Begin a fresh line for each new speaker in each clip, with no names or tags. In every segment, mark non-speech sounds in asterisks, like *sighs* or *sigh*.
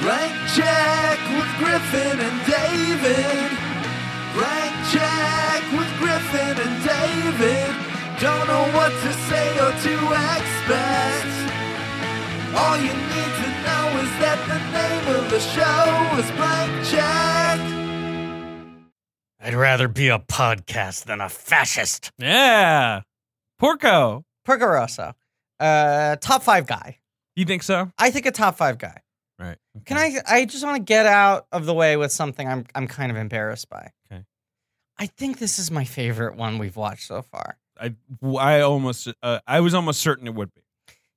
Blank check with Griffin and David. Blank check with Griffin and David. Don't know what to say or to expect. All you need to know is that the name of the show is Blank Check.
I'd rather be a podcast than a fascist.
Yeah. Porco.
Porco Rosso, uh, top five guy.
You think so?
I think a top five guy.
Right.
Can I? I just want to get out of the way with something I'm I'm kind of embarrassed by.
Okay.
I think this is my favorite one we've watched so far.
I, I almost, uh, I was almost certain it would be.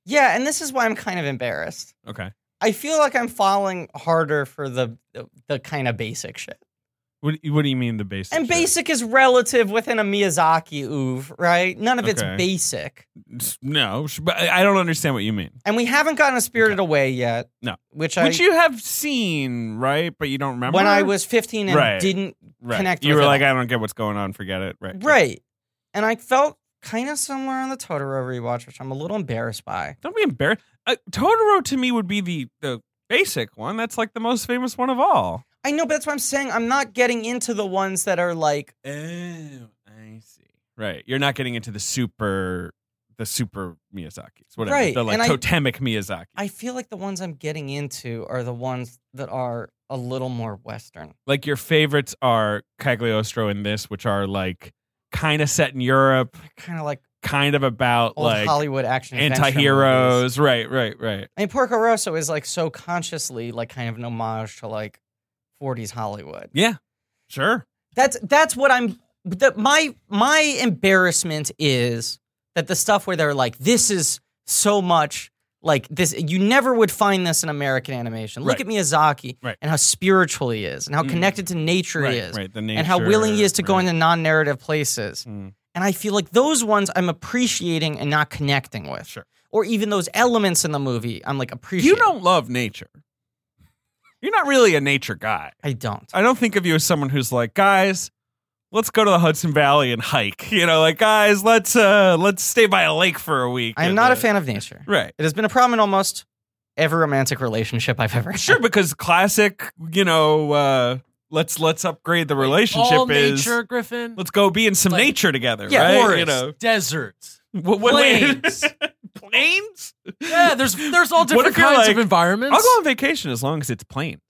Yeah, and this is why I'm kind of embarrassed.
Okay.
I feel like I'm falling harder for the the, the kind of basic shit.
What, what do you mean the basic?
And
shit?
basic is relative within a Miyazaki oeuvre, right? None of it's
Okay.
basic.
No, sh- but I I don't understand what you mean.
And we haven't gotten a Spirited Away yet.
No.
Which I
Which you have seen, right? But you don't remember.
when I was 15 and
Right.
didn't
right.
connect
you
with
were
it
like,
all.
I don't get what's going on. Forget it. Right.
right. And I felt kind of similar on the Totoro rewatch, which I'm a little embarrassed by.
Don't be embarrassed. Uh, Totoro to me would be the the basic one. That's like the most famous one of all.
I know, but that's what I'm saying. I'm not getting into the ones that are like
Oh, I see. Right. You're not getting into the super the super Miyazakis, whatever.
Right,
The like
and I-
totemic Miyazaki.
I feel like the ones I'm getting into are the ones that are a little more Western.
like your favorites are Cagliostro and this, which are like kind of set in Europe,
Kind of like
kind of about
old
like
Hollywood action adventure movies.
anti-heroes. Right, right, right.
I mean, Porco Rosso is like so consciously like kind of an homage to like 40s Hollywood.
Yeah. Sure.
That's that's what I'm. That my my embarrassment is that the stuff where they're like, this is so much like this. You never would find this in American animation. Look
Right.
at Miyazaki
Right.
and how spiritual he is, and how
Mm.
connected to nature
right,
he is,
right. The
and how
nature,
willing he is to go
right.
into non-narrative places.
Mm.
And I feel like those ones I'm appreciating and not connecting with.
Sure.
Or even those elements in the movie, I'm like appreciating.
You don't love nature. You're not really a nature guy.
I don't.
I don't think of you as someone who's like, guys, let's go to the Hudson Valley and hike. You know, like guys, let's uh let's stay by a lake for a week.
I am
and,
not
uh,
a fan of nature.
Right.
It has been a problem in almost every romantic relationship I've ever had.
Sure, because classic, you know, uh let's let's upgrade the relationship
All
is
nature, Griffin.
let's go be in some
Like-
nature together,
Yeah,
right?
forest.
You know.
Deserts.
W- w- wait.
Plains. *laughs*
planes?
Yeah, there's there's all
What
different
if you're
kinds
like,
of environments.
I'll go on vacation as long as it's planes.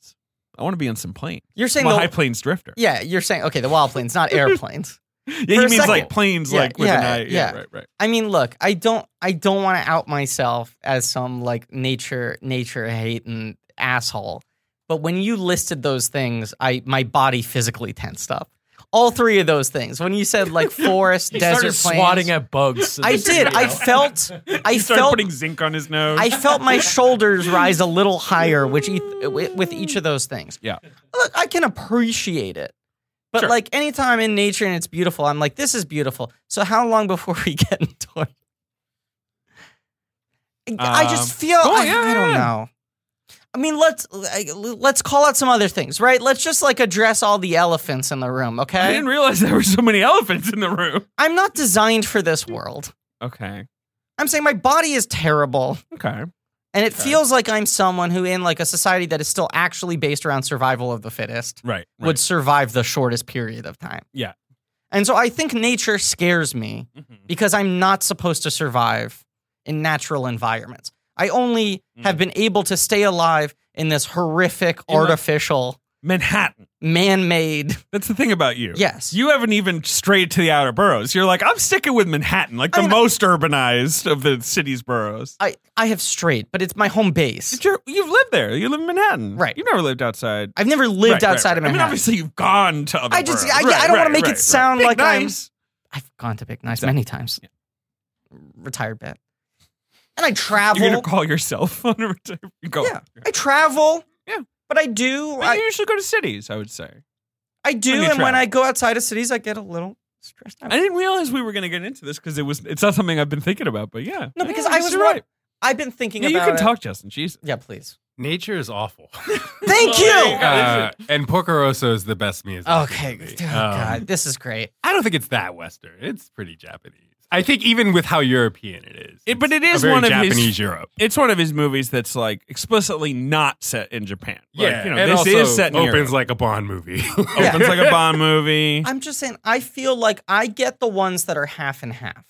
I want to be on some planes.
You're
I'm
saying
a
the
high planes drifter.
yeah. You're saying okay, the wild planes, not airplanes.
Yeah,
For
he
a
means
second.
like planes,
Yeah,
like with
yeah,
an eye.
yeah.
yeah, right, right.
I mean, look, I don't, I don't want to out myself as some like nature, nature hating asshole. But when you listed those things, I my body physically tensed up. All three of those things. When you said like forest,
He
desert,
started
plains,
swatting at bugs. *laughs* in
I
*laughs*
the
did. I
studio.
felt. I
he started
felt.
putting zinc on his nose.
I felt my shoulders rise a little higher, which eith- wi- with each of those things.
Yeah.
look, I can appreciate it, but
Sure.
like anytime I'm in nature and it's beautiful, I'm like, this is beautiful. So how long before we get *laughs* into it? I I just
Um,
feel
go on,
I,
yeah,
I don't
yeah.
know. I mean, let's I- let's call out some other things, right? Let's just like address all the elephants in the room,
I
okay?
didn't realize there were so many *laughs* elephants in the room.
I'm not designed for this world.
Okay.
I'm saying my body is terrible.
Okay.
And it
Okay.
feels like I'm someone who, in like a society that is still actually based around survival of the fittest,
Right. right.
would survive the shortest period of time.
Yeah.
And so I think nature scares me
Mhm.
because I'm not supposed to survive in natural environments. I only
Mm.
have been able to stay alive in this horrific,
In, like-
artificial,
Manhattan.
man made.
That's the thing about you.
Yes.
You haven't even strayed to the outer boroughs. You're like, I'm sticking with Manhattan, like the
I'm-
most urbanized of the city's boroughs.
I, I have strayed, but it's my home base.
Did you- You've lived there. You live in Manhattan.
Right.
You've never lived outside.
I've never lived
Right, right,
outside
right.
of Manhattan.
I mean, obviously, you've gone to other
I just-
boroughs.
I- yeah,
Right,
I don't wanna
right,
make it
right,
sound
right.
like
Big
I'm-
knives.
I've gone to Big Nice
Exactly.
many times. Retired bit. And I travel.
You're going to call your cell *laughs* phone or whatever. Go.
Yeah. I travel.
Yeah.
But I do.
But you
I,
usually go to cities, I would say.
I do.
when
And
you
when
travel.
I go outside of cities, I get a little stressed out.
I didn't realize we were going to get into this because it was it's not something I've been thinking about, but yeah.
No, because
Yeah,
I
guess
was
you're
wa-
right.
I've been thinking
Yeah, you
about
can
it.
talk, Justin. Jesus.
Yeah,
*laughs*
please.
Nature is awful.
Oh,
Thank you.
Uh, *laughs* and Porco Rosso is the best Miyazaki.
Okay.
movie.
Oh,
Um,
God, this is great.
I don't think it's that Western. It's pretty Japanese. I think even with how European it is,
It- but it
it's
is
a very
one of
Japanese
his.
Europe.
It's one of his movies that's like explicitly not set in Japan. Like, you know,
and
this
also
is set in
opens
Europe.
like a Bond *laughs* movie.
Yeah.
opens like a Bond movie.
*laughs* I'm just saying, I feel like I get the ones that are half and half.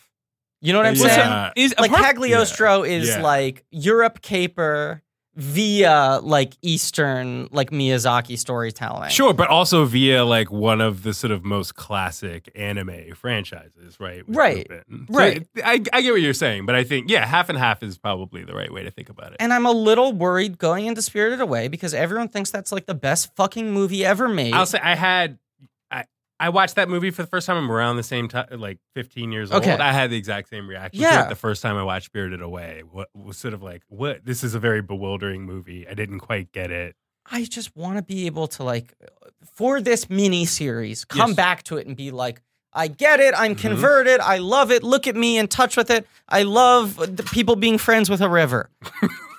You know what I'm
Yeah.
saying?
Uh,
Is
like
apart-
Cagliostro is
Yeah.
like Europe caper via like Eastern like Miyazaki storytelling.
Sure, but also via like one of the sort of most classic anime franchises, right? Which
Right.
have been-
Right.
So I, I get what you're saying, but I think yeah, half and half is probably the right way to think about it.
And I'm a little worried going into Spirited Away because everyone thinks that's like the best fucking movie ever made.
I'll say I had I I watched that movie for the first time. I'm around the same time, like 15 years
Okay.
old. I had the exact same reaction.
Yeah.
to it the first time I watched Spirited Away, what was sort of like, what? This is a very bewildering movie. I didn't quite get it.
I just want to be able to like for this mini series come
Yes.
back to it and be like I get it. I'm
Mhm.
converted. I love it. Look at me in touch with it. I love the people being friends with a river.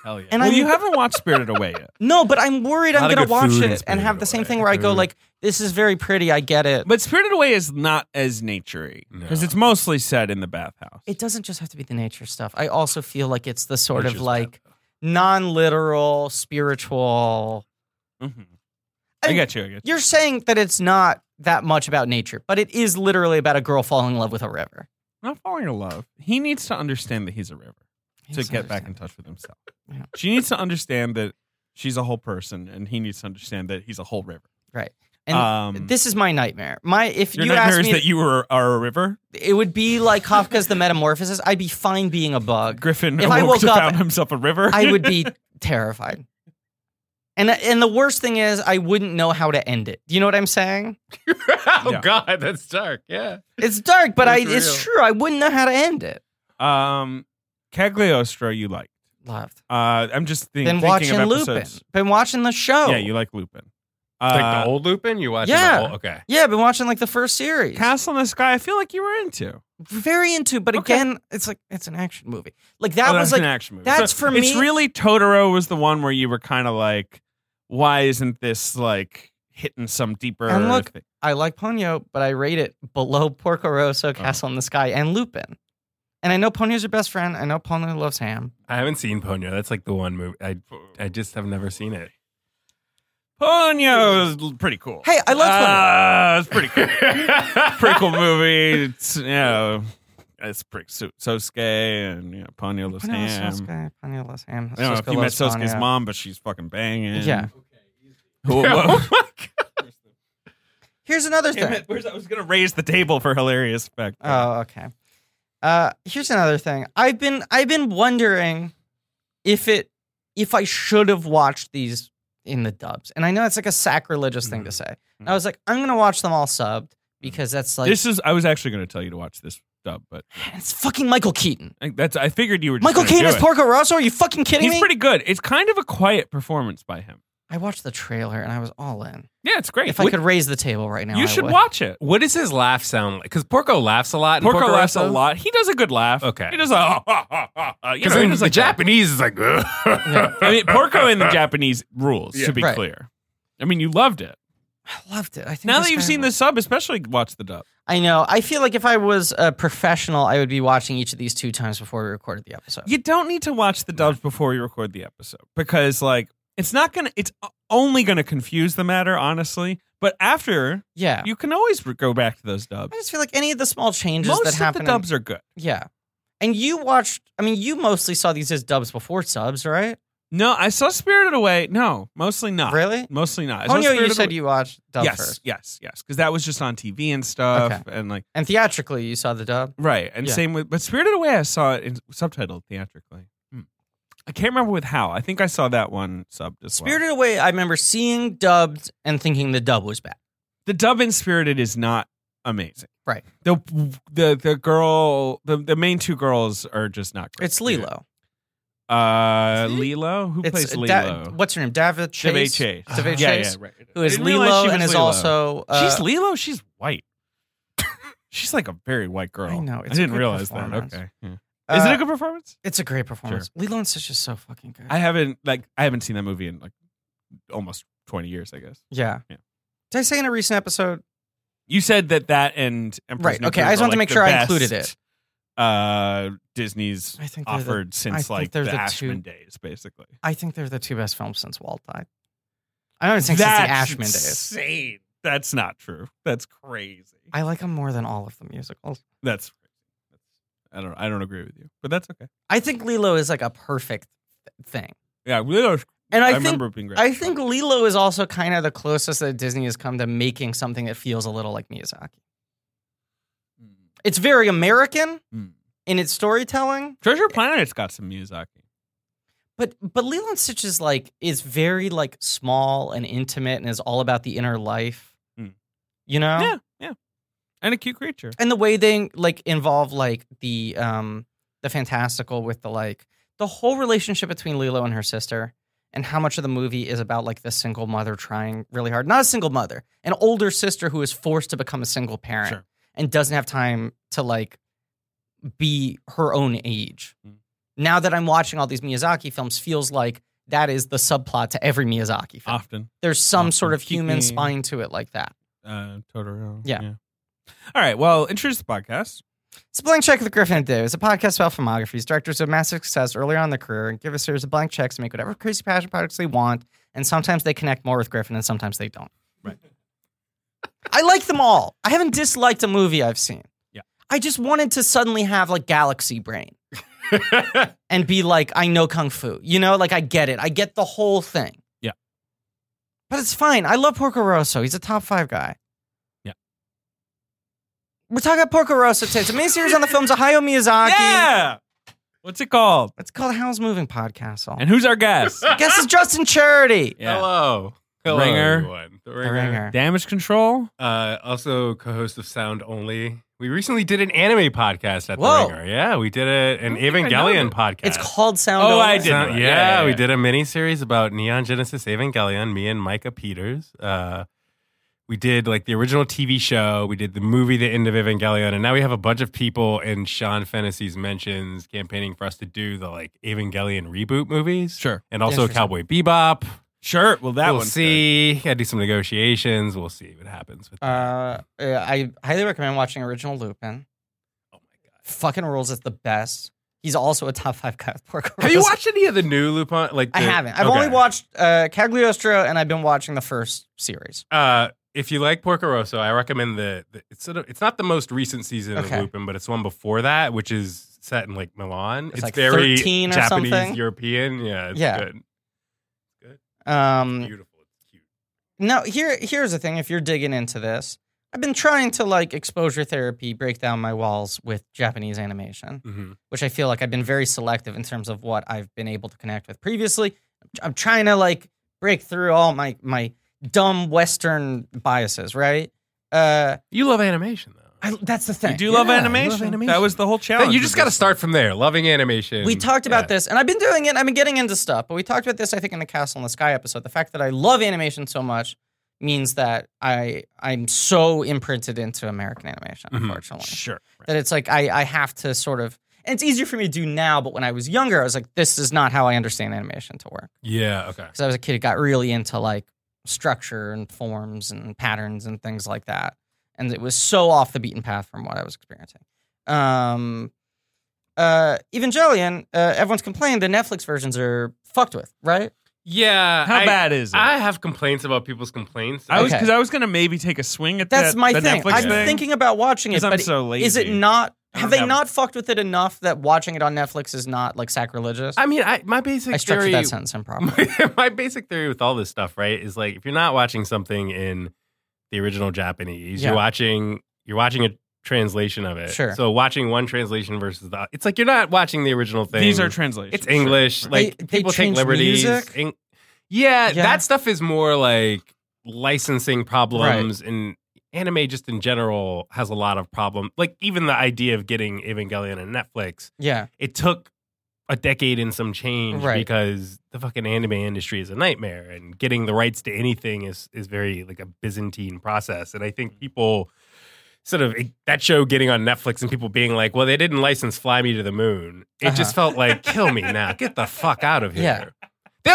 Hell yeah!
And
well,
I'm
you
*laughs*
haven't watched Spirited Away yet.
No, but I'm worried I'm
Lot of
going to
good
watch
food in
it and
Spirited
have the same
Away.
thing where I go
Food.
like, "This is very pretty. I get it."
But Spirited Away is not as naturey because
No.
it's mostly set in the bathhouse.
It doesn't just have to be the nature stuff. I also feel like it's the sort
Which
of
is
like non-literal, spiritual.
Mhm.
I-
I got you. I got you.
You're saying that it's not that much about nature, but it is literally about a girl falling in love with a river.
Not falling in love. He needs to understand that he's a river to
Yes, I
get back in
understand.
touch with himself.
Yeah.
She needs to understand that she's a whole person, and he needs to understand that he's a whole river.
Right. And
um,
This is my nightmare. My if
your
you
nightmare
asked
is
me,
that you were, are a river.
it would be like Kafka's The Metamorphosis. I'd be fine being a bug.
Griffin
If
awoke
I woke
to
up,
found himself a river.
I would be terrified. And and the worst thing is I wouldn't know how to end it. You know what I'm saying?
*laughs* oh
Yeah.
god, that's dark. Yeah.
It's dark, but I
It's
it's
real.
true. I wouldn't know how to end it.
*laughs* um, Cagliostro, you like.
Loved.
Uh, I'm just think,
Been
thinking
watching
of
Lupin.
episodes.
Been watching the show.
Yeah, you like Lupin.
like
Uh,
the old Lupin, you watch
yeah.
the old, okay.
Yeah, been watching like the first series.
Castle in the Sky. I feel like you were into.
Very into, but
Okay.
again, it's like it's an action movie. Like that
Oh, that's
was like
an action movie.
that's
So
for
It's
me-
really Totoro was the one where you were kind of like, why isn't this like hitting some deeper?
And look-
thing?
I like Ponyo, but I rate it below Porco
Oh.
Rosso, Castle in the Sky, and Lupin. And I know Ponyo's your best friend. I know Ponyo loves ham.
I haven't seen Ponyo. That's like the one movie I I just have never seen it.
Ponyo is l- pretty cool.
Hey, I love Ponyo.
Uh, it's pretty
*laughs*
*laughs*
cool. pretty cool movie. It's you know, it's pretty so, Sosuke and you know, Ponyo loves
Ponyo
ham.
loves Sosuke. Ponyo loves ham.
I don't know if
Sosuke
you met
loves
Sosuke's
Ponyo.
mom, but she's fucking banging.
Yeah. *laughs*
Whoa, whoa.
oh my god.
Here's another
Damn
thing.
it, where's- I was gonna raise the table for hilarious effect.
Oh, okay. Uh, here's another thing. I've been I've been wondering if it if I should have watched these in the dubs. And I know it's like a sacrilegious thing to
Mm-hmm.
say. And I was like, I'm gonna watch them all subbed because that's like
this is. I was actually gonna tell you to watch this dub, but
it's fucking Michael Keaton.
I- that's. I figured you were. Just
Michael
gonna
Keaton
do
is
it.
Porco Rosso. Are you fucking kidding
He's
me?
pretty good. It's kind of a quiet performance by him.
I watched the trailer and I was all in.
Yeah, it's great.
If I
We-
could raise the table right now,
you
I
should
would.
watch it.
What does his laugh sound like? Because Porco laughs a lot. in
Porco laughs a
Rosso.
lot. He does a good laugh.
Okay.
He does a. *laughs* ha, ha, ha, ha, ha. You
Because
know, he
in
does
the
like that.
Japanese is like, *laughs*
I mean, Porco in the Japanese rules
Yeah.
to be
Right.
clear. I mean, you loved it.
I loved it. I think
Now
this
that you've
guy
seen
was-
the sub, especially watch the dub.
I know. I feel like if I was a professional, I would be watching each of these two times before we recorded the episode.
You don't need to watch the dubs before you record the episode because, like, it's not gonna. It's only gonna confuse the matter, honestly. But after,
yeah.
you can always re- go back to those
I
dubs.
just feel like any of the small changes
Most
that
of the
happen. in-
dubs are good.
yeah. And you watched, I mean, you mostly saw these as dubs before subs, right?
No, I saw Spirited Away. No, mostly not.
Really?
Mostly not. I saw
Ponyo, you
Spirited
said
Away-
you watched dub
yes,
first.
yes, yes, because that was just on TV and stuff, and like
And theatrically, you saw the dub.
right, and
Yeah.
same with but Spirited Away. I saw it in subtitled theatrically. Hmm. I can't remember with how. I think I saw that one subbed as well.
Spirited Away, I remember seeing dubbed and thinking the dub was bad.
The dub in Spirited is not amazing.
Right.
The the the girl the, the main two girls are just not great.
It's Lilo.
Uh,
Is it?
Lilo. Who
it's
plays
Da-
Lilo?
what's her name? David Chase.
Chevy Chase.
Chevy
Yeah,
Chase,
yeah, right.
Who is
Didn't realize
Lilo
she
and
was
is
Lilo.
also uh,
she's Lilo. She's
*laughs*
white. she's like a very white girl.
I know,
I
it's a
didn't
good
realize that.
performance.
Okay.
uh,
Is it a good performance?
It's a great performance. Lilo and Stitch is so fucking good.
I haven't like I haven't seen that movie in like almost twenty years. I guess
yeah.
Yeah.
Did I say in a recent episode?
you said that that and Emperor's
Right,
New
okay,
Groove
I just
are,
wanted to
like,
make
the
sure I
best,
included it.
uh, Disney's
I think they're the-
offered
I
since
think
like the
they're the two-
Ashman days, basically.
I think they're the two best films since Walt died. I don't think since the
That's
Ashman days.
insane. That's not true. That's crazy.
I like them more than all of the musicals.
That's that's I don't I don't agree with you, but that's okay.
I think Lilo is like a perfect th- thing,
Yeah, Lilo.
and
I,
I, think
remember it being great.
I think Lilo is also kind of the closest that Disney has come to making something that feels a little like Miyazaki.
Hmm.
It's very American
Mm.
in its storytelling,
Treasure Planet's got some Miyazaki.
but but Lilo and Stitch is like is very like small and intimate and is all about the inner life.
Mm.
You know?
Yeah, yeah, and a cute creature.
and the way they like involve like the um the fantastical with the like the whole relationship between Lilo and her sister and how much of the movie is about like the single mother trying really hard not a single mother an older sister who is forced to become a single parent
Sure.
and doesn't have time to like be her own age
Mm.
now that i'm watching all these miyazaki films feels like that is the subplot to every miyazaki film
Often,
there's some
often.
sort of
Ah, Keep
human
me-
spine to it like that
uh, Totoro.
Yeah.
All right. Well, introduce the podcast.
It's a blank check with Griffin and Dave. It's a podcast about filmographies, directors of massive success earlier on in their career, and give a series of blank checks to make whatever crazy passion projects they want. And sometimes they connect more with Griffin, and sometimes they don't.
Right.
*laughs* I like them all. I haven't disliked a movie I've seen.
Yeah.
I just wanted to suddenly have like galaxy
*laughs*
brain and be like, I know kung fu. You know, like I get it. I get the whole thing.
Yeah.
But it's fine. I love Porco Rosso. He's a top five guy.
Yeah.
We're talking about Porco Rosso today. It's a miniseries on the films Hayao Miyazaki.
Yeah. What's it called?
It's called How's Moving Podcast.
And who's
*laughs*
our guest?
guess it's Justin Charity.
yeah.
Hello. Hello,
Ringer.
everyone. The
The
Ringer.
ringer.
Damage Control.
Uh, also co-host of Sound Only. We recently did an anime podcast at
Whoa.
The Ringer. Yeah, we did a, an
I don't think I know
Evangelion
that.
podcast.
It's called Sound
Oh,
Only.
I did.
Sound-
know that.
yeah,
Yeah, yeah,
we
yeah.
did a mini series about Neon Genesis Evangelion. Me and Micah Peters. Uh, we did like the original TV show. We did the movie, The End of Evangelion, and now we have a bunch of people in Sean Fantasy's mentions campaigning for us to do the like Evangelion reboot movies,
Sure.
and also
Interesting.
Cowboy Bebop.
Sure. Well, that
we'll
one's
see. Got to do some negotiations. We'll see what happens with that.
Uh, yeah, I highly recommend watching Original Lupin.
oh my god.
Fucking rules. It's the best. He's also a top five guy. with Porco
Have you
Rosso.
watched any of the new Lupin? Like
I
the-
haven't. I've
Okay.
only watched uh, Cagliostro, and I've been watching the first series.
Uh, if you like Porco Rosso, I recommend the, the it's sort of it's not the most recent season
Okay.
of Lupin, but it's one before that, which is set in like Milan. It's,
like
very
13 or
Japanese
something?
European. Yeah, it's
Yeah.
good.
Um,
Beautiful. It's cute.
now here here's the thing. If you're digging into this, I've been trying to like exposure therapy, break down my walls with Japanese animation.
hmm
which I feel like I've been very selective in terms of what I've been able to connect with previously. I'm trying to like break through all my my dumb Western biases, right? Uh,
You love animation though.
I, that's the
good.
thing.
You do love,
Yeah, I love
animation. That
animation.
was the whole
Yeah,
challenge.
you just
of
got to
this
start from there. Loving animation.
We talked about
Yeah.
this, and I've been doing it. I've been getting into stuff, but we talked about this, I think, in the Castle in the Sky episode. The fact that I love animation so much means that I I'm so imprinted into American animation,
Mhm.
one.
unfortunately.
Sure.
that it's like I, I have to sort of and it's easier for me to do now but when i was younger i was like this is not how i understand animation to work
Yeah. Okay.
because i was a kid who got really into like structure and forms and patterns and things like that and it was so off the beaten path from what i was experiencing um uh evangelion uh, everyone's complained the netflix versions are fucked with right
Yeah.
How
I,
bad is it?
I have complaints about people's complaints.
I was
Okay.
because I was gonna maybe take a swing at
that's
that,
my
the
thing
Netflix
i'm
thing.
thinking about watching it
because I'm
but
so lazy.
is it not
I
have
don't
they
have-
not fucked with it enough that watching it on netflix is not like sacrilegious
I mean, I my basic
I structured
theory
that sentence improperly.
*laughs* my, my basic theory with all this stuff, right, is like if you're not watching something in the original Japanese,
Yeah.
you're watching you're watching a translation of it.
Sure.
So watching one translation versus the it's like you're not watching the original thing.
These are translations.
it's English.
Sure.
Like
They- they
people take
changed
liberties.
music?
Eng- yeah,
Yeah.
that stuff is more like licensing problems and anime just in general has a lot of problem. Like even the idea of getting Evangelion and Netflix
*laughs* Yeah.
it took a decade and some change
Right.
because the fucking anime industry is a nightmare and getting the rights to anything is is very like a Byzantine process and I
Mm-hmm.
think people sort of it- that show getting on Netflix and people being like well they didn't license Fly Me to the Moon it just felt like kill me now get the fuck out of here
Uh-huh. *laughs* Yeah.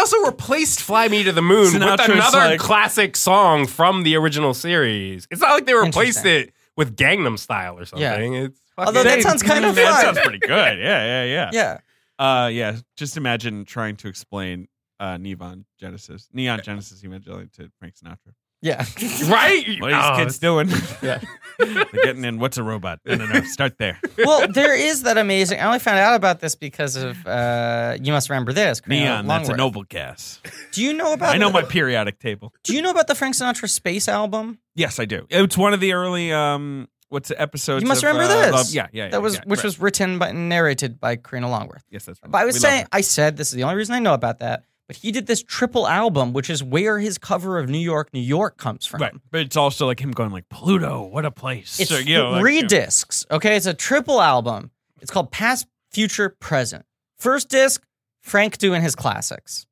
they also replaced Fly Me to the Moon
Sinatra's
with another
like-
classic song from the original series it's not like they replaced
Interesting.
it with Gangnam Style or something it's
Although that
They-
sounds kind of
That
fun.
sounds pretty good. Yeah, yeah, yeah.
Yeah.
Uh, yeah. Just imagine trying to explain uh, Neon Genesis, Neon Genesis Evangelion to Frank Sinatra.
Yeah.
right?
What are
Oh,
these kids doing?
*laughs* Yeah.
They're getting in. What's a robot? No, no, no.
*laughs*
Start there.
*laughs* well, there is that amazing. I only found out about this because of uh, you must remember this. Karina
Neon. That's a
Longworth.
noble gas.
Do you know about?
I know my periodic table.
Do you know about the Frank Sinatra Space album?
Yes, I do. It's one of the early um. What's the episodes?
You must
of,
remember
uh,
this.
Love- Yeah, yeah, yeah.
That was
yeah,
which
right.
was written by and narrated by Karina Longworth.
Yes, that's. Right.
But I was
We love
saying,
her.
I said this is the only reason I know about that. But he did this triple album, which is where his cover of New York, New York comes from.
Right, but it's also like him going like Pluto. What a place!
It's
So, you know, like,
three
you know.
discs. Okay, it's a triple album. It's called Past, Future, Present. First disc, Frank doing his classics,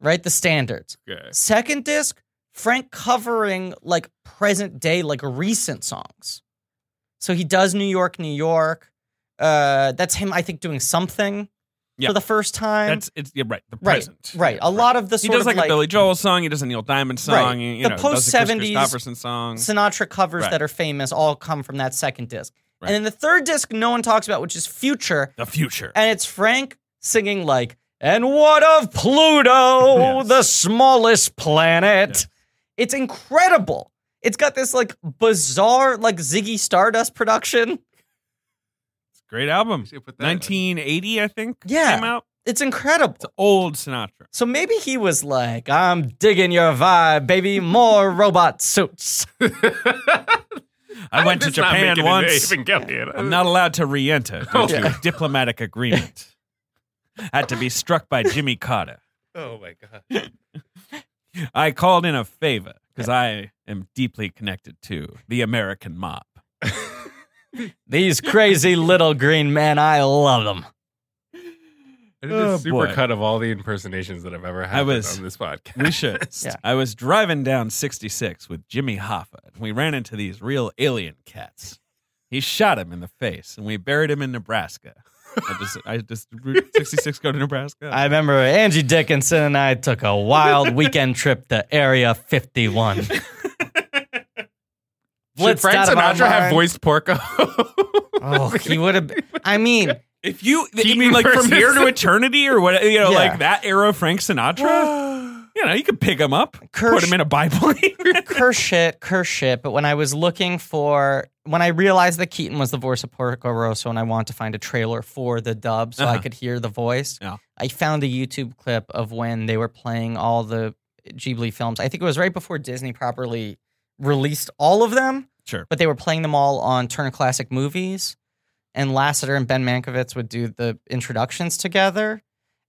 right? The standards.
okay.
Second disc, Frank covering like present day, like recent songs. So he does New York, New York. Uh, that's him, I think, doing something
Yeah.
for the first time.
That's it's yeah, right. The
right,
present.
right. A lot of the
He
sort
does
of
like,
like,
a Billy Joel song. He does a Neil Diamond song.
Right.
You, you
The
know, does a Chris
post-seventies
Christopherson song.
Sinatra covers
Right.
that are famous all come from that second disc.
Right.
And then the third disc no one talks about, which is Future,
The future.
and it's Frank singing like, "And what of Pluto,
Yes.
the smallest planet?" It's incredible. It's got this like bizarre like Ziggy Stardust production.
Great album.
Should put that in. *laughs*
1980, I think.
Yeah.
Came out.
It's incredible.
Old Sinatra.
So maybe he was like, "I'm digging your vibe, baby. More robot suits."
I went to
This is not
Japan
making it
once.
Evangelion.
I'm not allowed to re-enter
*laughs*
due to a diplomatic agreement. Had to be struck by Jimmy Carter.
Oh my god.
I called in a favor because I am deeply connected to the American mob.
These crazy little green men, I love them.
It
Oh,
is a
boy.
super cut of all the impersonations that I've ever had
was-
on this podcast.
We should.
Yeah.
I was driving down 66 with Jimmy Hoffa, and we ran into these real alien cats. He shot him in the face, and we buried him in Nebraska. I just, I just
*laughs*
Route 66 go to Nebraska.
I remember Angie Dickinson and I took a
*laughs*
wild weekend trip to Area 51.
Should
Blitzed
Frank
out of our
Sinatra have
mind.
voiced Porco? *laughs*
Uh,
Oh, he would have. I mean,
if you, you
Keaton
mean like from
versus-
here to eternity, or what? You know,
Yeah.
like that era, of Frank Sinatra.
*gasps*
you know, you could pick him up,
Kirsch-
put him in a biplane.
curse shit, curse shit. But when I was looking for, when I realized that Keaton was the voice of Porco Rosso and I wanted to find a trailer for the dub so I
Uh-huh.
could hear the voice,
Yeah.
I found a YouTube clip of when they were playing all the Ghibli films. I think it was right before Disney properly released all of them.
*laughs* sure.
but they were playing them all on Turner Classic Movies, and Lasseter and Ben Mankiewicz would do the introductions together.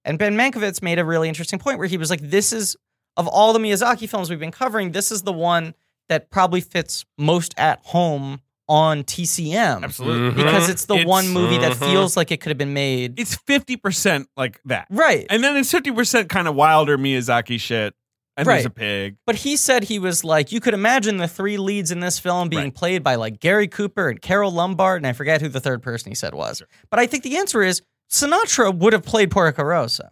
And Ben Mankiewicz made a really interesting point where he was like, "This is of all the Miyazaki films we've been covering, this is the one that probably fits most at home on TCM
Absolutely.
because it's the
It's-
one movie that
Mhm.
feels like it could have been made."
It's 50% like that.
Right.
And then it's 50% kind of wilder Miyazaki shit. And there's
Right.
a pig.
But he said he was like, you could imagine the three leads in this film being
Right.
played by like Gary Cooper and Carol Lombard, and I forget who the third person he said was. But I think the answer is Sinatra would have played Porco Rosso,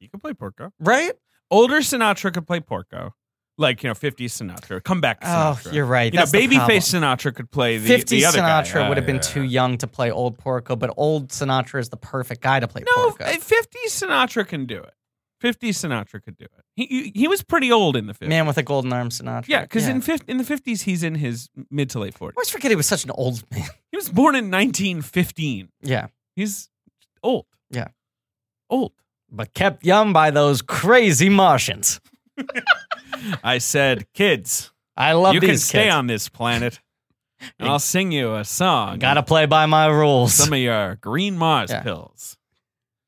You could play Porco.
right?
Older Sinatra could play Porco. Like, you know, 50s Sinatra. Comeback Sinatra.
Oh, you're right.
You know,
That's the problem.
babyface Sinatra could play the,
50
the other guy. uh,
Sinatra would have been too young to play old Porco, but old Sinatra is the perfect guy to play
No,
Porco.
50s Sinatra can do it. 50s Sinatra could do it. He- He he was pretty old in the 50s.
Man with a golden arm, Sinatra.
yeah, because
I
in, fif- in the 50s, he's in his mid to late 40s.
always forget he was such an old man.
He was born in 1915.
Yeah,
He's old.
Yeah.
Old.
but kept young by those crazy Martians.
I said, kids.
I love
you
these
can stay
kids.
on
*laughs*
this planet. and I'll sing you a song.
Gotta play by my rules. *laughs*
some of your green Mars
Yeah.
pills. *laughs*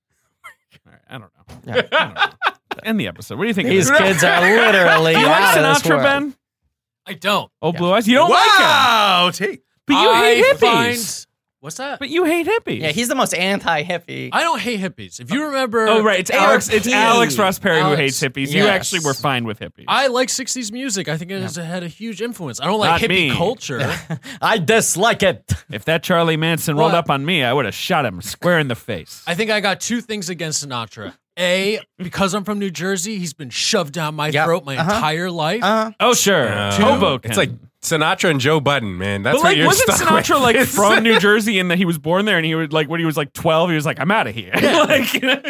All right, I don't know.
Yeah.
*laughs* I don't know. End the episode. What do you think? of
*laughs* These
this?
kids
*laughs*
are literally
Do you like
out of this
Sinatra,
world.
Ben?
I don't.
Old
Yeah.
blue eyes. You don't like him,
wow, take
but you hate
I
hippies.
find- what's that?
But you hate hippies.
Yeah, he's the most anti-hippie.
I don't hate hippies. If you remember,
Oh right, it's
They
Alex.
are
It's
pee.
Alex Ross Perry who
Alex,
hates hippies. You
yes.
actually were fine with hippies.
I like '60s music. I think it has had a huge influence. I don't like
Not me.
hippie
*laughs*
culture.
I dislike it.
if that Charlie Manson rolled
What?
up on me, I would have shot him square in the face.
I think I got two things against Sinatra. A, because I'm from New Jersey, he's been shoved down my
Yep.
throat my
Uh-huh.
entire life.
Uh,
Oh sure,
No.
Hoboken.
It's like Sinatra and Joe Budden, man. That's
but
what
like,
you're
wasn't
stuck *laughs*
Sinatra
with.
like
It's-
from New Jersey and that he was born there and he was like when he was like twelve, he was like, I'm out of here. *laughs* like you know,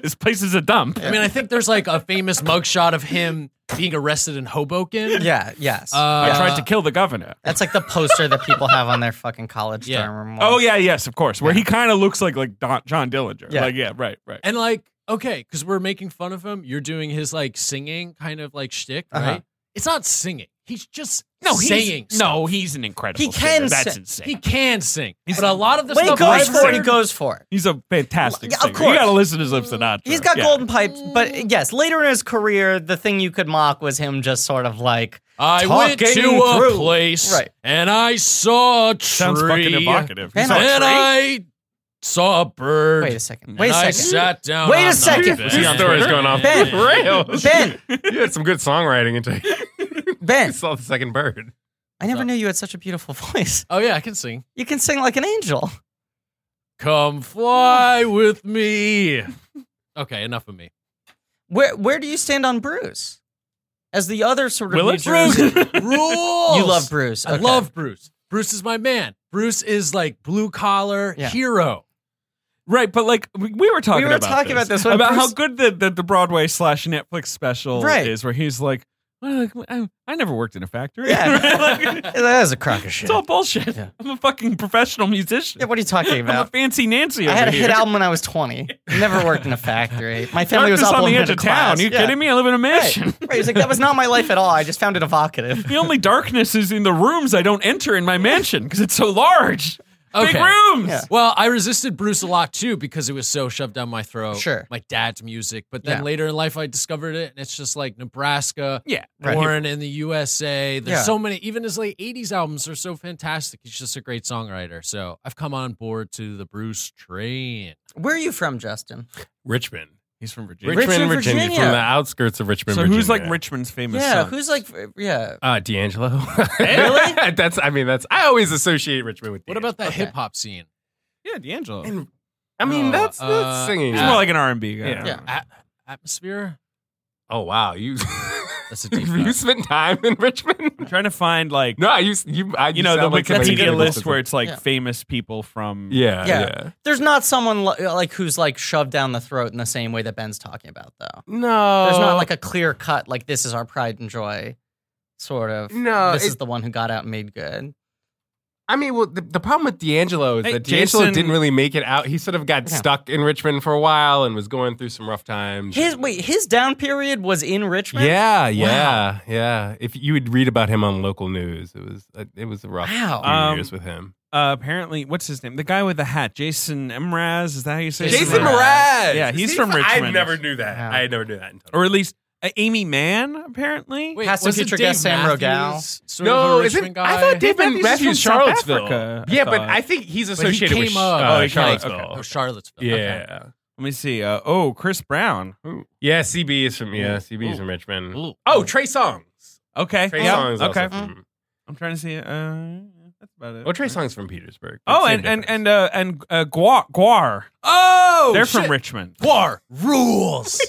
this place is a dump.
I mean, I think there's like a famous mugshot of him being arrested in
*laughs*
Hoboken.
yeah, yes.
Uh,
I tried to kill the governor.
That's like the poster that people have on their fucking college
Yeah.
dorm room.
Oh
walls.
yeah, yes, of course. Where he kind of looks like like Don, John Dillinger.
Yeah.
Like yeah, right, right.
And like, okay, because we're making fun of him. You're doing his like singing kind of like shtick,
Uh-huh.
right? It's not singing. He's just
no, he's,
saying. stuff.
no, he's an incredible.
He can
singer. That's
sing.
insane.
he can sing, but a lot of the
When he
stuff
goes
I've
for it, he
heard-
goes for it.
He's a fantastic
Yeah, of
singer.
course.
You gotta listen to some Sinatra.
He's got
Yeah.
golden pipes, but yes, later in his career, the thing you could mock was him just sort of like,
I went to
Talking
a
through.
place
Right.
and I saw a tree.
Sounds fucking evocative.
Man,
He's like,
And I saw a bird.
wait a second,
and
wait a
I
second,
sat down.
Wait a
on the
second.
bed.
This story is going off *laughs*
Ben.
the rails.
*laughs* Ben,
you had some good songwriting until you *laughs*
Ben,
saw the second bird.
I never knew you had such a beautiful *laughs* voice.
Oh yeah, I can sing.
You can sing like an angel.
Come fly
*laughs*
with me. Okay, enough of me.
Where where do you stand on Bruce? As the other sort of
Will
New
it?
Jersey-
*laughs*
*laughs*
Rules.
You *laughs* love Bruce.
I
okay.
love Bruce. Bruce is my man. Bruce is like blue collar
Yeah.
hero.
Right, but like we we were talking
were
about
talking
this,
about this when
about
Bruce-
how good the, the, the Broadway slash Netflix special
Right.
is, where he's like, well, like, I, I never worked in a *laughs* factory.
*laughs*
Right?
Yeah.
Like,
that is a crock of shit.
it's all bullshit.
Yeah.
I'm a fucking professional musician.
Yeah, what are you talking
I'm a
about?
fancy Nancy.
I
over
had a
here.
hit album when I was 20. Never worked in a
*laughs*
factory. My family
Darkness
was up
on the edge
a
of town. You kidding me? I live in a
Right.
mansion.
right. He's like, that was not my life at all. I just found it evocative.
The only darkness is in the rooms I don't enter in my mansion because it's so large. Big
Okay.
rooms.
Yeah.
Well, I resisted Bruce a lot too because it was so shoved down my throat.
Sure.
My dad's music. But then
Yeah.
later in life, I discovered it. And it's just like Nebraska,
Yeah.
Right.
born in the USA. There's
Yeah.
so many, even his late 80s albums are so fantastic. He's just a great songwriter. So I've come on board to the Bruce train.
Where are you from, Justin?
Richmond.
He's from Virginia.
Richmond,
Richmond,
Virginia.
Virginia.
From the outskirts of Richmond,
so who's like
Virginia.
Richmond's famous
Yeah,
son?
who's like, yeah.
Uh, D'Angelo. *laughs*
Really?
that's, I mean, that's, I always associate Richmond with
What about that
Okay.
hip hop scene?
Yeah, D'Angelo. He's
And, I mean,
No,
that's, that's
uh,
singing.
He's
Oh, more like an R&B guy.
Yeah.
Yeah.
At- atmosphere?
oh, wow. You, *laughs*
That's a
*laughs*
deep
you
cut.
spent time in Richmond? *laughs*
I'm trying to find like
No, I used, you, I,
you know the
sound like somebody who
Wikipedia
did
list
this.
where it's like
Yeah.
famous people from.
*laughs* Yeah,
Yeah.
yeah.
There's not someone li- like who's like shoved down the throat in the same way that Ben's talking about, though.
No.
There's not like a clear cut, like, this is our pride and joy, sort of.
No,
This is
it-
the one who got out and made good.
I mean, well, the, the problem with D'Angelo is
Hey,
that D'Angelo
Jason-
didn't really make it out. He sort of got
Yeah.
stuck in Richmond for a while and was going through some rough times.
His wait, his down period was in Richmond.
yeah, yeah, yeah. If you would read about him on local news, it was uh, it was a rough
Wow.
few
Um,
years with him.
Uh, apparently, what's his name? The guy with the hat, Jason Mraz. Is that how you say? his
Jason
name?
Mraz.
Yeah, he's from Richmond.
I never knew that.
Yeah.
I never knew that. Until
or at least uh, Amy Mann. Apparently,
Wait,
Past and
wasn't
future
Dave
guest Sam Rogal.
Matthews Sort
no,
of a
is
Richmond
it?
guy?
I thought Dave
Matthews
Matthews was
is from
from
South
Charlottesville.
Africa, I
yeah, but
thought.
I think he's
But he
associated
came
with Sh-
up.
uh,
Oh, okay.
Charlottesville.
Oh, Charlottesville.
Yeah,
Okay.
let me see. Uh, oh, Chris Brown. Ooh.
yeah. CB is from yeah. CB is
Ooh.
from Richmond.
Ooh.
Oh, Trey Songs.
Okay,
Trey
yeah,
Songs. also
okay.
from-
I'm trying to see. Uh, that's about it.
Well, Trey Songs from Petersburg.
Oh,
Same
and and
difference.
and uh, and uh, Guar. Guar.
Oh,
They're
shit.
from Richmond.
Guar rules.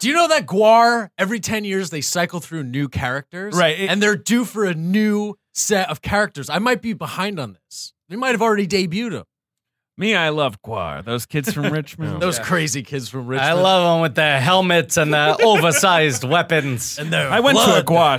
Do you know that Guar, every 10 years, they cycle through new characters?
Right, it-
and they're due for a new set of characters. I might be behind on this. They might have already debuted them.
Me, I love Guar. Those kids
*laughs*
from Richmond.
Those crazy kids from Richmond.
I love them with the helmets and the oversized weapons.
and their
I went to a
blood.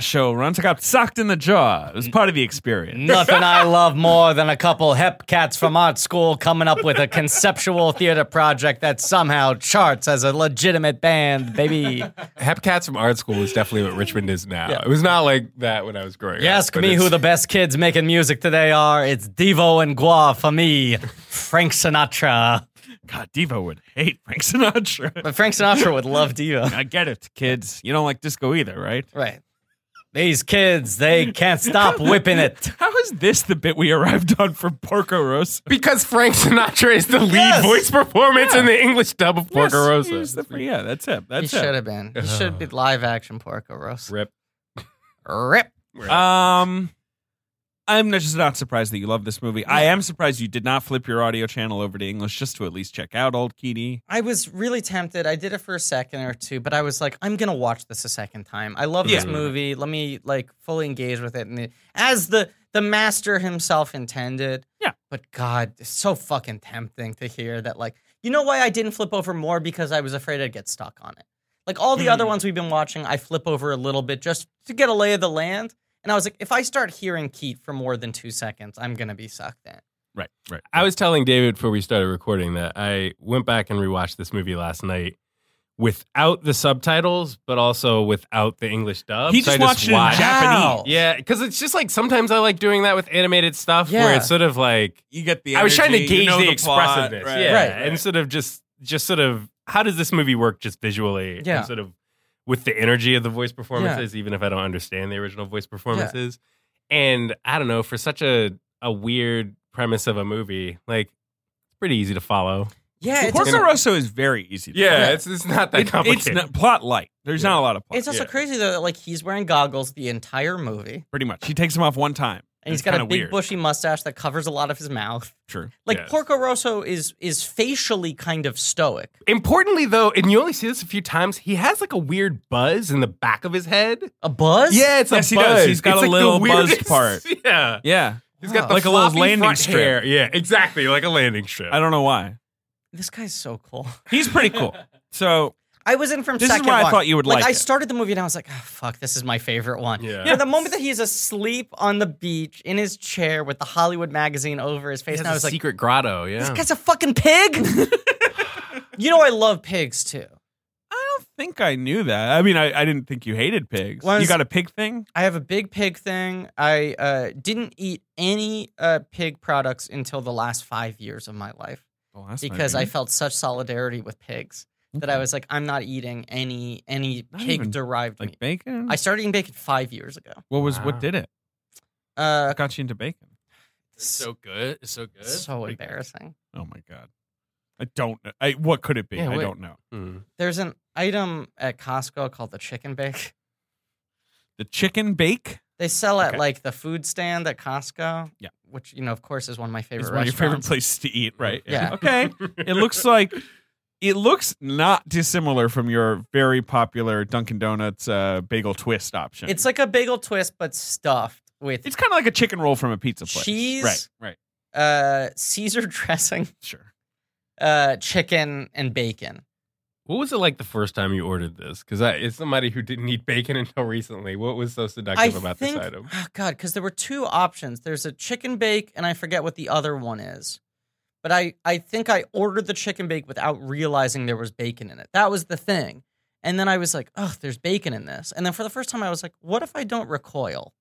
Guar show once. I got socked in the jaw. It was part of the experience.
Nothing I love more than a couple hep cats from art school coming up with a conceptual theater project that somehow charts as a legitimate band, baby.
Hepcats from art school was definitely what Richmond is now. It was not like that when I was growing
You
up.
ask
but
me
it's-
who the best kids making music today are, it's Devo and Gua for me, Frank Sinatra.
God, Devo would hate Frank Sinatra.
But Frank Sinatra would love Devo.
I get it, kids. You don't like disco either, right?
Right. These kids, they can't stop whipping it.
How is this the bit we arrived on for Porco Rosa?
*laughs* Because Frank Sinatra is the lead
Yes.
voice performance in the English dub of Porco Rosa.
Yes, the- yeah, that's it.
He
That's
should have been. He should be live action Porco Rosa.
Rip.
Rip.
it. Um, I'm not- just not surprised that you love this movie. I am surprised you did not flip your audio channel over to English just to at least check out Old Kitty.
I was really tempted. I did it for a second or two, but I was like, I'm gonna watch this a second time. I love this
Yeah.
movie. Let me like fully engage with it, and it- as the the master himself intended.
Yeah.
But God, it's so fucking tempting to hear that. Like, you know why I didn't flip over more because I was afraid I'd get stuck on it. Like all the other
Hmm.
ones we've been watching, I flip over a little bit just to get a lay of the land. And I was like, if I start hearing Keat for more than two seconds, I'm gonna be sucked in.
Right, right.
I was telling David before we started recording that I went back and rewatched this movie last night without the subtitles, but also without the English dub.
He
So I
just watched it in
watched-
Wow.
Yeah, because it's just like sometimes I like doing that with animated stuff where
Yeah.
it's sort of like
You get the.
I was trying to
energy, you
gauge
know
the,
plot,
expressiveness,
right.
yeah,
Right,
and sort of just just sort of how does this movie work just visually,
Yeah.
and sort of with the energy of the voice performances, even if I don't understand the original voice performances, and I don't know for such a a weird premise of a movie, like it's pretty easy to follow.
Yeah, it's
Porco Rosso is very easy. To
Yeah,
Yeah.
it's it's not that
It-
complicated.
it's not, plot light. There's
Yeah.
not a lot of plot.
It's also
Yeah.
crazy though that like he's wearing goggles the entire movie,
pretty much. He takes him off one time,
and
It's
he's got a
kinda
big
weird.
bushy mustache that covers a lot of his mouth.
True.
Like
Yes.
Porco Rosso is is facially kind of stoic.
Importantly, though, and you only see this a few times, he has like a weird buzz in the back of his head.
A buzz?
Yeah, it's
Yes,
a
he does.
buzz.
He's got
It's
a
the
little buzzed
weirdest- *laughs*
part.
Yeah.
Yeah,
He's got the
Like a little
floppy
landing
front
strip.
hair. Yeah, exactly, like a landing strip.
I don't know why.
This guy's so cool.
He's pretty
*laughs*
cool. So
I was in from
This is
second
why I
watch.
thought you would like
I
it.
started the movie and I was like, oh, fuck, this is my favorite one.
Yeah.
You know, the moment that he's asleep on the beach in his chair with the Hollywood magazine over his face, and I was like,
secret grotto. Yeah,
this guy's a fucking pig. *laughs* you know, I love pigs too.
I don't think I knew that. I mean, I, I didn't think you hated pigs.
Was-
you got a pig thing?
I have a big pig thing. I uh, didn't eat any uh, pig products until the last five years of my life because I felt such solidarity with pigs that I was like, I'm not eating any any
Not even,
pig derived
like
meat.
bacon.
I started eating bacon five years ago.
what was
Wow.
what did it?
Uh,
What got you into bacon?
It's so good. It's so good.
so embarrassing.
Oh my god, I don't. know. I what could it be?
Yeah,
I
wait.
don't know.
Mm.
There's an item at Costco called the chicken bake.
The chicken bake
They sell at
Okay.
like the food stand at Costco.
Yeah.
which you know, of course, is one of my favorite.
is one of your favorite
restaurants.
places to eat, right?
Yeah.
Okay. it
*laughs*
looks like it looks not dissimilar from your very popular Dunkin' Donuts uh, bagel twist option.
It's like a bagel twist, but stuffed with
it's kind of like a chicken roll from a pizza place.
Cheese.
Right. Right.
uh, Caesar *laughs* dressing,
Sure.
uh, chicken, and bacon.
What was it like the first time you ordered this? Because it's somebody who didn't eat bacon *laughs* until recently. What was so seductive about this item?
Oh God, because there were two options. There's a chicken bake, and I forget what the other one is. But I, I think I ordered the chicken bake without realizing there was bacon in it. That was the thing. And then I was like, oh, there's bacon in this. And then for the first time, I was like, what if I don't recoil?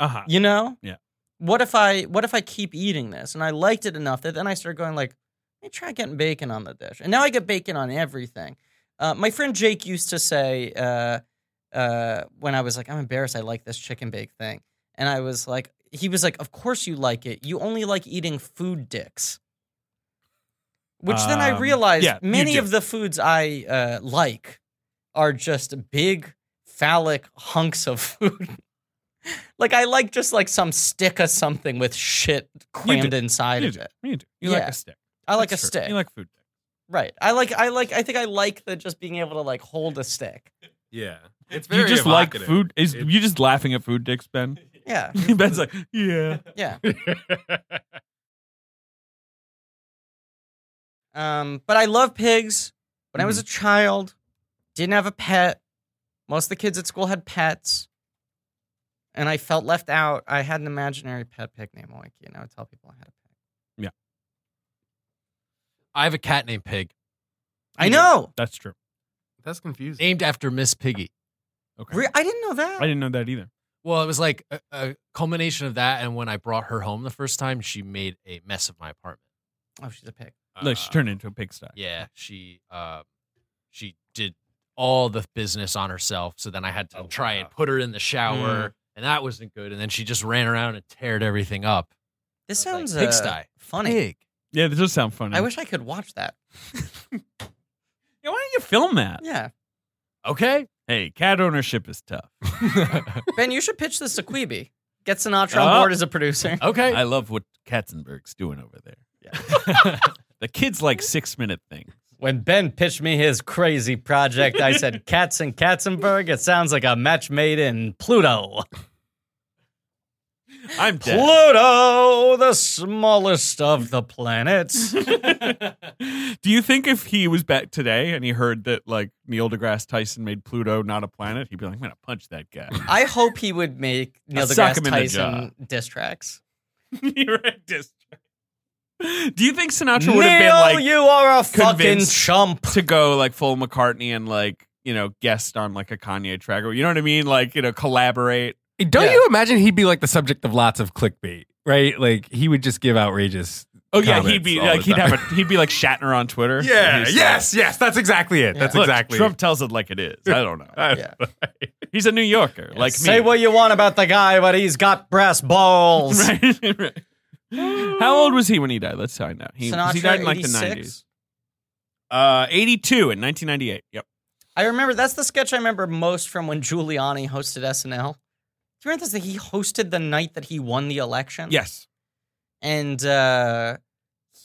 Uh huh.
You know?
Yeah.
What if I what if I keep eating this? And I liked it enough that then I started going like, let me try getting bacon on the dish. And now I get bacon on everything. Uh, my friend Jake used to say uh, uh, when I was like, I'm embarrassed I like this chicken bake thing. And I was like, he was like, of course you like it. You only like eating food dicks. Which then I
Um,
realized
yeah, you
many
do.
of the foods I uh, like are just big phallic hunks of food. *laughs* like I like just like some stick of something with shit crammed
do.
inside
You
of
do.
it.
You, do. you like
Yeah.
a stick.
I like
That's
a
true.
stick.
You like food.
right. I like I like I think I like the just being able to like hold a stick.
Yeah, it's
you just like
evocative.
food. Is
It's-
you just laughing at food dicks, *laughs* Ben?
Yeah.
Ben's like, yeah.
Yeah. Um but I love pigs. When I was a
Mm-hmm.
child, didn't have a pet. Most of the kids at school had pets. And I felt left out. I had an imaginary pet pig named Oinky, and I would tell people I had a pet.
I have a cat named Pig,
I know.
That's true.
That's confusing.
named after Miss Piggy.
Okay.
Re- I didn't know that.
I didn't know that either.
Well, it was like a, a culmination of that, and when I brought her home the first time, she made a mess of my apartment.
Oh, she's a pig.
Like she
Uh,
turned into a pigsty.
Yeah, she uh, she did all the business on herself. So then I had to
Oh,
try
wow.
and put her
Mm.
in the shower, and that wasn't good. And then she just ran around and teared everything up.
This
I was
sounds
like, pigsty.
uh, funny.
Pig.
Yeah, that does sound funny.
I wish I could watch *laughs* that.
Yeah, why don't you film that?
Yeah,
Okay.
Hey, cat ownership is tough.
Ben, you should pitch this to Queeby. Get Sinatra on
Oh.
board as a producer.
Okay.
I love what Katzenberg's doing over there. *laughs* the kids like six minute thing.
*laughs* When Ben pitched me his crazy project, I *laughs* said, Katz and Katzenberg, it sounds like a match made in Pluto.
I'm dead.
Pluto, the smallest of the planets.
*laughs* Do you think if he was back today and he heard that like Neil deGrasse Tyson made Pluto not a planet, he'd be like, "I'm gonna punch that guy."
*laughs* I hope he would make Neil
I'll sock
deGrasse
him in the jaw.
Tyson diss tracks.
You're a distract. Do you think Sinatra
Neil,
would have been like
you are a fucking
convinced-
chump.
to go like full McCartney and like you know guest on like a Kanye track or you know what I mean? Like you know collaborate.
Don't
Yeah.
you imagine he'd be like the subject of lots of clickbait, right? Like he would just give outrageous.
Oh yeah,
comments
he'd be
all the
like he'd
time.
have a he'd be like Shatner on Twitter.
Yeah.
And he's like,
Yes. Yes. That's exactly it.
Yeah.
That's
Look,
exactly.
Trump tells it like it is. I don't know.
I-
Yeah.
He's a New Yorker, like
Say
me.
what you want about the guy, but he's got brass *laughs* balls.
Right, *laughs* right. How old was he when he died? Let's find out. He, 'cause
Sinatra,
he died in like
86?
the nineties. Uh, eighty-two in nineteen ninety-eight. Yep.
I remember that's the sketch I remember most from when Giuliani hosted SNL. Do you remember this? That he hosted the night that he won the election.
Yes.
and uh,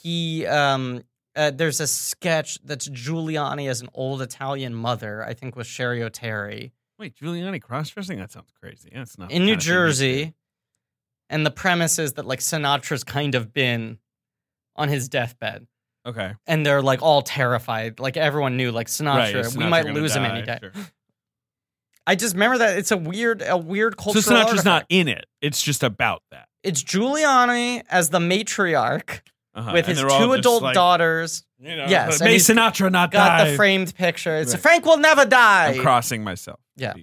he um, uh, there's a sketch that's Giuliani as an old Italian mother, I think, with Sherry O'Terry
Wait, Giuliani cross-dressing? That sounds crazy. That's not the
in New
kind of thing you do.
Jersey, and the premise is that like Sinatra's kind of been on his deathbed,
Okay.
and they're like all terrified, like everyone knew, like Sinatra,
Right, is
we
Sinatra
might
gonna
lose him
die?
any day.
Sure.
I just remember that it's a weird, a weird
So
cultural.
Sinatra's not
artifact.
in it. It's just about that.
It's Giuliani as the matriarch
Uh-huh.
with
And
his
they're all
two
just
adult
like,
daughters.
You know,
Yes,
but
and
May
he's
Sinatra not
got
die.
the framed picture. It's
Right.
Frank will never die.
I'm crossing myself.
Yeah.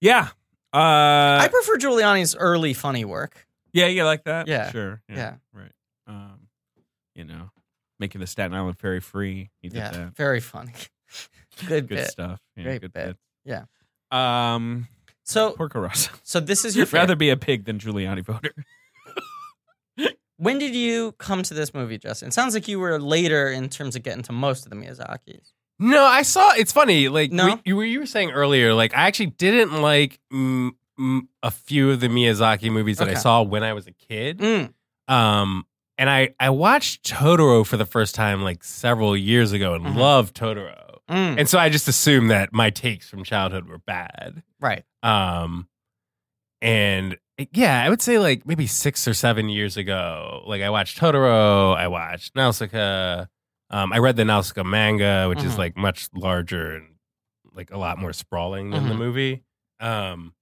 Yeah. Uh,
I prefer Giuliani's early funny work.
Yeah, you like that?
Yeah.
Sure.
Yeah.
Right. Um, you know, making the Staten Island Ferry free. He did
Yeah,
that.
very funny. *laughs* Good,
Good
bit.
stuff. Yeah,
Great
good
bit.
bits. Yeah. Um,
So,
poor Caruso.
so *laughs* this is your
rather
rather.
be a pig than
*laughs*
Giuliani voter.
When did you come to this movie, Justin? It sounds like you were later in terms of getting to most of the Miyazaki's.
No, I saw. It's funny. Like
No?
we- you, were- you were saying earlier, like I actually didn't like mm, mm, a few of the Miyazaki movies that I
Okay.
saw when I was a kid.
Mm.
Um, and I I watched Totoro for the first time like several years ago and
Mhm.
loved Totoro,
Mm.
and so I just assumed that my takes from childhood were bad.
Right.
Um, and yeah, I would say like maybe six or seven years ago, like I watched Totoro, I watched Nausicaa. Um, I read the Nausicaa manga, which is
Mhm.
like much larger and like a lot more sprawling than the
Mhm.
movie. Um,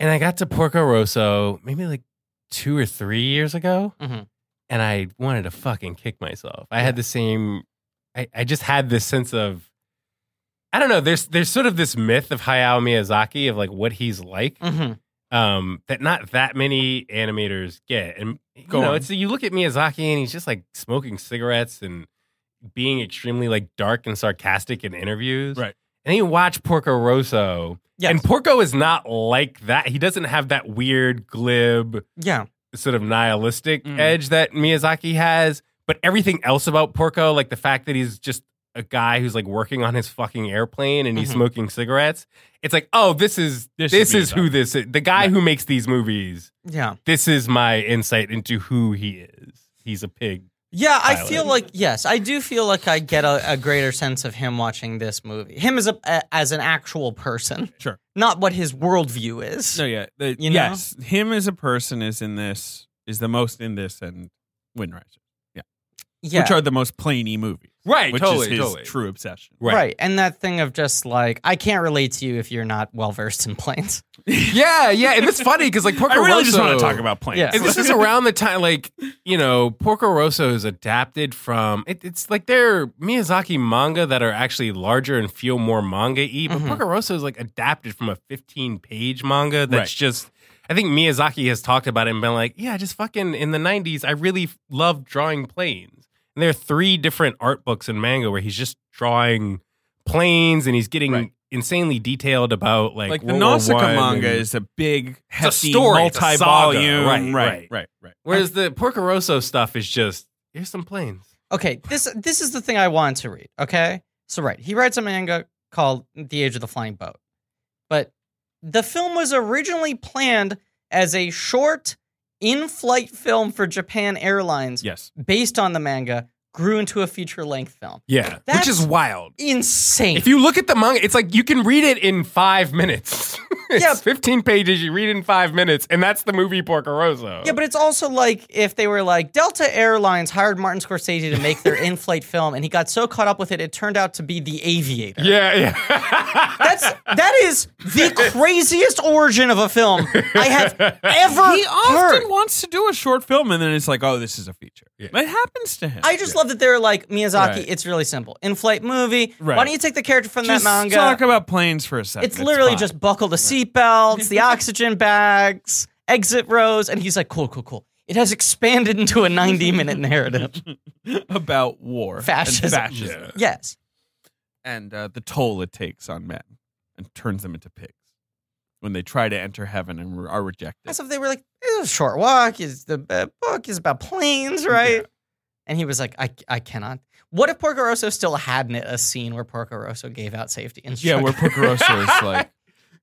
and I got to Porco Rosso maybe like two or three years ago,
Mhm.
and I wanted to fucking kick myself. I had the same, I, I just had this sense of, I don't know. There's there's sort of this myth of Hayao Miyazaki of like what he's like,
hmm
Mm.
um, that not that many animators get. And you
Go
know,
on.
it's you look at Miyazaki and he's just like smoking cigarettes and being extremely like dark and sarcastic in interviews.
Right.
And then you watch Porco Rosso.
Yes.
And Porco is not like that. He doesn't have that weird, glib,
yeah.
sort of nihilistic
Mm.
edge that Miyazaki has. But everything else about Porco, like the fact that he's just a guy who's like working on his fucking airplane and he's
Mhm.
smoking cigarettes, it's like, oh, this is this,
Mm-hmm.
is
This is
who
Miyazaki.
this is. The guy
Yeah.
who makes these movies,
Yeah.
this is my insight into who he is. He's a pig.
Yeah, I
Tyler.
feel like yes, I do feel like I get a, a greater sense of him watching this movie. Him as a, a as an actual person,
Sure.
not what his worldview is.
No, yeah. The,
You know?
yes. Him as a person is in this, is the most in this and Windriser,
yeah,
which are the most plainy movies.
Right,
Which is his true obsession.
*laughs* right. and that thing of just like I can't relate to you if you're not well versed in planes.
Yeah, yeah. And it's funny
*laughs*
because like Porco
I really just
Rosso-
want to talk about planes.
Yeah.
And this is around the time, like you know, Porco Rosso is adapted from. It, it's like they're Miyazaki manga that are actually larger and feel more manga-y. But
Mhm.
Mm-hmm.
Porco Rosso is like adapted from a 15-page manga that's
Right.
just. I think Miyazaki has talked about it and been like, yeah, just fucking in the '90s, I really f- loved drawing planes. And there are three different art books in manga where he's just drawing planes and he's getting.
Right.
Insanely detailed about like
like the
World War One
Nausicaa manga
and-
is a big,
a
hefty,
story, it's a saga.
multi-volume.
Right, right.
right, right, right.
Whereas the Porco Rosso stuff is just here's some planes.
Okay, this this is the thing I wanted to read. Okay, so right, he writes a manga called The Age of the Flying Boat, but the film was originally planned as a short in-flight film for Japan Airlines
Yes.
based on the manga grew into a feature-length film.
Yeah,
That's-
which is wild.
Insane.
If you look at the manga, it's like you can read it in five minutes. *laughs* it's
Yeah.
15 pages, you read it in five minutes, and that's the movie Porco Rosso.
Yeah, but it's also like if they were like Delta Airlines hired Martin Scorsese to
*laughs*
make their in-flight film, and he got so caught up with it, it turned out to be The Aviator.
Yeah, yeah. *laughs*
That's that is
*laughs*
the craziest origin of a film I have ever
He often
heard.
wants to do a short film and then it's like, oh, this is a feature. It happens to him.
I just love that they're like Miyazaki.
Right.
It's really simple. In-flight movie. Why
Right.
don't you take the character from
just
that manga?
talk about planes for a second.
it's literally
fine.
just buckle the seatbelts, *laughs* the oxygen bags, exit rows, and he's like, cool, cool, cool. It has expanded into a *laughs* 90-minute narrative. *laughs*
*laughs* about war,
Fascism.
and, fascism.
Yes.
and uh, the toll it takes on men and turns them into pigs when they try to enter heaven and re- are rejected.
As if they were like, it's a short walk. Is the uh, book is about planes, right? And he was like, I, I cannot. What if Porco Rosso still had in it a scene where Porco Rosso gave out safety
yeah,
instructions
where Porcarosso
*laughs*
is like,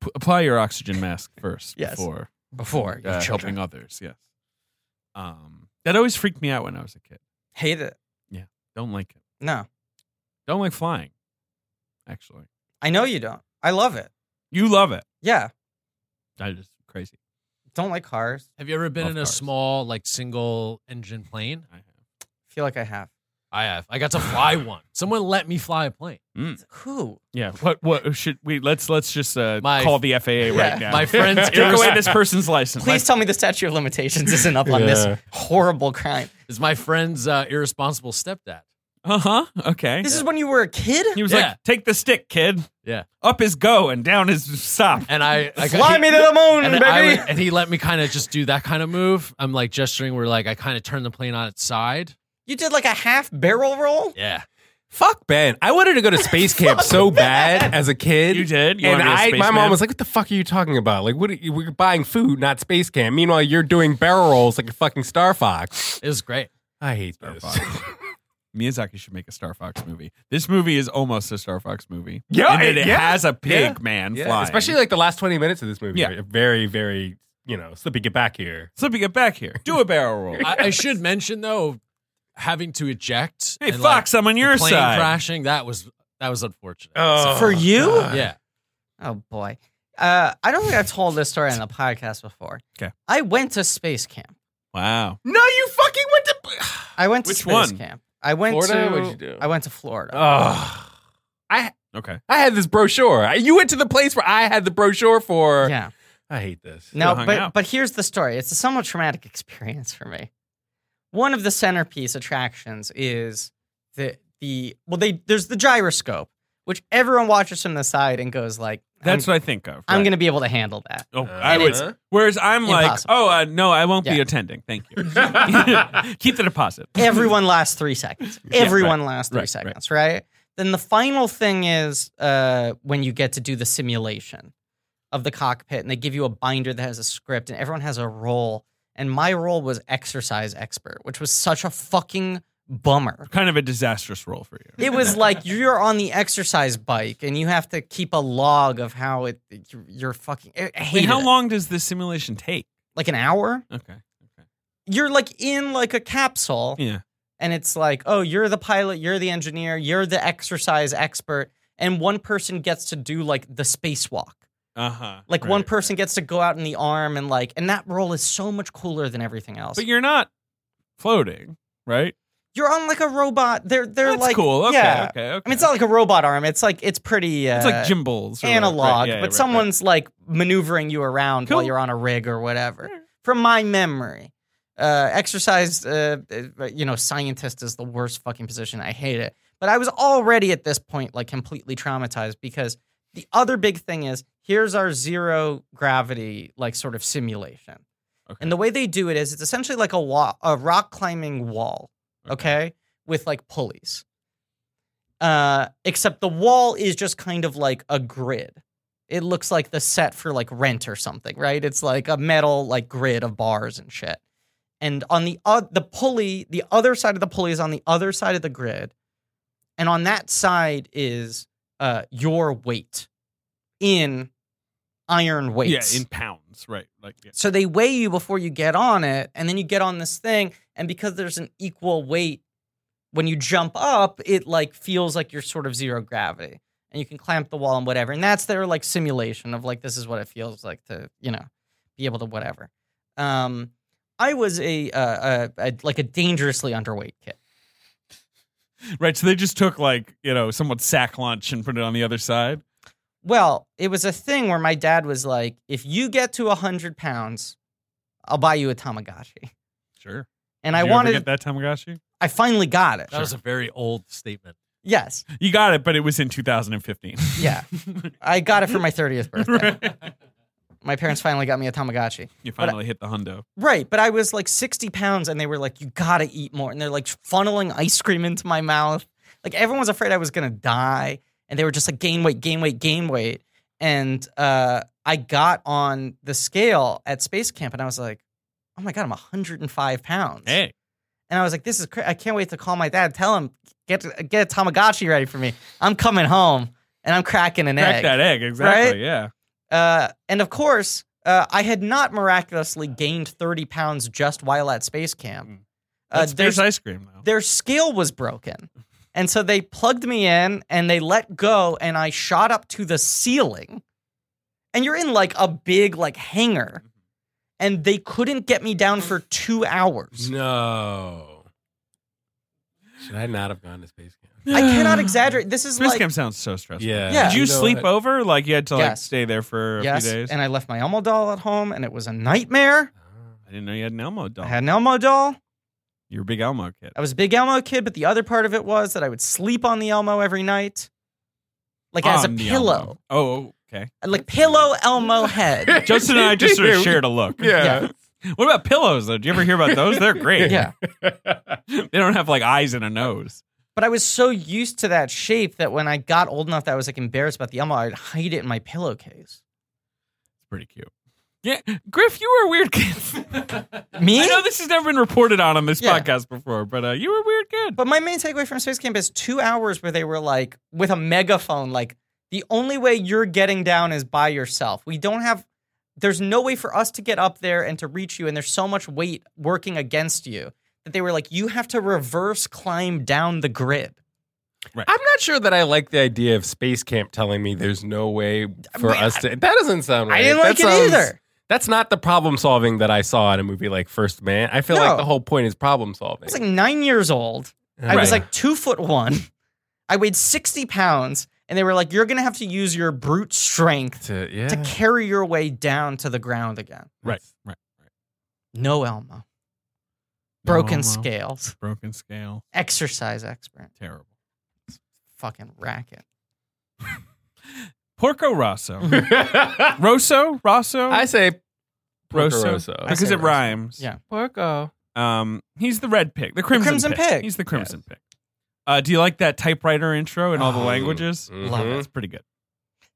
p- apply your oxygen mask first
Yes.
before
before your
uh,
children
helping others. Yes. Um, that always freaked me out when I was a kid.
hate it?
Don't like it.
No,
Don't like flying. Actually,
I know you don't. I love it.
you love it.
Yeah,
That is crazy.
don't like cars.
Have you ever been
Love
in a
cars.
small, like single engine plane?
I have.
Feel like I have.
I have. I
*laughs*
got to fly one. Someone let me fly a plane.
Who?
Yeah. What? What should we? Let's let's just uh,
My-
call the FAA
Yeah.
right now. *laughs*
My friend's
Take away
irres-
this person's
*laughs*
license.
Please tell me the statute of limitations isn't up on this
Yeah.
horrible crime.
is my friend's uh, irresponsible stepdad.
Uh huh. Okay.
This is when you were a kid.
He was
Yeah.
like, "Take the stick, kid.
Yeah.
Up is go and down is stop."
And I, I got-
Fly me to the moon,
and,
baby.
I would- and he let me kind of just do that kind of move. I'm like gesturing where like I kind of turn the plane on its side.
you did like a half barrel roll.
Yeah.
Fuck Ben. I wanted to go to space camp so bad as a kid.
You did? You
and
wanna be a
I, my
spaceman?
mom was like, "What the fuck are you talking about? Like, what? Are you, we're buying food, not space camp. Meanwhile, you're doing barrel rolls like a fucking Star Fox.
It was great.
I hate Star
Fox. *laughs* Miyazaki should make a Star Fox movie. This movie is almost a Star Fox movie.
Yeah,
and it,
it- yeah,
has a pig
yeah,
man
yeah,
flying.
especially like the last twenty minutes of this movie.
Yeah.
are very, very. You know, Slippy, get back here.
Slippy, get back here. Do a barrel
*laughs*
roll.
I, I should mention though, having to eject.
hey,
and,
Fox,
like,
I'm on
the
your
plane
side.
crashing. That was that was unfortunate.
Oh,
For you?
God.
yeah.
*laughs*
Oh boy. Uh, I don't think I've told this story on the podcast before.
'Kay.
I went to space camp.
Wow.
No, you fucking went to.
I went to
Which
space
one?
camp. I went
Florida?
to.
What'd you do?
I went to Florida.
Oh, I
Okay.
I had this brochure. I, you went to the place where I had the brochure for.
yeah.
I hate this.
No,
hung
but
out.
but here's the story. It's a somewhat traumatic experience for me. One of the centerpiece attractions is the the well they there's the gyroscope, which everyone watches from the side and goes like,
That's
I'm,
what I think of.
I'm
right.
gonna be able to handle that.
Oh,
Uh,
I
and
would.
it's-
Whereas I'm
Impossible.
like, oh uh, no, I won't be
Yeah.
attending. Thank
*laughs*
you. *laughs* Keep the deposit.
Everyone lasts three seconds.
Yeah, right,
Everyone lasts three
right, right.
seconds, right. Then the final thing is uh, when you get to do the simulation of the cockpit, and they give you a binder that has a script, and everyone has a role. And my role was exercise expert, which was such a fucking bummer.
Kind of a disastrous role for you.
It
*laughs*
was like you're on the exercise bike, and you have to keep a log of how it. You're fucking. I I
Wait,
hate
how
it.
long does this simulation take?
Like an hour.
Okay.
You're like in like a capsule,
Yeah.
and it's like, oh, you're the pilot, you're the engineer, you're the exercise expert, and one person gets to do like the spacewalk.
Uh huh.
Like one person gets to go out in the arm and like, and that role is so much cooler than everything else.
But you're not floating, right?
You're on like a robot. They're they're
That's
like
cool. Okay,
yeah.
okay, okay.
I mean, it's not like a robot arm. It's like it's pretty. Uh,
It's like gimbals. or-
analog,
right, yeah, yeah,
but
right, right.
someone's like maneuvering you around while
Cool.
you're on a rig or whatever. From my memory, uh, exercise, uh, uh, you know, scientist is the worst fucking position. I hate it. But I was already at this point like completely traumatized because the other big thing is here's our zero gravity like sort of simulation.
Okay.
And the way they do it is it's essentially like a wall, a rock climbing wall, okay, with like pulleys. Uh, except the wall is just kind of like a grid. It looks like the set for like rent or something, right? It's like a metal like grid of bars and shit. And on the uh, the pulley, the other side of the pulley is on the other side of the grid, and on that side is uh, your weight in iron weights.
Yeah, in pounds, right? Like yeah.
So they weigh you before you get on it, and then you get on this thing, and because there's an equal weight, when you jump up, it like feels like you're sort of zero gravity, and you can clamp the wall and whatever. And that's their like simulation of like this is what it feels like to you know be able to whatever. Um, I was a, uh, a, a like a dangerously underweight kid.
right. So they just took like you know someone's sack lunch and put it on the other side.
Well, it was a thing where my dad was like, if you get to hundred pounds, I'll buy you a Tamagotchi.
Sure.
And
Did
I
you ever
wanted
get that Tamagotchi.
I finally got it.
That was a very old statement.
yes.
You got it, but it was in 2015.
Yeah. I got it for my 30th *laughs* birthday.
*laughs* Right.
My parents finally got me a Tamagotchi.
You finally hit the hundo.
Right. But I was like 60 pounds and they were like, you got to eat more. And they're like funneling ice cream into my mouth. Like everyone was afraid I was going to die. And they were just like, gain weight, gain weight, gain weight. And uh, I got on the scale at space camp and I was like, oh my God, I'm 105 pounds.
Hey,
And I was like, this is crazy. I can't wait to call my dad, tell him, get, get a Tamagotchi ready for me. I'm coming home and I'm cracking an
crack
egg.
that egg. Exactly.
Right?
Yeah.
Uh, and of course, uh, I had not miraculously gained 30 pounds just while at space camp. Uh,
Mm. That's
their,
space ice cream though.
their scale was broken. And so they plugged me in and they let go, and I shot up to the ceiling. And you're in like a big like hangar,
Mm-hmm.
and they couldn't get me down for two hours.
No. Should I not have gone to space camp?
I
*gasps*
cannot exaggerate. This is
Space
like
camp sounds so stressful.
Yeah.
Yeah.
Did you,
know
sleep
what?
over? Like you had to like
Yes.
stay there for a
yes,
few days.
and I left my Elmo doll at home, and it was a nightmare.
I didn't know you had an Elmo doll.
I had an Elmo doll.
You're a big Elmo kid.
I was a big Elmo kid, but the other part of it was that I would sleep on the Elmo every night, like as a
On the
pillow,
Elmo. Oh, okay.
like pillow Elmo
*laughs*
head.
*laughs* Justin and
*laughs*
I
*laughs*
just sort of shared a look.
Yeah.
What about pillows though? Do you ever hear about those? They're great.
yeah,
they don't have like eyes and a nose.
but I was so used to that shape that when I got old enough that I was like embarrassed about the Elmo, I'd hide it in my pillowcase.
It's pretty cute. Yeah, Griff, you were a weird kid.
*laughs* Me?
I know this has never been reported on on this
Yeah.
podcast before, but uh, you were a weird kid.
But my main takeaway from Space Camp is two hours where they were like with a megaphone, like the only way you're getting down is by yourself. We don't have. There's no way for us to get up there and to reach you, and there's so much weight working against you that they were like, you have to reverse climb down the grid.
I'm not sure that I like the idea of space camp telling me there's no
Uh,
way for us to. That doesn't sound right.
I didn't
That
like it
sounds-
either.
That's not the problem solving that I saw in a movie like First Man. I feel
No.
like the whole point is problem
I
solving. Uh,
was like nine years old. I was
Right.
like two foot one. I weighed 60 pounds, and they were like, you're going to have to use your brute strength
to, yeah.
to carry your way down to the ground again.
Right, right, right.
No Elmo. Broken
Elmo.
scales.
Broken scale.
exercise expert.
Terrible.
Fucking racket.
Porco Rosso. *laughs* Rosso?
*laughs*
Rosso?
I say
Rosso.
Rosso.
I
Because
say
it
Rosso.
rhymes.
Yeah.
Porco.
Um, he's the red pig, the crimson,
Crimson Pig.
He's the crimson pig. Uh, do you like that typewriter intro in all the
Oh.
languages?
Mm-hmm.
Love it.
That's pretty good.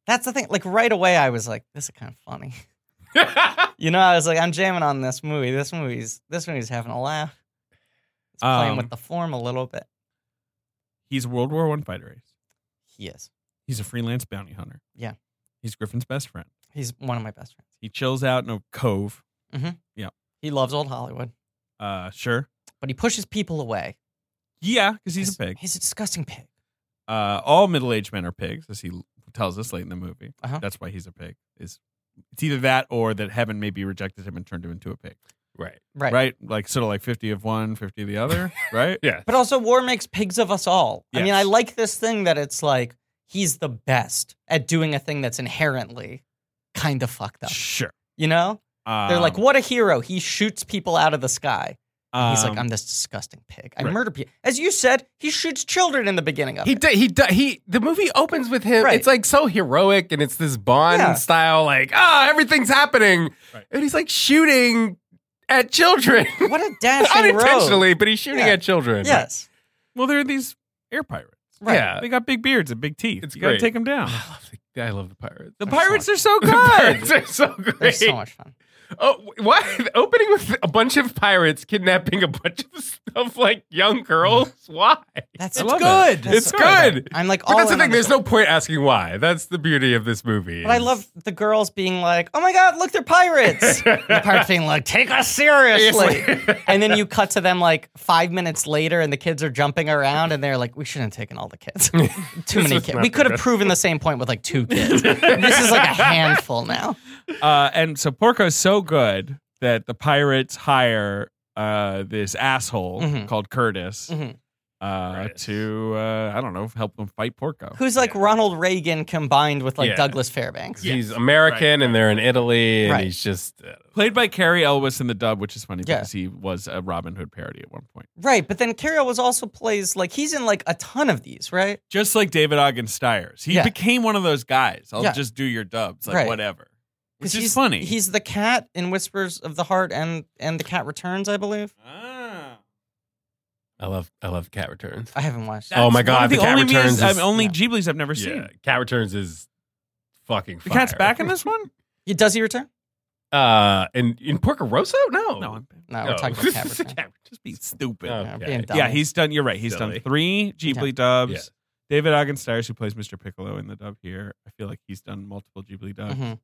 That's the thing. Like right away, I was like, this is kind of funny. *laughs* You know, I was like, I'm jamming on this movie. This movie's this movie's having a laugh. It's playing
Um,
with the form a little bit.
He's a World War One fighter ace.
He is.
He's a freelance bounty hunter.
Yeah.
He's Griffin's best friend.
He's one of my best friends.
He chills out in a cove.
He loves old Hollywood,
Uh, sure.
but he pushes people away.
Yeah, because he's a pig.
He's a disgusting pig.
Uh, all middle-aged men are pigs, as he l- tells us late in the movie.
Uh-huh.
That's why he's a pig. Is it's either that or that heaven maybe rejected him and turned him into a pig.
*laughs* Right.
Right.
Right. Like sort of like fifty of one, 50 of
*laughs*
the other. right.
Yeah.
But also, war makes pigs of us all. I mean,
Yes.
I like this thing that it's like he's the best at doing a thing that's inherently kind of fucked up.
Sure.
You know? They're like,
Um,
what a hero. He shoots people out of the sky. He's
um,
like, I'm this disgusting pig. I
right.
murder people. As you said, he shoots children in the beginning of
He
it.
d- he d- he. The movie opens with him.
Right.
It's like so heroic, and it's this Bond
Yeah.
style, like ah, everything's happening,
Right.
and he's like shooting at
*laughs*
children
What a
*laughs*
dashing rogue.
unintentionally, but he's shooting
Yeah.
at children.
Yes.
Well, they're these air pirates.
Right.
Yeah.
They got big beards and big teeth.
It's
you gotta
great.
*sighs*
take them down.
I love Ah, the, I love the pirates. *laughs*
The
They're *laughs*
pirates are so
The pirates
good.
are so
They're
great.
so much fun.
Oh, what? *laughs* Opening with a bunch of pirates kidnapping a bunch of stuff like young
*laughs*
girls? Why?
That's
It's
love it.
good.
That's
It's
so
good.
I'm like,
But
all
that's the
in on
thing. There's
this.
no point asking why. That's the beauty of this movie.
But I
is-
love the girls being like, "Oh my god, look,
*laughs*
they're pirates!" and the pirates being like, "Take us seriously." and then you cut to them like five minutes later, and the kids are jumping around, and they're like, "We shouldn't have taken all the kids. Too many
was
kids.
not
We could have
progressive.
proven the same point with like two kids. this is like a handful now."
Uh, and so Porco's so good that the pirates hire uh, this asshole
Mhm.
called Curtis
Mhm.
uh,
Curtis.
to, uh, I don't know, help them fight Porco.
Who's like Ronald Reagan combined with like
Yeah.
Douglas Fairbanks?
He's American and they're in Italy and
Right.
he's just. uh,
Played by Carrie Elwes in the dub, which is funny
Yeah.
because he was a Robin Hood parody at one point.
Right, but then Carol was also plays like he's in like a ton of these, right?
Just like David Ogden Stiers. He
Yeah.
became one of those guys. I'll
Yeah. just
just do your dubs,
like,
like
Right.
whatever. Which
'Cause
is
he's,
funny.
He's the cat in Whispers of the Heart and and the Cat Returns, I believe.
Ah.
I love I love Cat Returns.
I haven't watched.
Oh my God,
the
The Cat
only,
Returns
means-
is-
um, only
yeah.
Ghibli's I've never
Yeah,
seen.
Cat Returns is fucking
The
fire.
cat's back in this one?
It. Does he return?
Uh, in, in Porco Rosso? No.
*laughs* No, I'm
No, we're talking
*laughs*
about Cat Return.
just being stupid.
Oh.
Yeah, we're
Okay.
being dumb.
Yeah, he's done. You're right. He's
Silly.
done three Ghibli dubs. David Ogden Stiers, who plays Mr. Piccolo in the dub here, I feel like he's done multiple Ghibli dubs.
Mhm.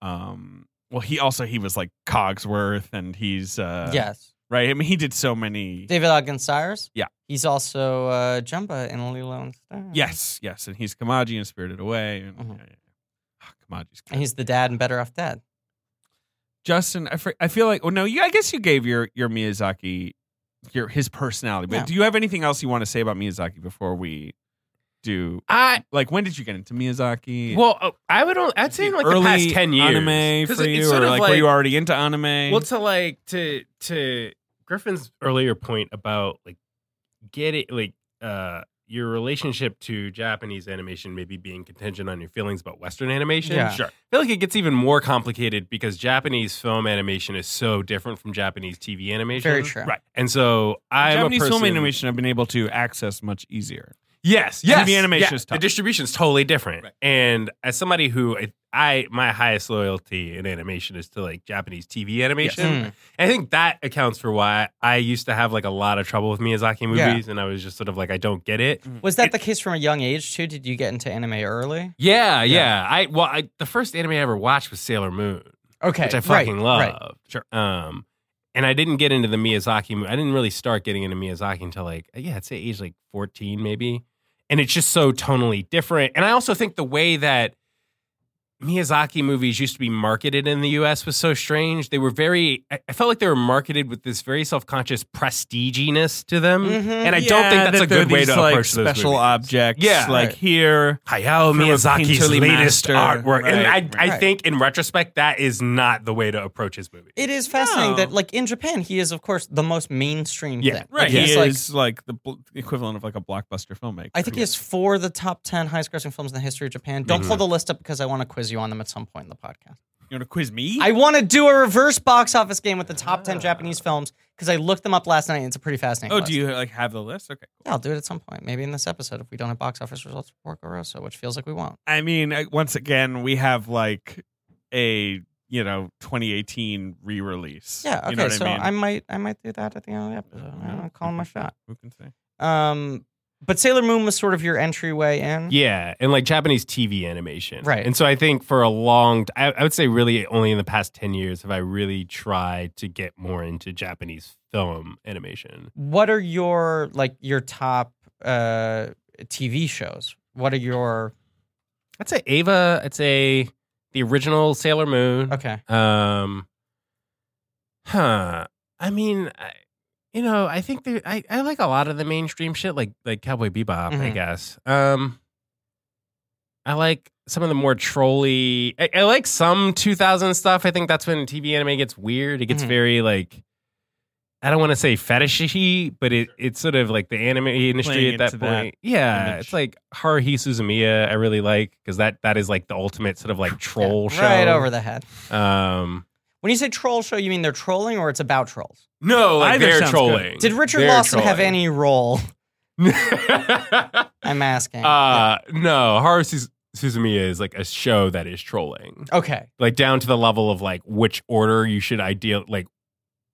Um, well, he also he was like Cogsworth, and he's uh,
yes.
right. I mean, he did so many.
David Ogden Sires.
Yeah.
He's also uh, Jumba in Lilo and Stitch.
yes, yes, and he's Kamaji in Spirited Away, and
Mhm.
yeah, yeah, yeah. Ah, Kamaji's good.
And he's the dad in Better Off Dead.
Justin. I, fr- I feel like. Well, no, you. I guess you gave your your Miyazaki your his personality. But
Yeah.
do you have anything else you want to say about Miyazaki before we do?
I,
Like, when did you get into Miyazaki?
Well, uh, I would. Only, I'd say in like the past ten years.
anime
'Cause
for
it-
you,
it's sort
or
of
like, were you already into anime?
well to like to to Griffin's earlier point about like get it like uh your relationship to Japanese animation maybe being contingent on your feelings about Western animation.
Yeah.
Sure. I feel like it gets even more complicated because Japanese film animation is so different from Japanese TV animation.
Very true.
Right.
And so I'm
Japanese
a person,
film animation I've been able to access much easier.
Yes,
Yeah,
yes.
the animation is
The
tough.
distribution is totally different.
Right.
And as somebody who I, I my highest loyalty in animation is to like Japanese TV animation.
Mm.
I think that accounts for why I used to have like a lot of trouble with Miyazaki movies, and I was just sort of like, I don't get it.
Was that the case from a young age too? Did you get into anime early?
Yeah, yeah. I well, I, the first anime I ever watched was Sailor Moon,
Okay.
which I fucking
right,
loved.
Right.
Sure. Um, and I didn't get into the Miyazaki. mo- I didn't really start getting into Miyazaki until like uh, yeah, I'd say age like fourteen maybe. And it's just so tonally different. And I also think the way that Miyazaki movies used to be marketed in the U.S. was so strange. They were very. I I felt like they were marketed with this very self-conscious prestiginess to them,
Mm-hmm.
Mhm.
and I don't think that's a good way to
like,
approach those
special
movies.
objects.
Yeah.
like
Right.
here,
Hayao
From a
Miyazaki's
painterly
latest
master.
artwork. And I,
Right,
I
right.
think in retrospect, that is not the way to approach his movie.
It is fascinating
No.
that, like in Japan, he is of course the most mainstream
Yeah,
thing.
right?
Like, he's
He
like-
is like the bl- equivalent of like a blockbuster filmmaker.
I think he has four of the top ten highest-grossing films in the history of Japan.
Mm-hmm.
Don't pull the list up because I want to quiz you on them at some point in the podcast.
You want to quiz me?
I want to do a reverse box office game with the top 10 Japanese films because I looked them up last night and it's a pretty fascinating
Ah. oh,
list.
do you like have the list? Okay.
Yeah, I'll do it at some point. Maybe in this episode if we don't have box office results for Porco Rosso, which feels like we won't.
I mean, I- once again, we have like a you know 2018 re-release.
Yeah, okay.
You know what
so
I
I,
mean?
might I might do that at the end of the episode. I'm calling my shot.
Who can say?
Um, but Sailor Moon was sort of your entryway in.
Yeah, and like Japanese TV animation.
Right.
And so I think for a long t- I, I would say really only in the past 10 years have I really tried to get more into Japanese film animation.
What are your like your top uh TV shows? What are your
I'd say Ava, I'd say the original Sailor Moon.
okay?
Um, huh. I mean, I, you know, I think there, I I like a lot of the mainstream shit, like like Cowboy Bebop, I
Mm-hmm.
Mhm.
guess. Um, I like some of the more trolly. I, I like some 2000 stuff. I think that's when TV anime gets weird. It gets
Mm-hmm.
Mhm.
very like. I don't want to say fetishy, but it, it's sort of like the anime industry
Playing
at that
into
point.
that
yeah,
image.
it's like Haruhi Suzumiya. I really like because that that is like the ultimate sort of
*laughs*
like troll show.
Right over the head.
Um,
When you say troll show, you mean they're trolling or it's about trolls?
no, like
Either
they're
sounds
trolling.
Did
*laughs*
Richard
They're
Lawson have
trolling.
any role?
uh,
I'm asking.
no, Haruhi, Suzumiya is like a show that is trolling,
Okay.
like down to the level of like which order you should ideal like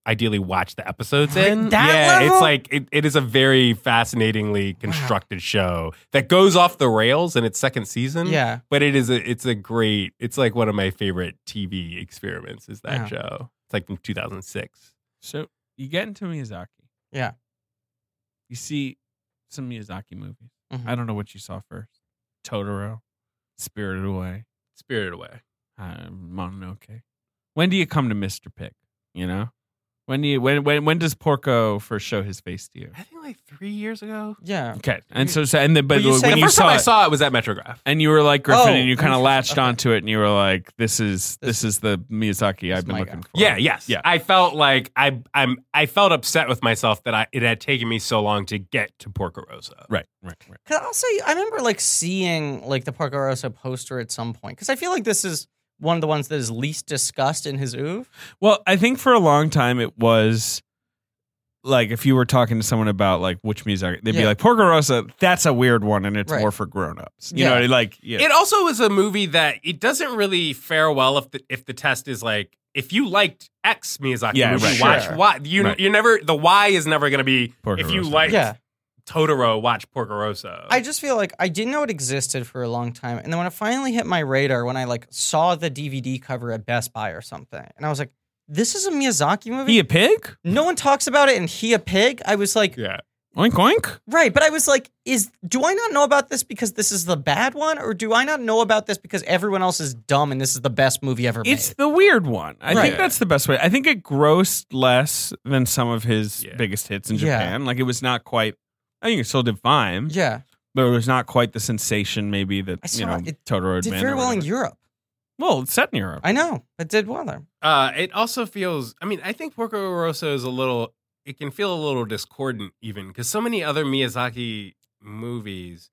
ideally watch the episodes
Right,
in.
that
yeah,
level?
it's like it, it is a very fascinatingly constructed show that goes off the rails in its second season.
Yeah.
but it is a it's a great it's like one of my favorite TV experiments is that
Yeah.
show. It's like from 2006.
So you get into Miyazaki.
Yeah.
You see some Miyazaki movies.
Mhm.
I don't know what you saw first. Totoro, Spirited Away,
Spirited Away.
uh, Mononoke. When do you come to Mr. Pig? You know, when do you when when when does Porco first show his face to you?
I think like three years ago.
Yeah.
Okay, and so, so and then but
But you said-
when
The
you
first
saw
time I
it,
saw it was at Metrograph.
and you were like Griffin,
Oh,
and you kind of
interesting.
latched
Okay.
onto it, and you were like, "This is
This-
this, is the Miyazaki I've been
my
looking
guy.
for."
Yeah, yes.
Yeah.
I felt like I I'm I felt upset with myself that I it had taken me so long to get to Porco Rosa.
right, right, right.
Cause I'll say I remember like seeing like the Porco Rosso poster at some point because I feel like this is one of the ones that is least discussed in his oeuvre.
Well, I think for a long time it was like if you were talking to someone about like which Miyazaki, they'd be
Yeah.
like Porco Rosso. That's a weird one, and it's
Right.
more for grown-ups. You
Yeah.
know, like yeah.
It also is a movie that it doesn't really fare well if the if the test is like if you liked X Miyazaki
Yeah,
movie,
right.
watch
Sure.
Y. You
Right.
you're never the Y is never going to be
Porco
if you
Rosso.
liked
Yeah.
Totoro, watch Porco Rosso.
I just feel like I didn't know it existed for a long time, and then when it finally hit my radar, when I like saw the DVD cover at Best Buy or something, and I was like, "This is a Miyazaki movie."
he a pig?
no one talks about it, and he a pig. I was like,
yeah.
Oink oink.
Right, but I was like, is do I not know about this because this is the bad one, or do I not know about this because everyone else is dumb and this is the best movie ever
It's
made?
the weird one. I
Right.
think that's the best way. I think it grossed less than some of his
Yeah.
biggest hits in
Yeah.
Japan. Like it was not quite. I think it still did fine.
Yeah,
but it was not quite the sensation maybe that
I
you
saw
know
it
Totoro
it
had
did
been
very
or
well in
whatever.
Europe.
Well, it's set in Europe.
I know, it did well there.
Uh, it also feels. I mean, I think Porco Rosso is a little. It can feel a little discordant, even because so many other Miyazaki movies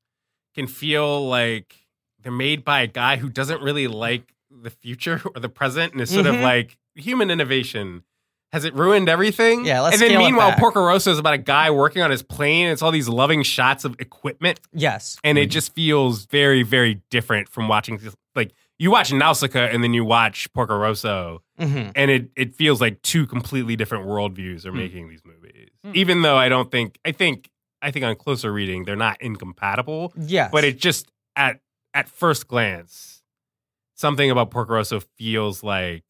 can feel like they're made by a guy who doesn't really like the future or the present, and is sort
Mhm.
of like human innovation. Has it ruined everything?
Yeah, let's
And then
scale it
meanwhile,
back.
Porco Rosso is about a guy working on his plane. It's all these loving shots of equipment
Yes,
and it just feels very very different from watching like you watch Nausicaa and then you watch Porco Rosso
hmm
and it it feels like two completely different worldviews are making these movies
Hmm.
even though I don't think I think I think on closer reading they're not incompatible
yes,
but it just at at first glance something about Porco Rosso feels like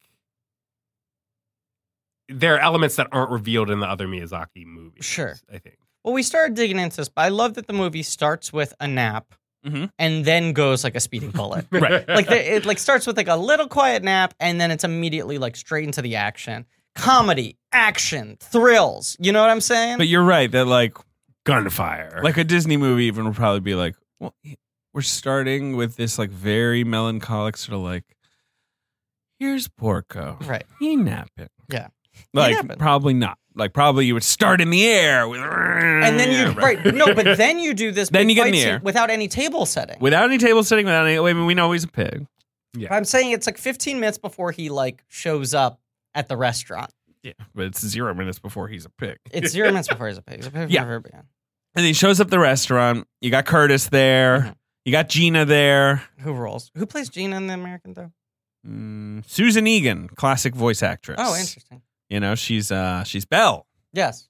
there are elements that aren't revealed in the other Miyazaki movies
Sure.
I think *laughs*
well, we started digging into this, but I love that the movie starts with a nap
Mhm.
and then goes like a speeding bullet.
right
like the, it like starts with like a little quiet nap and then it's immediately like straight into the action, comedy, action, thrills. You know what I'm saying?
But you're right that like
gunfire
like a Disney movie even would probably be like, well, we're starting with this like very melancholic sort of like, here's Porco,
right.
he napping,
Yeah.
like
napping.
probably not, like probably you would start in the air with,
And then
*laughs*
you right. no, but then you do this.
Then
big
you get in
fight
the
scene
air.
without any table setting.
without any table setting, without any. I mean, we know he's a pig.
But I'm saying it's like 15 minutes before he like shows up at the restaurant.
Yeah, but it's zero minutes before he's a pig.
It's zero minutes before he's a pig. He's a pig
Yeah.
forever, man.
And he shows up at the restaurant. You got Curtis there.
Mhm.
You got Gina there.
Who rolls? Who plays Gina in the American though?
Mm, Susan Egan, classic voice actress.
Oh, interesting.
You know, she's uh she's Belle
Yes.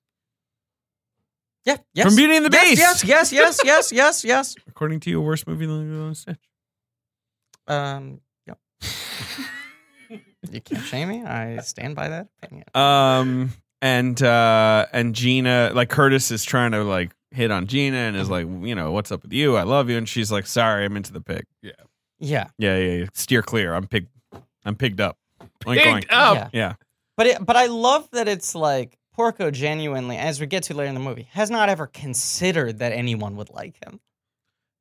Yeah. Yes.
from Beauty and the Beast.
Yes. Yes. Yes. Yes. Yes.
*laughs*
Yes.
According to you, a worse movie than Lilo and Stitch.
Um. Yeah. you can't shame me. I stand by that opinion.
Um and uh and Gina like Curtis is trying to like hit on Gina and is like, you know, what's up with you? I love you. And she's like, sorry, I'm into the pig.
Yeah.
Yeah, yeah, yeah. Steer clear. I'm pig I'm pigged up. Oink,
Pigged
oink.
up.
Yeah.
Yeah.
But it, but I love that it's like Porco genuinely, as we get to later in the movie, has not ever considered that anyone would like him.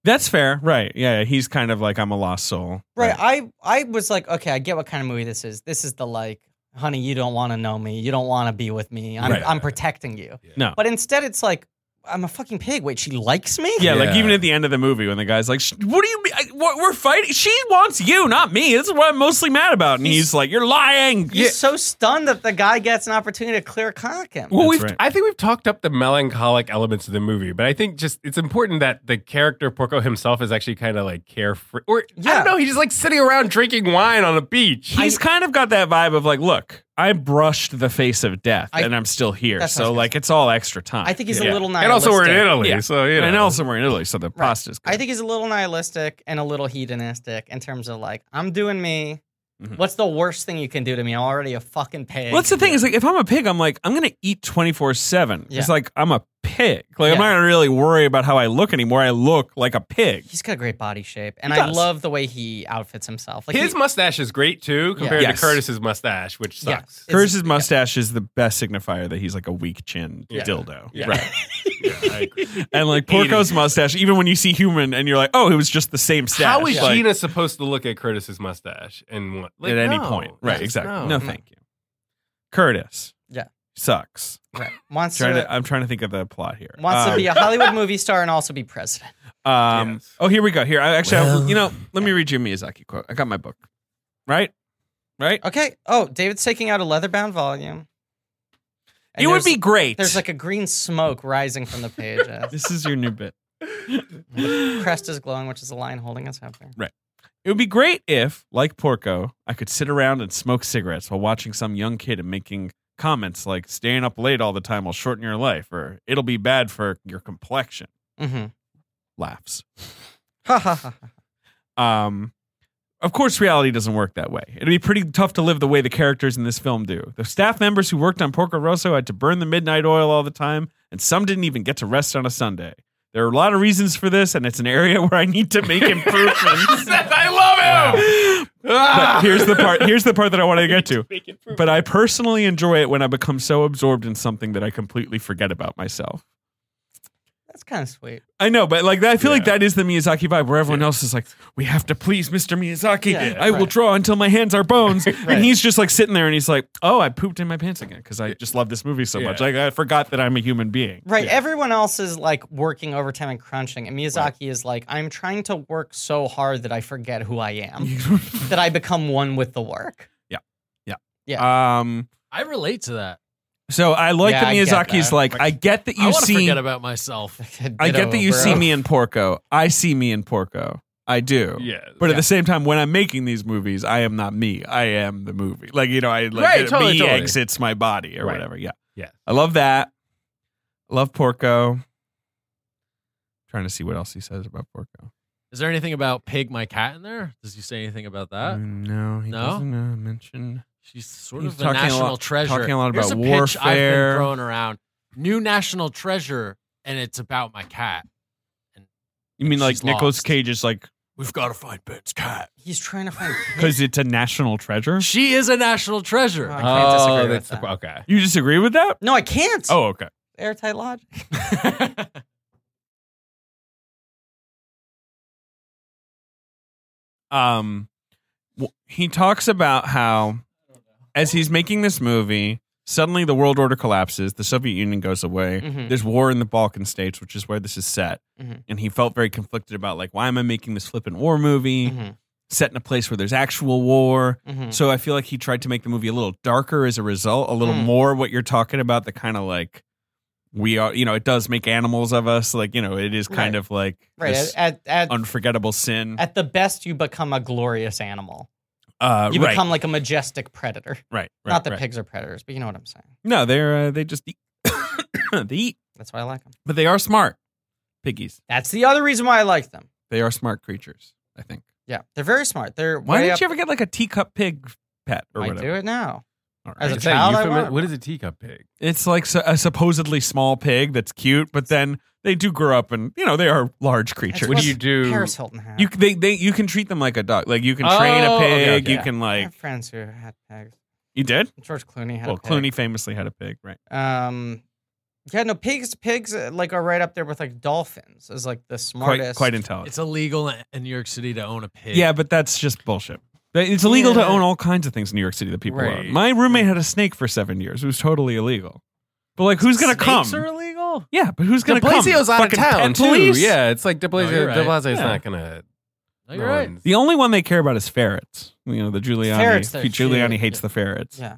That's fair. Right. Yeah. He's kind of like I'm a lost soul.
Right. I I was like, okay, I get what kind of movie this is. This is the like, honey, you don't want to know me. You don't want to be with me. I'm
Right.
I'm protecting you.
No.
But instead, it's like. I'm a fucking pig. Wait, she likes me?
Yeah, like
Yeah.
even at the end of the movie when the guy's like, "Sh- "What do you mean? I- we're- We're fighting? She wants you, not me. This is what I'm mostly mad about." And he's, like, "You're lying."
He's so stunned that the guy gets an opportunity to clear cock him.
Well,
That's
we've,
right.
I think we've talked up the melancholic elements of the movie, but I think just it's important that the character Porco himself is actually kind of like carefree. Or I
Yeah.
don't know, he's just like sitting around drinking wine on a beach.
He's kind of got that vibe of like, "Look, I brushed the face of death,
I-
and I'm still here.
That's what I was
So
gonna
like, it's all extra time."
I think he's a
Yeah.
little nihilistic.
and also we're in Italy,
Yeah.
so you know.
and also we're in Italy, so the pasta's. Good.
I think he's a little nihilistic and a little hedonistic in terms of like, I'm doing me.
Mhm.
What's the worst thing you can do to me? I'm already a fucking pig.
Well, that's the thing is like if I'm a pig, I'm like I'm gonna eat twenty four seven.
Yeah.
It's like I'm a pig. Like I'm
Yeah.
not gonna really worry about how I look anymore. I look like a pig.
He's got a great body shape, and
He
I
does.
love the way he outfits himself. Like
his
he-
mustache is great too compared
Yes.
to Curtis's mustache, which
Yeah.
sucks.
It's-
Curse's mustache is the best signifier that he's like a weak chin
Yeah.
dildo.
Yeah. *laughs*
*laughs*
Right.
Yeah, I agree.
And like Porco's mustache, even when you see human and you're like, oh, it was just the same stash.
How is
like,
Gina supposed to look at Curtis's mustache and what like,
at any
no.
point?
*laughs*
Right,
Yes,
exactly. No.
No.
thank you. Curtis.
Mm-hmm. Yeah.
Sucks.
Right. wants
Trying
to,
to, uh, I'm trying to think of the plot here.
wants to
Um,
be a Hollywood movie star and also be president.
Um,
Yes.
Oh, here we go. Here, I actually,
Well-
you know, let me read you a Miyazaki quote. I got my book, right? Right.
Okay. Oh, David's taking out a leather-bound volume. And
it would
there's-
be great.
There's like a green smoke rising from the pages.
*laughs* this is your
*laughs*
new bit.
the crest is glowing, which is a lion holding us up there.
It would be great if, like Porco, I could sit around and smoke cigarettes while watching some young kid and making comments like "staying up late all the time will shorten your life" or "it'll be bad for your complexion." *laughs*
Mm-hmm.
Laughs.
Ha ha ha. ha.
Um, of course, reality doesn't work that way. It'd be pretty tough to live the way the characters in this film do. The staff members who worked on Porco Rosso had to burn the midnight oil all the time, and some didn't even get to rest on a Sunday. There are a lot of reasons for this, and it's an area *laughs* where I need to make improvements.
I love him.
but here's the part. Here's the part that I wanted to get to. But I personally enjoy it when I become so absorbed in something that I completely forget about myself.
That's kind of sweet.
I know, but like I feel like
Yeah.
that is the Miyazaki vibe where everyone else is like, we have to please Mr. Miyazaki.
Yeah,
I will
right.
draw until my hands
*laughs*
are bones.
Right.
And he's just like sitting there and he's like, oh, I pooped in my pants again because I just love this movie so
Yeah.
much. Like, I forgot that I'm a human being.
Right. Everyone else is like working overtime and crunching, and Miyazaki is like, I'm trying to work so hard that I forget who I
*laughs*
am, that I become one with the work. *laughs*
*laughs* Um,
I relate to that.
so I like
Yeah,
that
I get
Miyazaki's
that.
like, I get that
I
you
want to
see,
forget about myself.
I get that you
Ditto,
see
bro.
me in Porco. I see me in Porco. I do.
Yeah.
But at the same time, when I'm making these movies, I am not me. I am the movie. Like you know, I like
Right, totally,
me
totally.
exits my body or
Right.
whatever. Yeah,
Yeah.
I love that. I love Porco. trying to see what else he says about Porco.
Is there anything about Pig my cat in there? Does he say anything about
Uh,
that?
Oh, no, he
no?
doesn't uh, mention.
She's sort
He's
of a
talking a
national
lot-
treasure.
talking a lot
Here's
about
a pitch I've
warfare.
been throwing around. New national treasure, and it's about my cat.
You mean like
She's
Nicolas
lost.
Cage
*laughs*
is like
We've got to find Ben's cat.
He's trying to
*laughs*
find.
because it's a national treasure?
She is a national treasure.
Uh,
I can't disagree with
Oh, that's
that.
the- okay.
You disagree
*laughs*
with that?
No, I can't.
Oh, okay.
airtight logic.
um w- he talks about how as he's making this movie suddenly the world order collapses the soviet union goes away *laughs*
Mhm.
there's war in the balkan states which is where this is set
Mhm.
and he felt very conflicted about like why am i making this flippant war movie
Mhm.
set in a place where there's actual war
Mhm.
so i feel like he tried to make the movie a little darker as a result a little
Mm.
more what you're talking about the kind of like we are you know it does make animals of us like you know it is
Right.
kind of like
Right.
this
At, at, at,
unforgettable sin
at the best, you become a glorious animal.
uh,
You
right,
become like a majestic predator.
right right
Not that
right.
pigs are predators, but you know what I'm saying.
No, they're uh, they just eat. *coughs* they eat,
That's why I like them.
but they are smart piggies.
That's the other reason why I like them.
They are smart creatures. I think.
Yeah, they're very smart. They're
Why
way
didn't
up-
you ever get like a teacup pig pet or
I
whatever?
do it now.
All right.
As a
Is that
child, I
euphemism?
wanted
what is a teacup pig?
It's like su- a supposedly small pig that's cute, but then they do grow up and you know they are large creatures.
That's
What
What
do you do?
Paris Hilton had.
You c- they, they you can treat them like a dog. Like you can train
Oh,
a pig.
okay, okay.
You can
I
like
have friends who had pigs.
you did.
George Clooney had.
Well,
a pig.
Clooney famously had a pig, right?
Um, yeah, no, pigs. Pigs uh, like are right up there with like dolphins as like the
Quite
smartest.
quite intelligent.
*laughs* It's illegal in New York City to own a pig.
Yeah, but that's just bullshit. But It's illegal to
Yeah.
own all kinds of things in New York City that people
Right.
own. My roommate had a snake for seven years. It was totally illegal. But like, who's gonna come?
Snakes are illegal.
yeah, but who's
De
gonna come?
Blasio's out of
Fucking
town
pet
too.
police?
Yeah, it's like De Blasio.
you're
De
right.
Blasio's
Yeah.
not gonna.
No, you're
no
right.
one's-
The only one they care about is ferrets. You know, the Giuliani.
Ferrets, they're
Giuliani
cute.
hates the ferrets.
Yeah.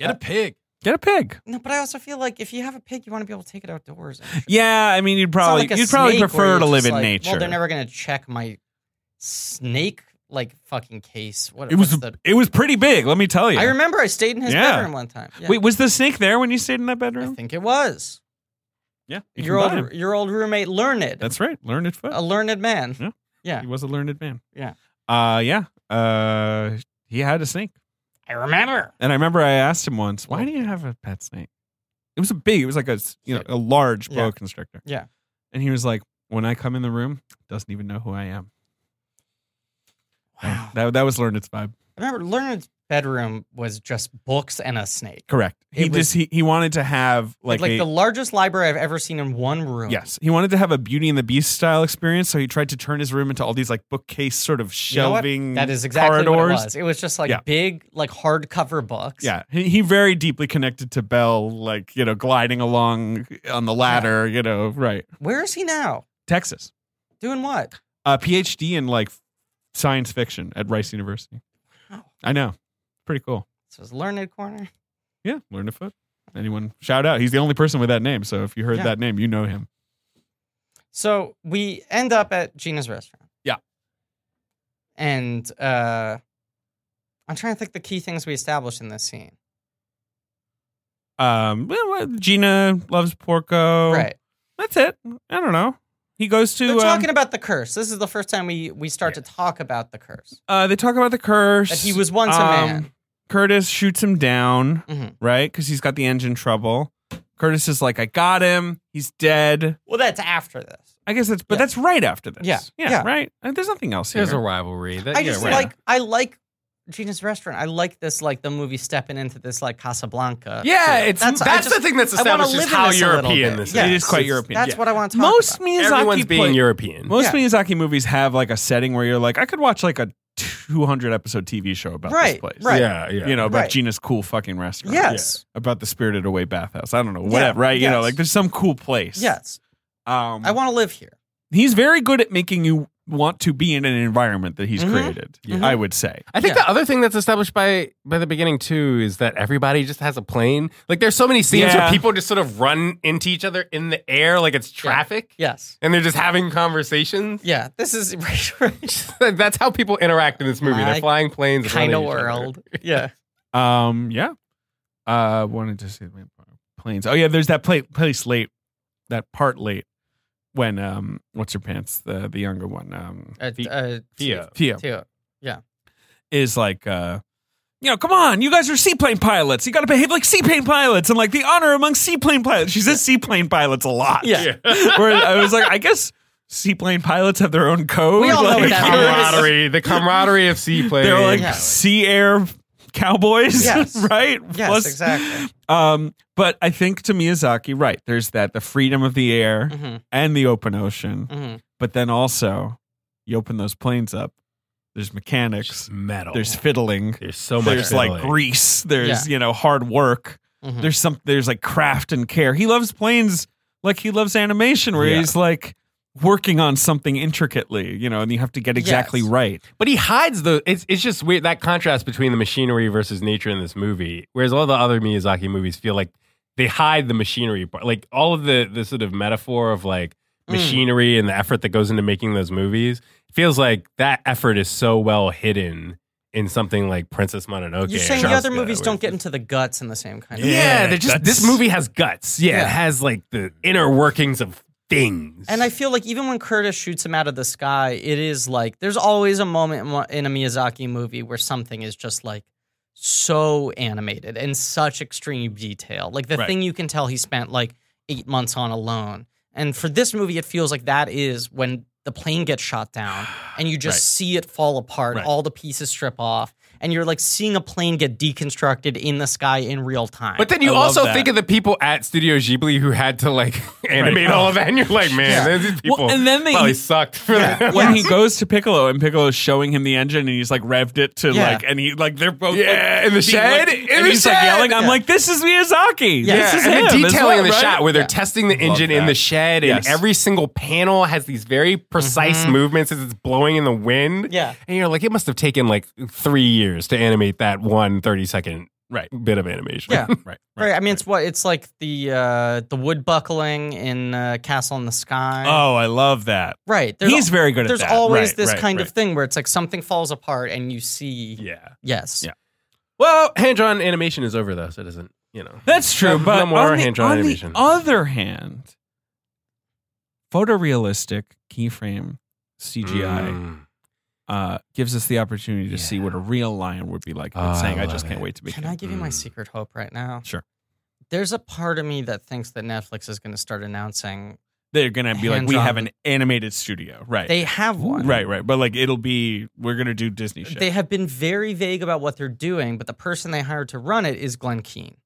Get a pig.
Get a pig.
No, but I also feel like if you have a pig, you want to be able to take it outdoors.
*laughs*
and shit.
Yeah, I mean, you'd
It's not
probably
like a
you'd probably
snake where
prefer
you're
to live
just
in
like,
nature.
Well, they're never gonna check my snake like fucking case. What
it was
what's the-
it was pretty big. Let me tell you.
I remember I stayed in his
Yeah.
bedroom one time. Yeah.
Wait, was the snake there when you stayed in that
I
bedroom?
think it was
Yeah, you
your
can buy him.
old your old roommate learned
That's right. Learned foot.
a learned man.
Yeah.
Oh, yeah.
He was a learned man.
Yeah.
Uh yeah. Uh he had a snake.
I remember.
And I remember I asked him once, "Why do you have a pet snake?" It was a big, it was like a, s- you know, a large boa
Yeah.
constrictor.
Yeah.
And he was like, "When I come in the room, doesn't even know who I am."
Wow.
That that was learned's vibe.
I remember Learned's bedroom was just books and a snake.
Correct. He
It was-
just he, he wanted to have
Like, like
like, a,
the largest library I've ever seen in one room.
Yes, he wanted to have a Beauty and the Beast style experience, so he tried to turn his room into all these like bookcase sort of
You know what?
shelving.
that is exactly what it
corridors.
was. It was just like
Yeah.
big, like hardcover books.
Yeah, he, he very deeply connected to Bell, like you know, gliding along on the ladder. You know, right?
Where is he now?
Texas,
Doing what?
a PhD in like science fiction at Rice University.
Wow.
I know, pretty cool.
This was Learned Corner.
Yeah, learn to foot. Anyone shout out? He's the only person with that name, so if you heard
Yeah.
that name, you know him.
So we end up at Gina's restaurant.
Yeah.
And uh I'm trying to think the key things we established in this scene.
Um, well, well, Gina loves Porco.
Right.
That's it. I don't know. He goes to.
They're
um,
talking about the curse. This is the first time we we start to talk about the curse.
Uh, they talk about the curse. Um,
That he was once a man.
Curtis shoots him down,
Mhm.
right? Because he's got the engine trouble. Curtis is like, I got him. He's dead.
Well, that's after this.
I guess that's, but
Yeah.
that's right after this.
Yeah.
Yeah.
Yeah.
Right. Uh, There's nothing else here.
There's a rivalry. That,
I
yeah,
just
right.
like I like Gina's restaurant. I like this like the movie stepping into this like Casablanca.
Yeah,
feel.
it's
That's-
that's,
I
the
just-
thing that's
I wanna
established is
live in
how
this a little
European
bit.
this is.
Yeah.
It is quite European.
That's
yeah.
what I want to talk
Most
about.
Miyazaki
Everyone's being
play-
European.
Most
Yeah.
Miyazaki movies have like a setting where you're like, I could watch like a 200 episode TV show about this
Right,
place.
right.
Yeah, yeah.
You know, about
Right.
Gina's cool fucking restaurant.
Yes.
About the Spirited Away bathhouse. I don't know.
Yeah,
Whatever. Right. You know,
yes.
like there's some cool place.
Yes.
Um,
I want to live here.
he's very good at making you want to be in an environment that he's
Mhm.
created. I would say.
I think
Yeah.
the other thing that's established by by the beginning too is that everybody just has a plane. Like there's so many scenes
Yeah.
where people just sort of run into each other in the air like it's traffic
Yes.
and they're just having conversations.
Yeah. This is
*laughs*
*laughs*
that's how people interact in this movie.
My
they're flying planes
kind of
running at each other.
world. Yeah.
Um, yeah. Uh, wanted to see planes. Oh yeah, there's that play, place late, that part late when um, what's her pants? The the younger one, um,
Uh,
Fe-
uh,
Theo.
Theo
Theo.
is like, uh, you know, come on, you guys are seaplane pilots. You got to behave like seaplane pilots and like the honor among seaplane pilots. She says seaplane pilots a lot.
*laughs*
Yeah.
*laughs* Where I was like, I guess seaplane pilots have their own code.
We all know
like, *laughs*
what that
you're-
means.
camaraderie, the camaraderie of seaplanes.
They're like
Yeah.
sea air cowboys,
Yes.
*laughs* right?
Yes, *laughs*
Plus-
exactly.
Um, but I think to Miyazaki, right? There's that the freedom of the air
hmm
and the open ocean,
hmm
but then also you open those planes up. There's mechanics.
metal.
There's fiddling.
there's so much.
There's like
fiddling.
grease. There's you know hard work.
Hmm.
Mhm.
There's some. There's like craft and care. He loves planes like he loves animation, where
Yeah.
he's like working on something intricately, you know, and you have to get exactly
Yes.
*laughs*
right.
But he hides the. It's it's just weird that contrast between the machinery versus nature in this movie. Whereas all the other Miyazaki movies feel like they hide the machinery part, like all of the the sort of metaphor of like
Mm.
machinery and the effort that goes into making those movies. It feels like that effort is so well hidden in something like Princess Mononoke.
You're
or
saying the
Chaska,
other movies
where
don't
it's
get
just-
into the guts in the same kind of
Yeah,
way.
they're just this
that's-
movie has guts. Yeah,
Yeah.
it has like the inner workings of things.
And I feel like even when Curtis shoots him out of the sky, it is like there's always a moment in one- in a Miyazaki movie where something is just like so animated and such extreme detail. Like the
Right.
thing you can tell he spent like eight months on alone. And for this movie, it feels like that is
*sighs*
when the plane gets shot down and you just
Right.
see it fall apart,
Right.
all the pieces strip off. and you're like seeing a plane get deconstructed in the sky in real time.
But then you
I love
also
that.
think of the people at Studio Ghibli who had to like *laughs* animate all of that, and you're *laughs* like, man, these people
Well, and then they-
probably sucked for that.
when he goes to Piccolo and Piccolo's showing him the engine and he's like revved it to
Yeah.
like and he like they're both like,
Yeah, in the
being,
shed,
like-
in
and
the
he's
shed.
like yelling. I'm like, this is Miyazaki.
Yeah.
This
*laughs*
is
and
him.
the
as
detailing
well,
in the
right?
shot where they're testing the engine in
that.
the shed,
Yes.
and every single panel has these very precise movements as it's blowing in the wind.
Yeah.
and you're like, it must have taken like three years to animate that one 30 second
Right.
bit of animation.
Yeah.
Right.
Right. I mean, it's what it's like the uh, the wood buckling in uh, Castle in the Sky.
Oh, I love that.
right.
He's very good at
There's
that.
always
Right,
this
right,
kind
right.
of thing where it's like something falls apart and you see.
yeah.
Yes.
Yeah.
Well, hand drawn animation is over though, so it doesn't, you know.
That's true,
No-
but
no more
on, the,
hand-drawn
on the
animation.
other hand, photorealistic keyframe CGI
Mm.
uh, gives us the opportunity to see what a real lion would be like.
Oh,
I'm saying,
I
I, just
love
can't
it.
wait to be.
Can
king.
I give you my
Mm.
secret hope right now?
Sure.
There's a part of me that thinks that Netflix is going to start announcing
They're gonna be like, we
Hand-drawn.
have an animated studio, right?
they have one.
Right, right, but like it'll be we're gonna do Disney shit.
They have been very vague about what they're doing, but the person they hired to run it is Glenn Keane.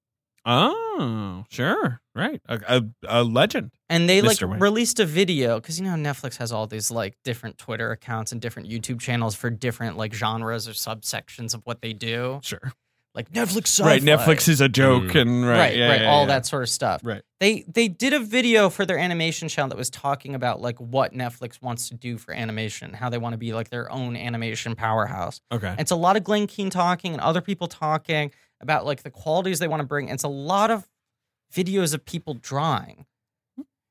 oh, sure, right, a, a, a legend.
And they like
Mr. Wayne.
released a video because you know Netflix has all these like different Twitter accounts and different YouTube channels for different like genres or subsections of what they do.
Sure,
Like Netflix, sci-fi.
right. Netflix is a joke,
Mm.
and right,
right, right,
yeah, yeah,
all
yeah.
that sort of stuff.
Right.
They they did a video for their animation channel that was talking about like what Netflix wants to do for animation, how they want to be like their own animation powerhouse.
Okay,
And it's a lot of Glenn Keane talking and other people talking about like the qualities they want to bring. And it's a lot of videos of people drawing.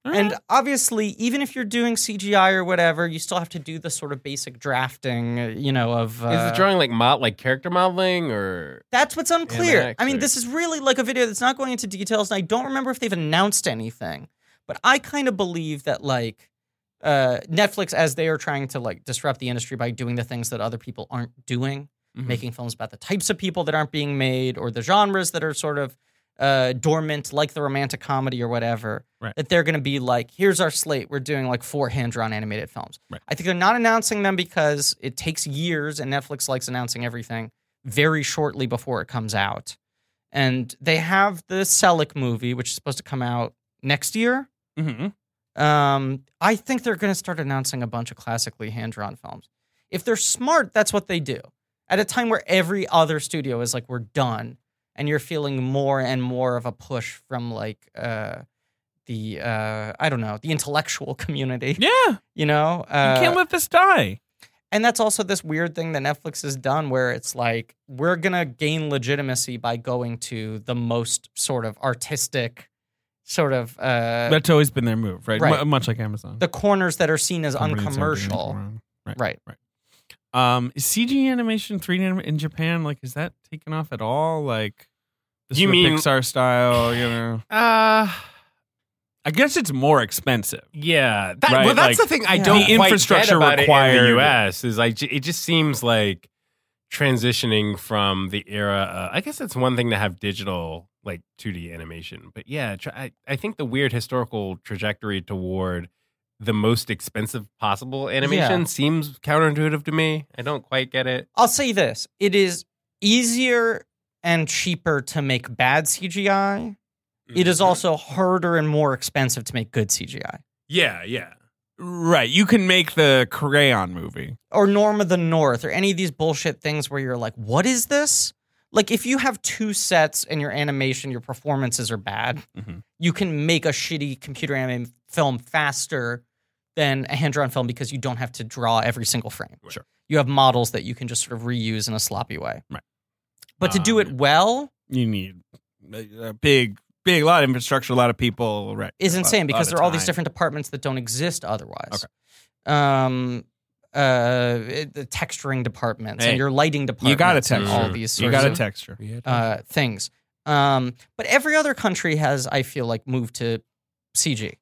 And obviously, even if you're doing CGI or whatever, you still have to do the sort of basic drafting, uh, you know, of. Uh,
is the drawing like mod like character modeling or
That's what's unclear. I mean,
accurate.
this is really like a video that's not going into details, and I don't remember if they've announced anything. But I kind of believe that like uh, Netflix, as they are trying to like disrupt the industry by doing the things that other people aren't doing,
Mhm.
making films about the types of people that aren't being made or the genres that are sort of uh, dormant, like the romantic comedy or whatever.
Right.
That they're going to be like, here's our slate. We're doing like four hand-drawn animated films.
Right.
I think they're not announcing them because it takes years, and Netflix likes announcing everything very shortly before it comes out. And they have the Selick movie, which is supposed to come out next year.
hmm
Um, I think they're going to start announcing a bunch of classically hand drawn films. If they're smart, that's what they do. At a time where every other studio is like, we're done, and you're feeling more and more of a push from like uh, the, uh, I don't know, the intellectual *laughs* community,
yeah, you
you know? Uh,
can't let this die.
and that's also this weird thing that Netflix has done where it's like, we're going to gain legitimacy by going to the most sort of artistic, sort of uh,
That's always been their move, right?
Right.
Mu- much like Amazon.
the corners that are seen as
Companies are doing it
uncommercial.
wrong.
Right.
Um, is CG animation, 3D anim- in Japan, like, is that taken off at all? Like, this
You
is the
mean-
Pixar style? You know,
uh
I guess it's more expensive.
yeah. That,
Right,
well that's
like,
the thing I
Yeah.
don't
the
quite get
infrastructure
about it in
required-
the US is like it just seems like transitioning from the era uh, I guess it's one thing to have digital like 2D animation but yeah tr- I, I think the weird historical trajectory toward the most expensive possible animation
Yeah.
seems counterintuitive to me I don't quite get it
I'll say this it is easier and cheaper to make bad CGI. It
Mm-hmm.
Mm-hmm.
is also harder and more expensive to make good CGI.
yeah yeah
Right. You can make the crayon movie.
or Norm of the North or any of these bullshit things where you're like, what is this? Like, if you have two sets and your animation, your performances are bad,
Mhm.
you can make a shitty computer animated film faster than a hand drawn film because you don't have to draw every single frame.
Sure.
You have models that you can just sort of reuse in a sloppy way.
Right.
But to do
Um,
it well
You need a, a big, big, lot of infrastructure, a lot of people. Right.
is
a lot-
insane because
lot of
there are all these
time.
different departments that don't exist otherwise. Um, uh, it- the texturing departments
Hey,
and your lighting department.
You got a
and
texture.
All these
you
sorts
got a
of-
texture.
uh, things. Um, but every other country has, I feel like, moved to CG.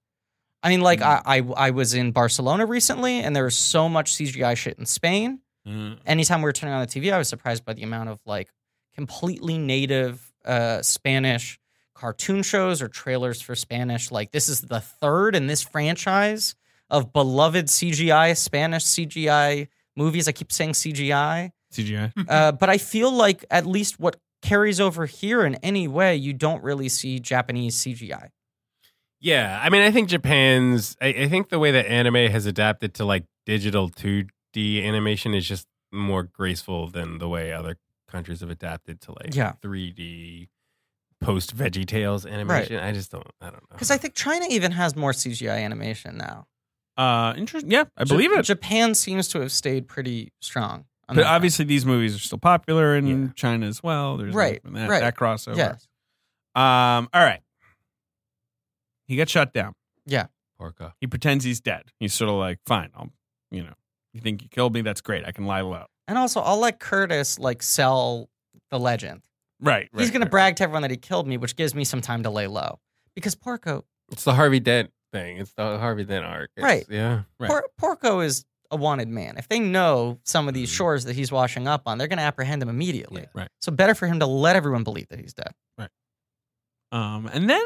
I mean, like
Mm.
I, I I was in Barcelona recently, and there was so much CGI shit in Spain.
Mm.
Anytime we were turning on the TV, I was surprised by the amount of like completely native uh, Spanish cartoon shows or trailers for Spanish. Like this is the third in this franchise of beloved CGI Spanish CGI movies. I keep saying CGI.
CGI.
Uh, but I feel like at least what carries over here in any way, you don't really see Japanese CGI.
Yeah, I mean, I think Japan's. I, I think the way that anime has adapted to like digital two D animation is just more graceful than the way other countries have adapted to like
Yeah.
three D post Veggie Tales animation. I just don't. I don't know.
Because I think China even has more CGI animation now.
Uh, interesting. Yeah, I believe
Ja-
it.
Japan seems to have stayed pretty strong. on
But
that front.
obviously, these movies are still popular in
Yeah.
China as well. There's
Right,
that,
right.
that crossover.
yes.
Um. All right. He got shut down.
Porca.
He pretends he's dead. He's sort of like, fine, I'll, you know, you think you killed me? That's great. I can lie low.
And also, I'll let Curtis like sell the legend.
Right. right
He's going
right.
to brag to everyone that he killed me, which gives me some time to lay low. Because Porco,
It's the Harvey Dent thing. It's the Harvey Dent arc. It's-
Right.
Yeah.
Right.
Por- Porco is a wanted man. If they know some of these shores that he's washing up on, they're going to apprehend him immediately.
Mm. Yeah, right.
So better for him to let everyone believe that he's dead.
Um. And then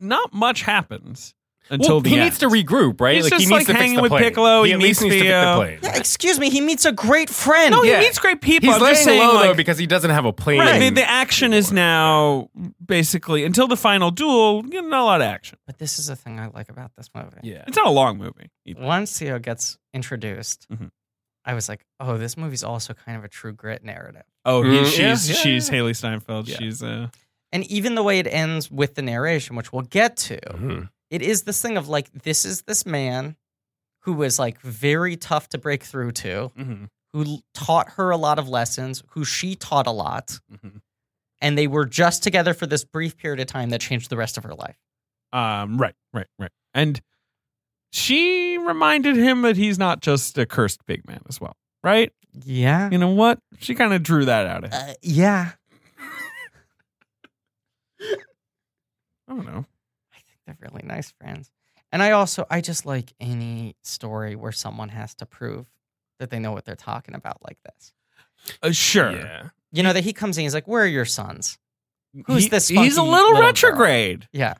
not much happens until
well,
the
he
end.
needs to regroup, right?
He's
like, he needs
just, like,
to fix
hanging
the
with
plane.
Piccolo.
He
He
at least
meets
needs to fix
Theo.
the plane.
Yeah, excuse me, he meets a great friend.
No,
Yeah.
he meets great people.
He's
I'm just
laying
saying,
low
like,
though because he doesn't have a plane.
Right. The, the action is now basically until the final duel. You know, not a lot of action.
But this is the thing I like about this movie.
Yeah.
It's not a long movie. either.
Once Theo gets introduced,
Mhm.
I was like, oh, this movie's also kind of a true grit narrative.
Oh,
Mm, yeah,
he, she's
yeah,
she's
yeah.
Haley Steinfeld.
Yeah.
She's uh,
And even the way it ends with the narration, which we'll get to,
Mhm.
it is this thing of like, this is this man who was like very tough to break through to,
Mm-hmm.
who l- taught her a lot of lessons, who she taught a lot,
Mm-hmm.
and they were just together for this brief period of time that changed the rest of her life.
um, right, right, right, and she reminded him that he's not just a cursed pig man as well, right?
Yeah.
You know what? She kind of drew that out of him.
Uh, yeah.
I don't know.
I think they're really nice friends. And I also I just like any story where someone has to prove that they know what they're talking about like this.
Uh, sure,
Yeah.
You know, that he comes in, he's like, Where are your sons?
He-
Who's this
He's a
funky
little,
little girl?
retrograde.
Yeah.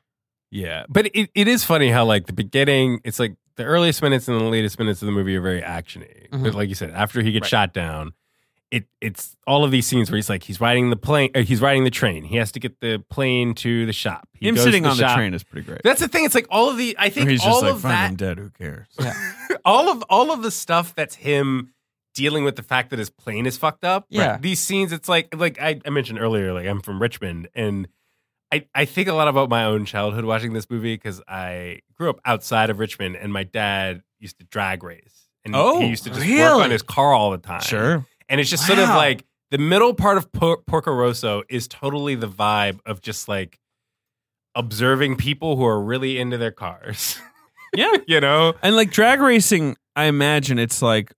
Yeah, but it, it is funny how like the beginning, it's like the earliest minutes and the latest minutes of the movie are very actiony.
Mhm.
But like you said, after he gets
Mm-hmm. Right.
shot down, it it's all of these scenes where he's like he's riding the plane, uh, he's riding the train. He has to get the plane to the shop. He
Him
goes
sitting
to
on the
shop.
train is pretty great.
That's the thing. It's like all of the. I think
he's
all
just like,
of
fine,
that
I'm dead. Who cares?
*laughs* all of all of the stuff that's him dealing with the fact that his plane is fucked up.
Yeah.
Right. These scenes, it's like like I, I mentioned earlier, like I'm from Richmond and I, I think a lot about my own childhood watching this movie because I grew up outside of Richmond and my dad used to drag race. And
Oh,
he used to just work
really?
on his car all the time.
Sure.
And it's just sort of
Wow.
like the middle part of Por- Porco Rosso is totally the vibe of just like observing people who are really into their cars. *laughs*
Yeah.
you know?
And like drag racing, I imagine it's like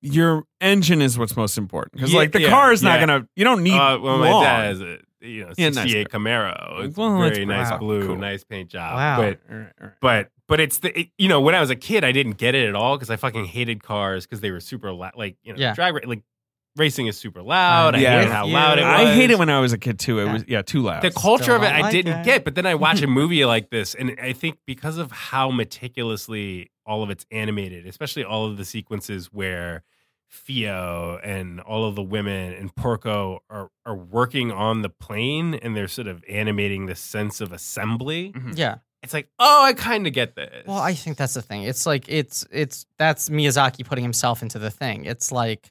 your engine is what's most important because
Yeah,
like the
yeah,
car is not
yeah.
gonna. You don't need
Uh, well, my
long.
dad has a you know
Yeah,
'68
nice
Camaro. It's
Well, that's
very nice
pretty
blue,
cool.
nice paint job.
Wow.
But
All right, all right.
but but it's the it- you know when I was a kid I didn't get it at all because I fucking hated cars because they were super loud. Like you know
Yeah.
drag ra- like racing is super loud. I
Yeah.
hated how
With
loud it
you.
was.
I hate it when I was a kid too. It
Yeah.
was yeah, too loud.
the culture of it
don't
I
like
didn't
it.
get. But then I watch a movie like this and I think because of how meticulously all of it's animated, especially all of the sequences where Theo and all of the women and Porco are are working on the plane and they're sort of animating this sense of assembly.
Yeah.
It's like, oh, I kind of get this.
Well, I think that's the thing. It's like it's it's that's Miyazaki putting himself into the thing. It's like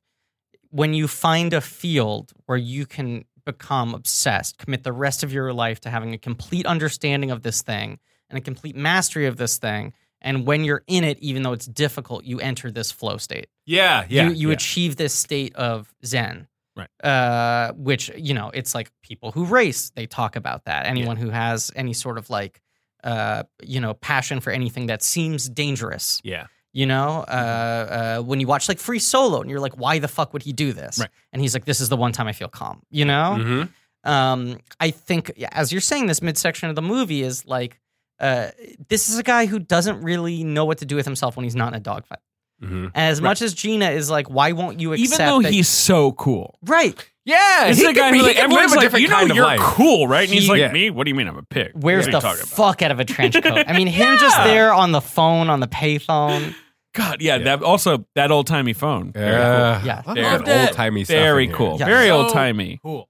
when you find a field where you can become obsessed, commit the rest of your life to having a complete understanding of this thing and a complete mastery of this thing. And when you're in it, even though it's difficult, you enter this flow state.
yeah, yeah,
you you
yeah.
achieve this state of zen.
Right.
Uh, which you know, it's like people who race, they talk about that. Anyone who has any sort of like, uh, you know, passion for anything that seems dangerous.
yeah. Mm-hmm.
You know, uh, uh, when you watch like Free Solo, and you're like, why the fuck would he do this?
Right.
And he's like, this is the one time I feel calm. You know.
Mhm.
Um, I think yeah, as you're saying, this midsection of the movie is like. Uh, this is a guy who doesn't really know what to do with himself when he's not in a dogfight.
Mhm.
And as much as Gina is like, why won't you
Even
accept
though
that-
he's so cool.
right?
Yeah,
This
he
is a
could
guy
be-
who
he
like
could live
everyone's
a
like,
different
you know,
kind of
you're
life.
cool, right? And he's
He-
like,
Yeah.
me? What do you mean I'm a pig?
Where's
What are you
the
talking about? *laughs* *sighs*
fuck out of a trench coat? I mean, him just there on the phone, on the payphone.
God, yeah, That also that old timey phone. Very
Yeah.
Yeah.
Love
Very
that
cool.
old-timey
cool.
stuff in
Very
here.
cool.
Yeah.
Very
So-
old timey.
Cool.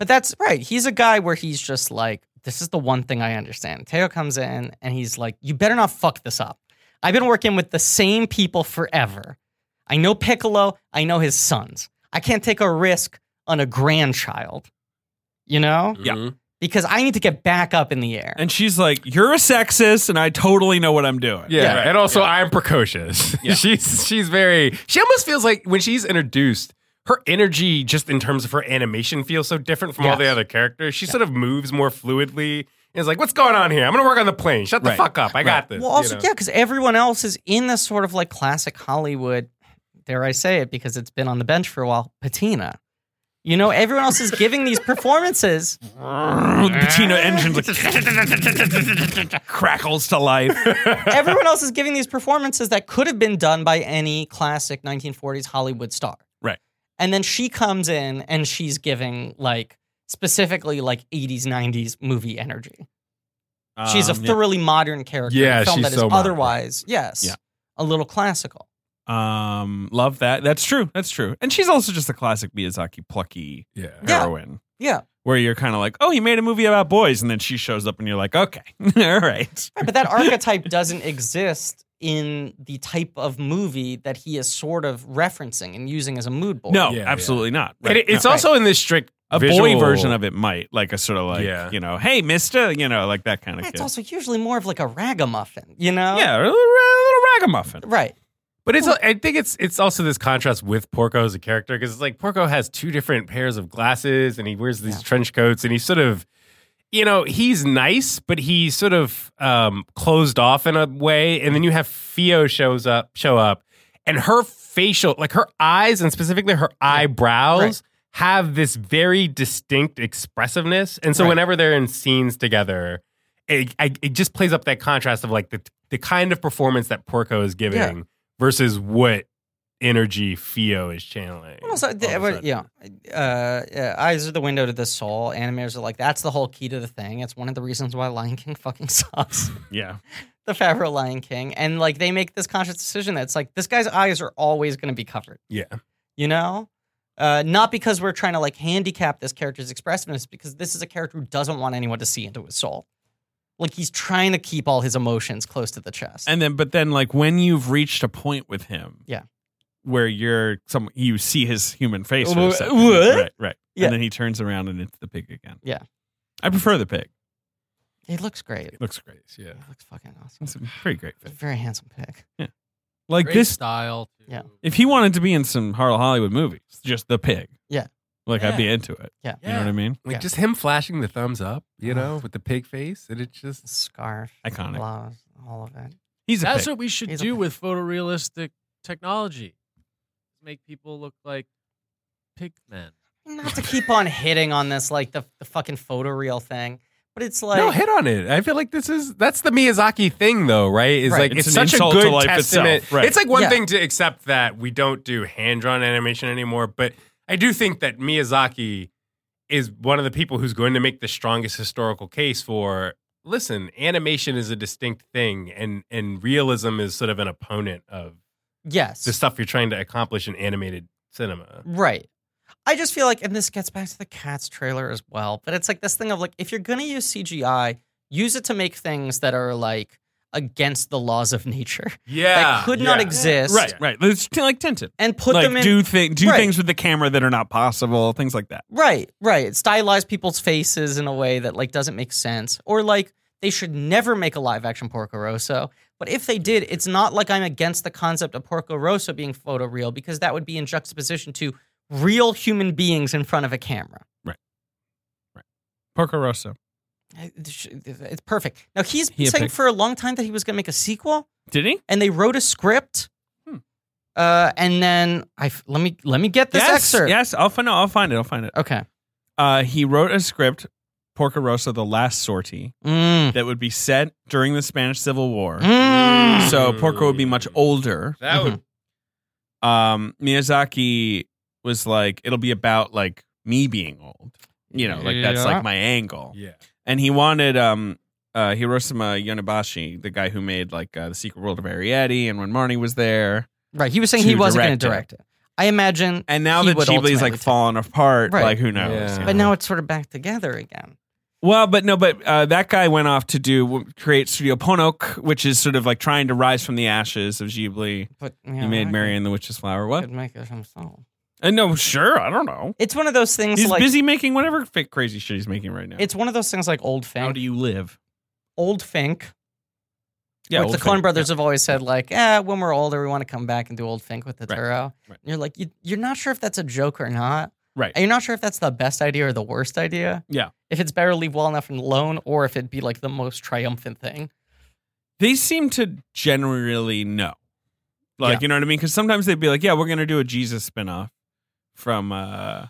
But that's right. He's a guy where he's just like, this is the one thing I understand. Teo comes in and he's like, you better not fuck this up. I've been working with the same people forever. I know Piccolo, I know his sons. I can't take a risk on a grandchild, you know?
Yeah.
Mhm.
Because I need to get back up in the air.
And she's like, "You're a sexist, and I totally know what I'm doing."
Yeah,
*laughs*
Yeah.
and also I'm precocious. *laughs*
Yeah.
she's she's very. She almost feels like when she's introduced, her energy just in terms of her animation feels so different from all the
Yes.
other characters. She sort of moves more fluidly. And is like, what's going on here? I'm gonna work on the plane. Shut the
Right.
fuck up. I got this.
Well,
you
also,
know?
yeah, because everyone else is in this sort of like classic Hollywood, dare I say it, because it's been on the bench for a while, patina. You know, everyone else is giving these
*laughs*
performances.
Patina engines like, *laughs* crackles to life.
Everyone else is giving these performances that could have been done by any classic 1940s Hollywood star.
Right.
And then she comes in and she's giving like specifically like 80s, 90s movie energy. She's a
Um,
thoroughly modern character in
Yeah,
a film
she's
that is
so modern.
otherwise, yes,
Yeah.
a little classical.
yeah. um, love that. That's true. That's true. And she's also just a classic Miyazaki plucky
yeah.
Yeah.
heroine.
Yeah.
Where you're kind of like, oh, he made a movie about boys, and then she shows up, and you're like, okay, *laughs* all right,
Right, *laughs* but that archetype doesn't exist in the type of movie that he is sort of referencing and using as a mood board.
no,
Yeah,
absolutely not.
And it-
No.
it's also in this strict
a boy
visual-
version of it might like a sort of like
Yeah.
you know hey mister you know like that kind of
it's
kid
also usually more of like a ragamuffin, you know?
yeah a little, a little ragamuffin
Right.
But it's I think it's it's also this contrast with Porco as a character because it's like Porco has two different pairs of glasses and he wears these trench coats and he's sort of you know he's nice but he's sort of um, closed off in a way and then you have Fio shows up show up and her facial like her eyes and specifically her eyebrows
Right.
have this very distinct expressiveness and so
Right.
whenever they're in scenes together it, I, it just plays up that contrast of like the the kind of performance that Porco is giving
Yeah.
versus what energy Fio is channeling.
Also,
All
the,
of a sudden.
yeah, uh, yeah, eyes are the window to the soul. Animators are like, that's the whole key to the thing. It's one of the reasons why Lion King fucking *laughs* sucks.
yeah
the Favreau Lion King. And like, they make this conscious decision that's like, this guy's eyes are always going to be covered.
yeah,
you know uh, not because we're trying to like handicap this character's expressiveness because this is a character who doesn't want anyone to see into his soul like he's trying to keep all his emotions close to the chest
and then but then like when you've reached a point with him
Yeah.
where you're some you see his human face for a
Wha-
second.
what?
right right
Yeah.
and then he turns around and it's the pig again
Yeah.
I prefer the pig
he looks great
looks great. Yeah,
he looks fucking awesome
it's a pretty great
He's
pig
a very handsome pig
like
Great
this
style. too.
Yeah.
if he wanted to be in some Harl Hollywood movies just the pig
Yeah.
like I'd
Yeah.
be into it
Yeah.
you know what I mean
like
Yeah.
just him flashing the thumbs up, you know, with the pig face, and it just
scarf
Iconic.
gloves all of it
he's a
*laughs* That's
pig.
what we should
He's a
do
pig.
with photorealistic technology. Make people look like pig men.
not to keep on hitting on this like the, the fucking photoreal thing but it's like
no hit on it. I feel like this is that's the Miyazaki thing, though, right? Is
Right.
like it's,
It's an
such a
insult to
good
life
testament.
itself, right.
It's like one
Yeah.
thing to accept that we don't do hand drawn animation anymore, but I do think that Miyazaki is one of the people who's going to make the strongest historical case for. Listen, animation is a distinct thing, and and realism is sort of an opponent of
yes
the stuff you're trying to accomplish in animated cinema.
Right. I just feel like, and this gets back to the Cats trailer as well, but it's like this thing of like, if you're going to use CGI, use it to make things that are like against the laws of *laughs* nature
Yeah,
that could not
yeah.
exist
right right it's t- like tinted
and put
like
them in.
do thi- do
Right.
things with the camera that are not possible, things like that.
right, right. Stylize people's faces in a way that like doesn't make sense. Or like, they should never make a live action Porco Rosso. But if they did, it's not like I'm against the concept of Porco Rosso being photoreal because that would be in juxtaposition to real human beings in front of a camera.
Porco Rosso
I- Uh, sh- It's perfect. Now he's been
He a
saying
pic-
for a long time that he was going to make a sequel,
did he?
and they wrote a script.
Hmm.
Uh, and then I f- let me let me get this
yes,
excerpt.
yes. I'll find. No, I'll find it. I'll find it.
Okay.
Uh, he wrote a script, Porco Rosso, the last sortie,
Mm.
that would be set during the Spanish Civil War.
Mm.
So Porco would be much older.
That would
Mm-hmm.
Um, Miyazaki was like, it'll be about like me being old. You know, like that's
Yeah.
like my angle.
yeah.
And he wanted um uh, Hiroshima Yonebashi, the guy who made like uh, the Secret World of Arietti, and when Marnie was there,
Right. He was saying he
To
wasn't going
direct
to
it.
direct it. I imagine.
and now
he
that
would
Ghibli's
ultimately
like fallen apart,
Right.
like who knows?
Yeah.
you
But
know?
now it's sort of back together again.
Well, but no, but uh, that guy went off to do create Studio Ponok, which is sort of like trying to rise from the ashes of Ghibli.
But you
he
know,
made
I
Mary and the Witch's Flower. What?
Could make it himself.
Uh, no, sure, I don't know.
It's one of those things
He's
like
busy making whatever fi- crazy shit he's making right now.
it's one of those things like old Fink.
how do you live?
old Fink.
Yeah,
which
old
the Coen
thing.
brothers have always said, like, eh, when we're older, we want to come back and do old Fink with the
Right.
Turo. And
Right.
You're like, you, you're not sure if that's a joke or not.
Right.
And You're not sure if that's the best idea or the worst idea.
Yeah.
If it's better to leave well enough alone or if it'd be like the most triumphant thing.
They seem to generally know, like
Yeah.
you know what I mean. Because sometimes they'd be like, "Yeah, we're gonna do a Jesus spinoff from uh,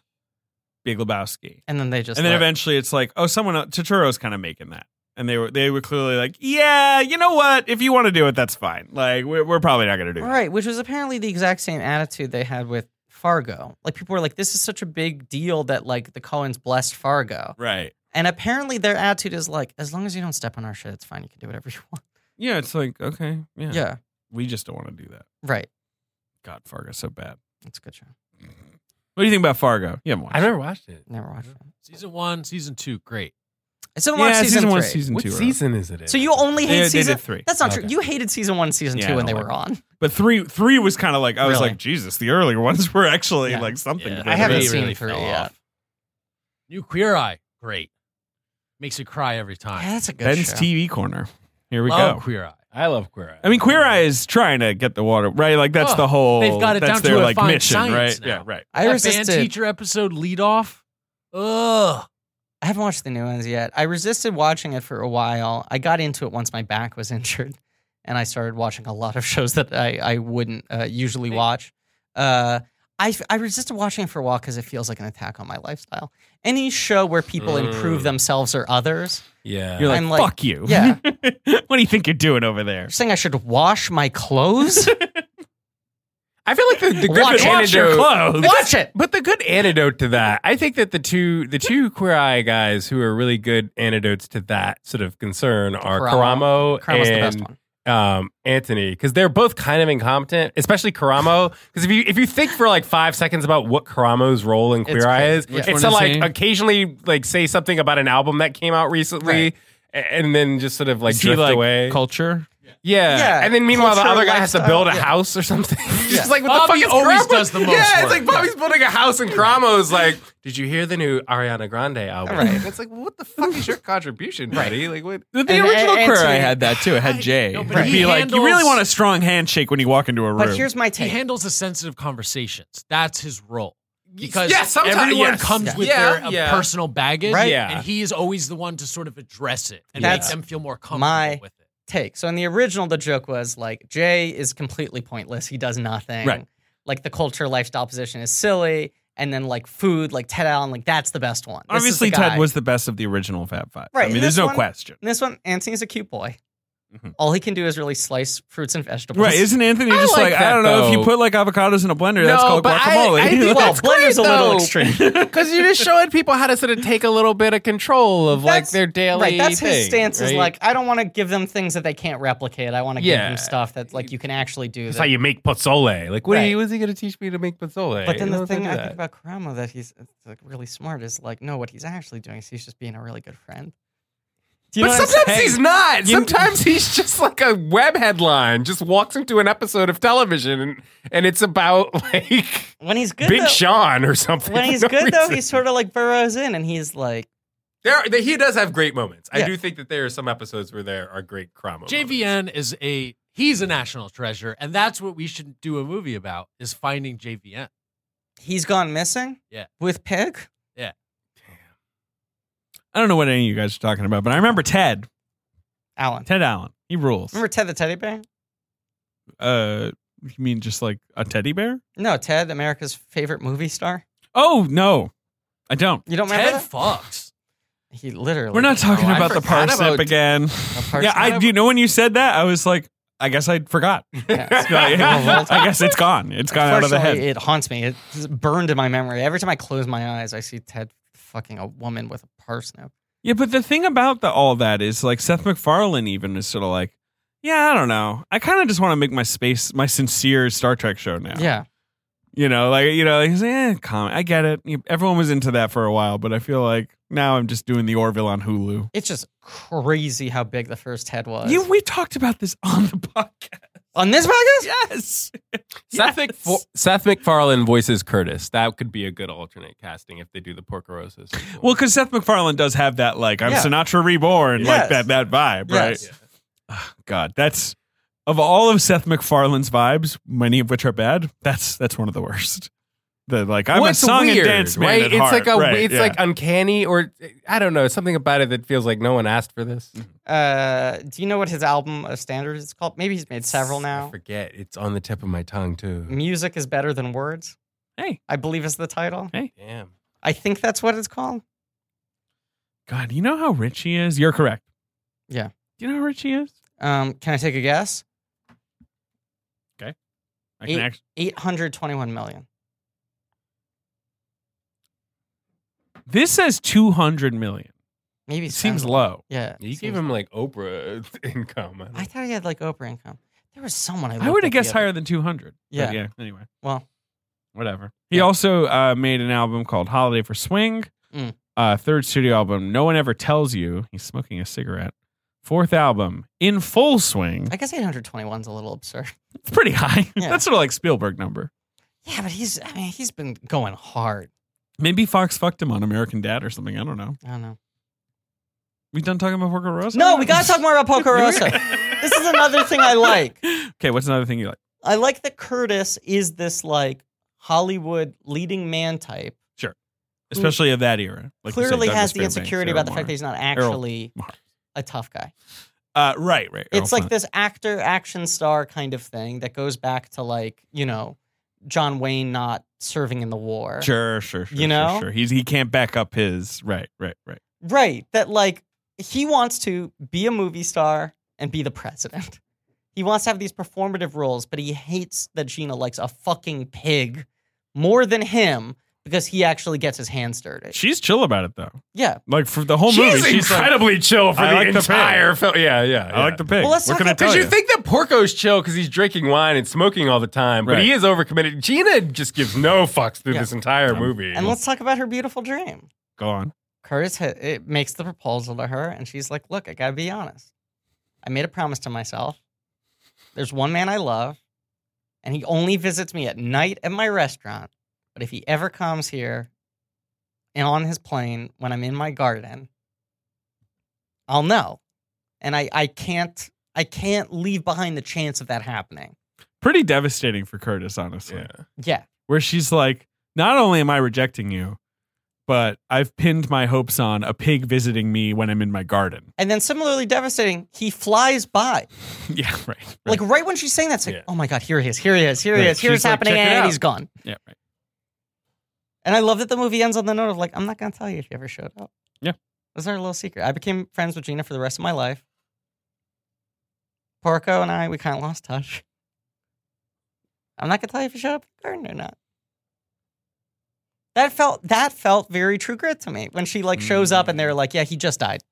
Big Lebowski,"
And then they just
and then
let-
eventually it's like, "Oh, someone else, Totoro's kind of making that." And they were they were clearly like, "Yeah, you know what? If you want to do it, that's fine. Like we're, we're probably not gonna do it."
Right, which was apparently the exact same attitude they had with Fargo. Like people were like, this is such a big deal that like the Coens blessed Fargo.
Right.
And apparently their attitude is like, as long as you don't step on our shit, it's fine. You can do whatever you want.
Yeah. It's like okay. Yeah.
Yeah.
We just don't want to do that.
Right.
God, Fargo's so bad.
That's a good show.
What do you think about Fargo? Yeah,
I've never watched it.
Never watched it.
Season one, season two, great.
I still watched season,
one,
three.
season
What
two. are
season is it in?
So you only
out.
hate
They, they
season.
did three,
That's not
Okay.
true. You hated season one, season
Yeah, I
two when they
don't
were on.
but three three was kind of like I was
Really?
like Jesus. The earlier *laughs* ones were actually
Yeah.
like something.
Yeah.
good.
I haven't
Three
seen
really
three
fell
yet.
off. New Queer Eye, great. Makes you cry every time.
Yeah, that's a good
Ben's
show.
TV corner. Here we
Love
go.
Queer Eye.
I love Queer Eye.
I mean, Queer Eye is trying to get the water right. Like that's
Oh,
the whole.
they've got it
that's
down to
their,
a
like
fine
mission, right?
science now.
Yeah, right.
I
that band
resisted.
teacher episode lead off. Ugh.
I haven't watched the new ones yet. I resisted watching it for a while. I got into it once my back was *laughs* injured, and I started watching a lot of shows that I I wouldn't uh, usually watch. Uh, I I resisted watching it for a while because it feels like an attack on my lifestyle. Any show where people improve
Mm.
themselves or others,
yeah.
You're like,
I'm like-
fuck you.
yeah.
*laughs* what do you think you're doing over there?
you're saying I should wash my
*laughs*
clothes.
I feel like the, the
Watch
good
it.
Wash your
antidote.
clothes.
Watch it.
But the good antidote to that, I think that the two the two queer eye guys who are really good antidotes to that sort of concern are Karamo,
Karamo. Crown was the best
and
one.
um, Anthony because they're both kind of incompetent, especially Karamo. Because if you if you think for like five seconds about what Karamo's role in
It's
Queer Eye is,
crazy. Which
it's
one
to
is
like
he?
occasionally like say something about an album that came out recently.
Right.
a- And then just sort of like
Is he,
drift
like,
away.
Culture.
yeah.
Yeah,
And then meanwhile, the
culture,
other guy has to
lifestyle,
build a
yeah.
house or something. *laughs* It's just like, what
Bobby
the fuck is
always
Karamo-
does the most
Yeah, it's
work.
like Bobby's building a house and Karamo's like, did you hear the new Ariana Grande album?
Right.
And it's like, well, what the fuck is your contribution, buddy? Like, what?
The, the
And-
original
and-
Queer
and-
Eye had that too. It had Jay.
No, but
It'd
he
be like, you really
handles-
want a strong handshake when you walk into a room.
But here's my
He
take.
handles the sensitive conversations. That's his role. Because
Yeah, sometimes-
everyone
yes.
comes
Yeah.
with
Yeah,
their uh,
yeah.
personal baggage,
Right.
Yeah.
and he is always the one to sort of address it and
That's
make them feel more comfortable
my-
with it.
take. So in the original, the joke was like Jay is completely pointless. He does nothing.
Right.
Like the culture lifestyle position is silly. And then like food, like Ted Allen, like that's the best one. This is the
obviously
guy.
Ted was the best of the original Fab Five.
Right,
I mean,
and
there's
this
no
one-
question.
In this one, Anthony's a cute boy.
Mhm.
All he can do is really slice fruits and vegetables.
Right? Isn't Anthony
I
just
like
like,
that,
I don't know if
though.
you put like avocados in a blender, that's
No,
called
but I-
guacamole. *laughs*
I think
well,
that's great,
blender's a little
though.
extreme.
Because you're just showing people how to sort of take a little bit of control of like
That's-
their daily.
right, that's his
thing,
stance is
right?
like I don't want to give them things that they can't replicate. I want to give
Yeah.
them stuff that like you can actually do.
That's
that-
how you make pozole. Like, what are
Right.
you, what's he going to teach me to make pozole?
But then
You
the
know,
thing
don't
I
do
think
that.
about Karamo that he's uh, like really smart is like, no, what he's actually doing is he's just being a really good friend. Do you know
but
what I'm
sometimes
saying?
he's not. Sometimes he's just like a web headline, just walks into an episode of television, and, and it's about like
when he's good
Big
though,
Sean or something. *laughs*
when
for
he's
no
good though,
reason.
he sort of like burrows in and he's like,
there. Are, he does have great moments. I
Yeah.
do think that there are some episodes where there are great Cromwell.
JVN is a he's a national treasure, and that's what we should do a movie about is finding JVN.
he's gone missing.
Yeah.
with Peg.
I don't know what any of you guys are talking about, but I remember Ted.
Alan,
Ted Allen. He rules.
remember Ted the teddy bear?
Uh, you mean just like a teddy bear?
No, Ted, America's favorite movie star.
Oh no, I don't.
Oh,
You don't remember?
Ted
that?
fucks.
He literally. Oh,
We're not talking
I
about the
forgot
parsnip
about-
again.
parsnip?
*laughs* Yeah, I. You know when you said that, I was like, I guess
*laughs*
I forgot.
Yeah. *laughs*
I *laughs* guess it's gone. It's gone out of the
Unfortunately,
head.
It haunts me. It's burned in my memory. Every time I close my eyes, I see Ted fucking a woman with a parsnip.
Yeah, but the thing about the all that is like Seth MacFarlane even is sort of like, yeah, I don't know. I kind of just want to make my space my sincere Star Trek show now.
Yeah.
You know, like you know, like, he's like, eh, comment. I get it. You- Everyone was into that for a while, but I feel like now I'm just doing the Orville on Hulu.
It's just crazy how big the first head was.
You, we talked about this on the podcast.
*laughs* On this podcast?
Yes.
Seth,
Yes.
MacFar- Seth MacFarlane voices Curtis. That could be a good alternate casting if they do the Porcorosis. sequel.
Well, because Seth MacFarlane does have that like I'm
Yeah.
Sinatra reborn,
Yes.
like that that vibe,
Yes.
right? Ah, God, that's of all of Seth MacFarlane's vibes, many of which are bad. That's that's one of the worst. The like I'm
Well,
a
it's
song
weird,
and dance man
right?
at
it's
heart,
like a,
right,
it's
yeah.
like uncanny, or I don't know, something about it that feels like no one asked for this.
Uh, do you know what his album of standards is called? Maybe he's made several
I
now.
forget. It's on the tip of my tongue too.
Music is better than words.
Hey.
I believe is the title.
Damn.
I think that's what it's called.
God. You know how rich he is. You're correct.
Yeah.
Do you know how rich he is?
Um, can I take a guess?
I can
Eight-
actually.
Eight hundred twenty-one million.
This says 200 million.
Maybe
It seems
seven.
low.
Yeah,
You
seems-
gave him like Oprah *laughs* income.
I thought he had like Oprah income. There was someone I.
I
looked up
would have
the
guessed
other-
higher than 200. But
Yeah.
yeah. Anyway.
Well,
whatever. He
Yeah.
also uh, made an album called Holiday for Swing.
Mm.
Uh, third studio album, No One Ever Tells You. He's smoking a cigarette. Fourth album, In Full Swing.
I guess eight hundred twenty-one's a little absurd. *laughs*
It's pretty high. *laughs*
Yeah.
That's sort of like Spielberg number.
Yeah, but he's. I mean, he's been going hard.
Maybe Fox fucked him on American Dad or something. I don't know.
I don't know.
We done talking about Porco Rosso?
No, we gotta talk more about
*laughs*
Pocorosa. this is another thing I like.
Okay, what's another thing you like?
I like that Curtis is this like Hollywood leading man type.
Especially of that era. Like you said,
Mm. Clearly
Douglas
has the
Fairbanks,
insecurity
Errol
about the fact that
Morris.
he's not actually
Morris.
a tough guy.
Uh, right, right.
It's
Errol
like this actor, action star kind of thing that goes back to like, you know, John Wayne not serving in the war.
Flint. Sure, sure, sure.
You
sure,
know?
sure. He's he can't back up his right, right, right.
Right. That like he wants to be a movie star and be the president. He wants to have these performative roles, but he hates that Gina likes a fucking pig more than him because he actually gets his hands dirty.
She's chill about it though.
Yeah.
Like for the whole
she's
movie, she's like,
incredibly chill for
I
the
like the
entire film. Yeah, yeah.
I like the pig.
Well, let's
what
talk
can I
about-
tell
Because
you?
you think that Porco's chill because he's drinking wine and smoking all the time, but
Right.
he is overcommitted. Gina just gives no fucks through
Yeah.
this entire
Um,
movie.
And let's talk about her beautiful dream.
Go on.
Curtis ha- it makes the proposal to her, and she's like, "Look, I gotta be honest. I made a promise to myself. There's one man I love, and he only visits me at night at my restaurant. But if he ever comes here, and on his plane when I'm in my garden, I'll know. And I, I can't, I can't leave behind the chance of that happening.
Pretty devastating for Curtis, honestly.
Yeah.
Yeah,
Where she's like, not only am I rejecting you, but I've pinned my hopes on a pig visiting me when I'm in my garden. *laughs*
and then similarly devastating, he flies by.
yeah, right. right.
Like right when she's saying that, it's like,
Yeah.
oh my god, here it is, here it is, here it is,
Yeah,
here's
she's like,
happening,
check it
and
out.
he's gone.
yeah, right.
And I love that the movie ends on the note of like, I'm not gonna tell you if you ever showed up.
Yeah.
Those are a little secret. I became friends with Gina for the rest of my life. Porco and I, we kind of lost touch. I'm not gonna tell you if you showed up in the garden or not. That felt that felt very true grit to me when she like shows up and they're like, yeah, he just died.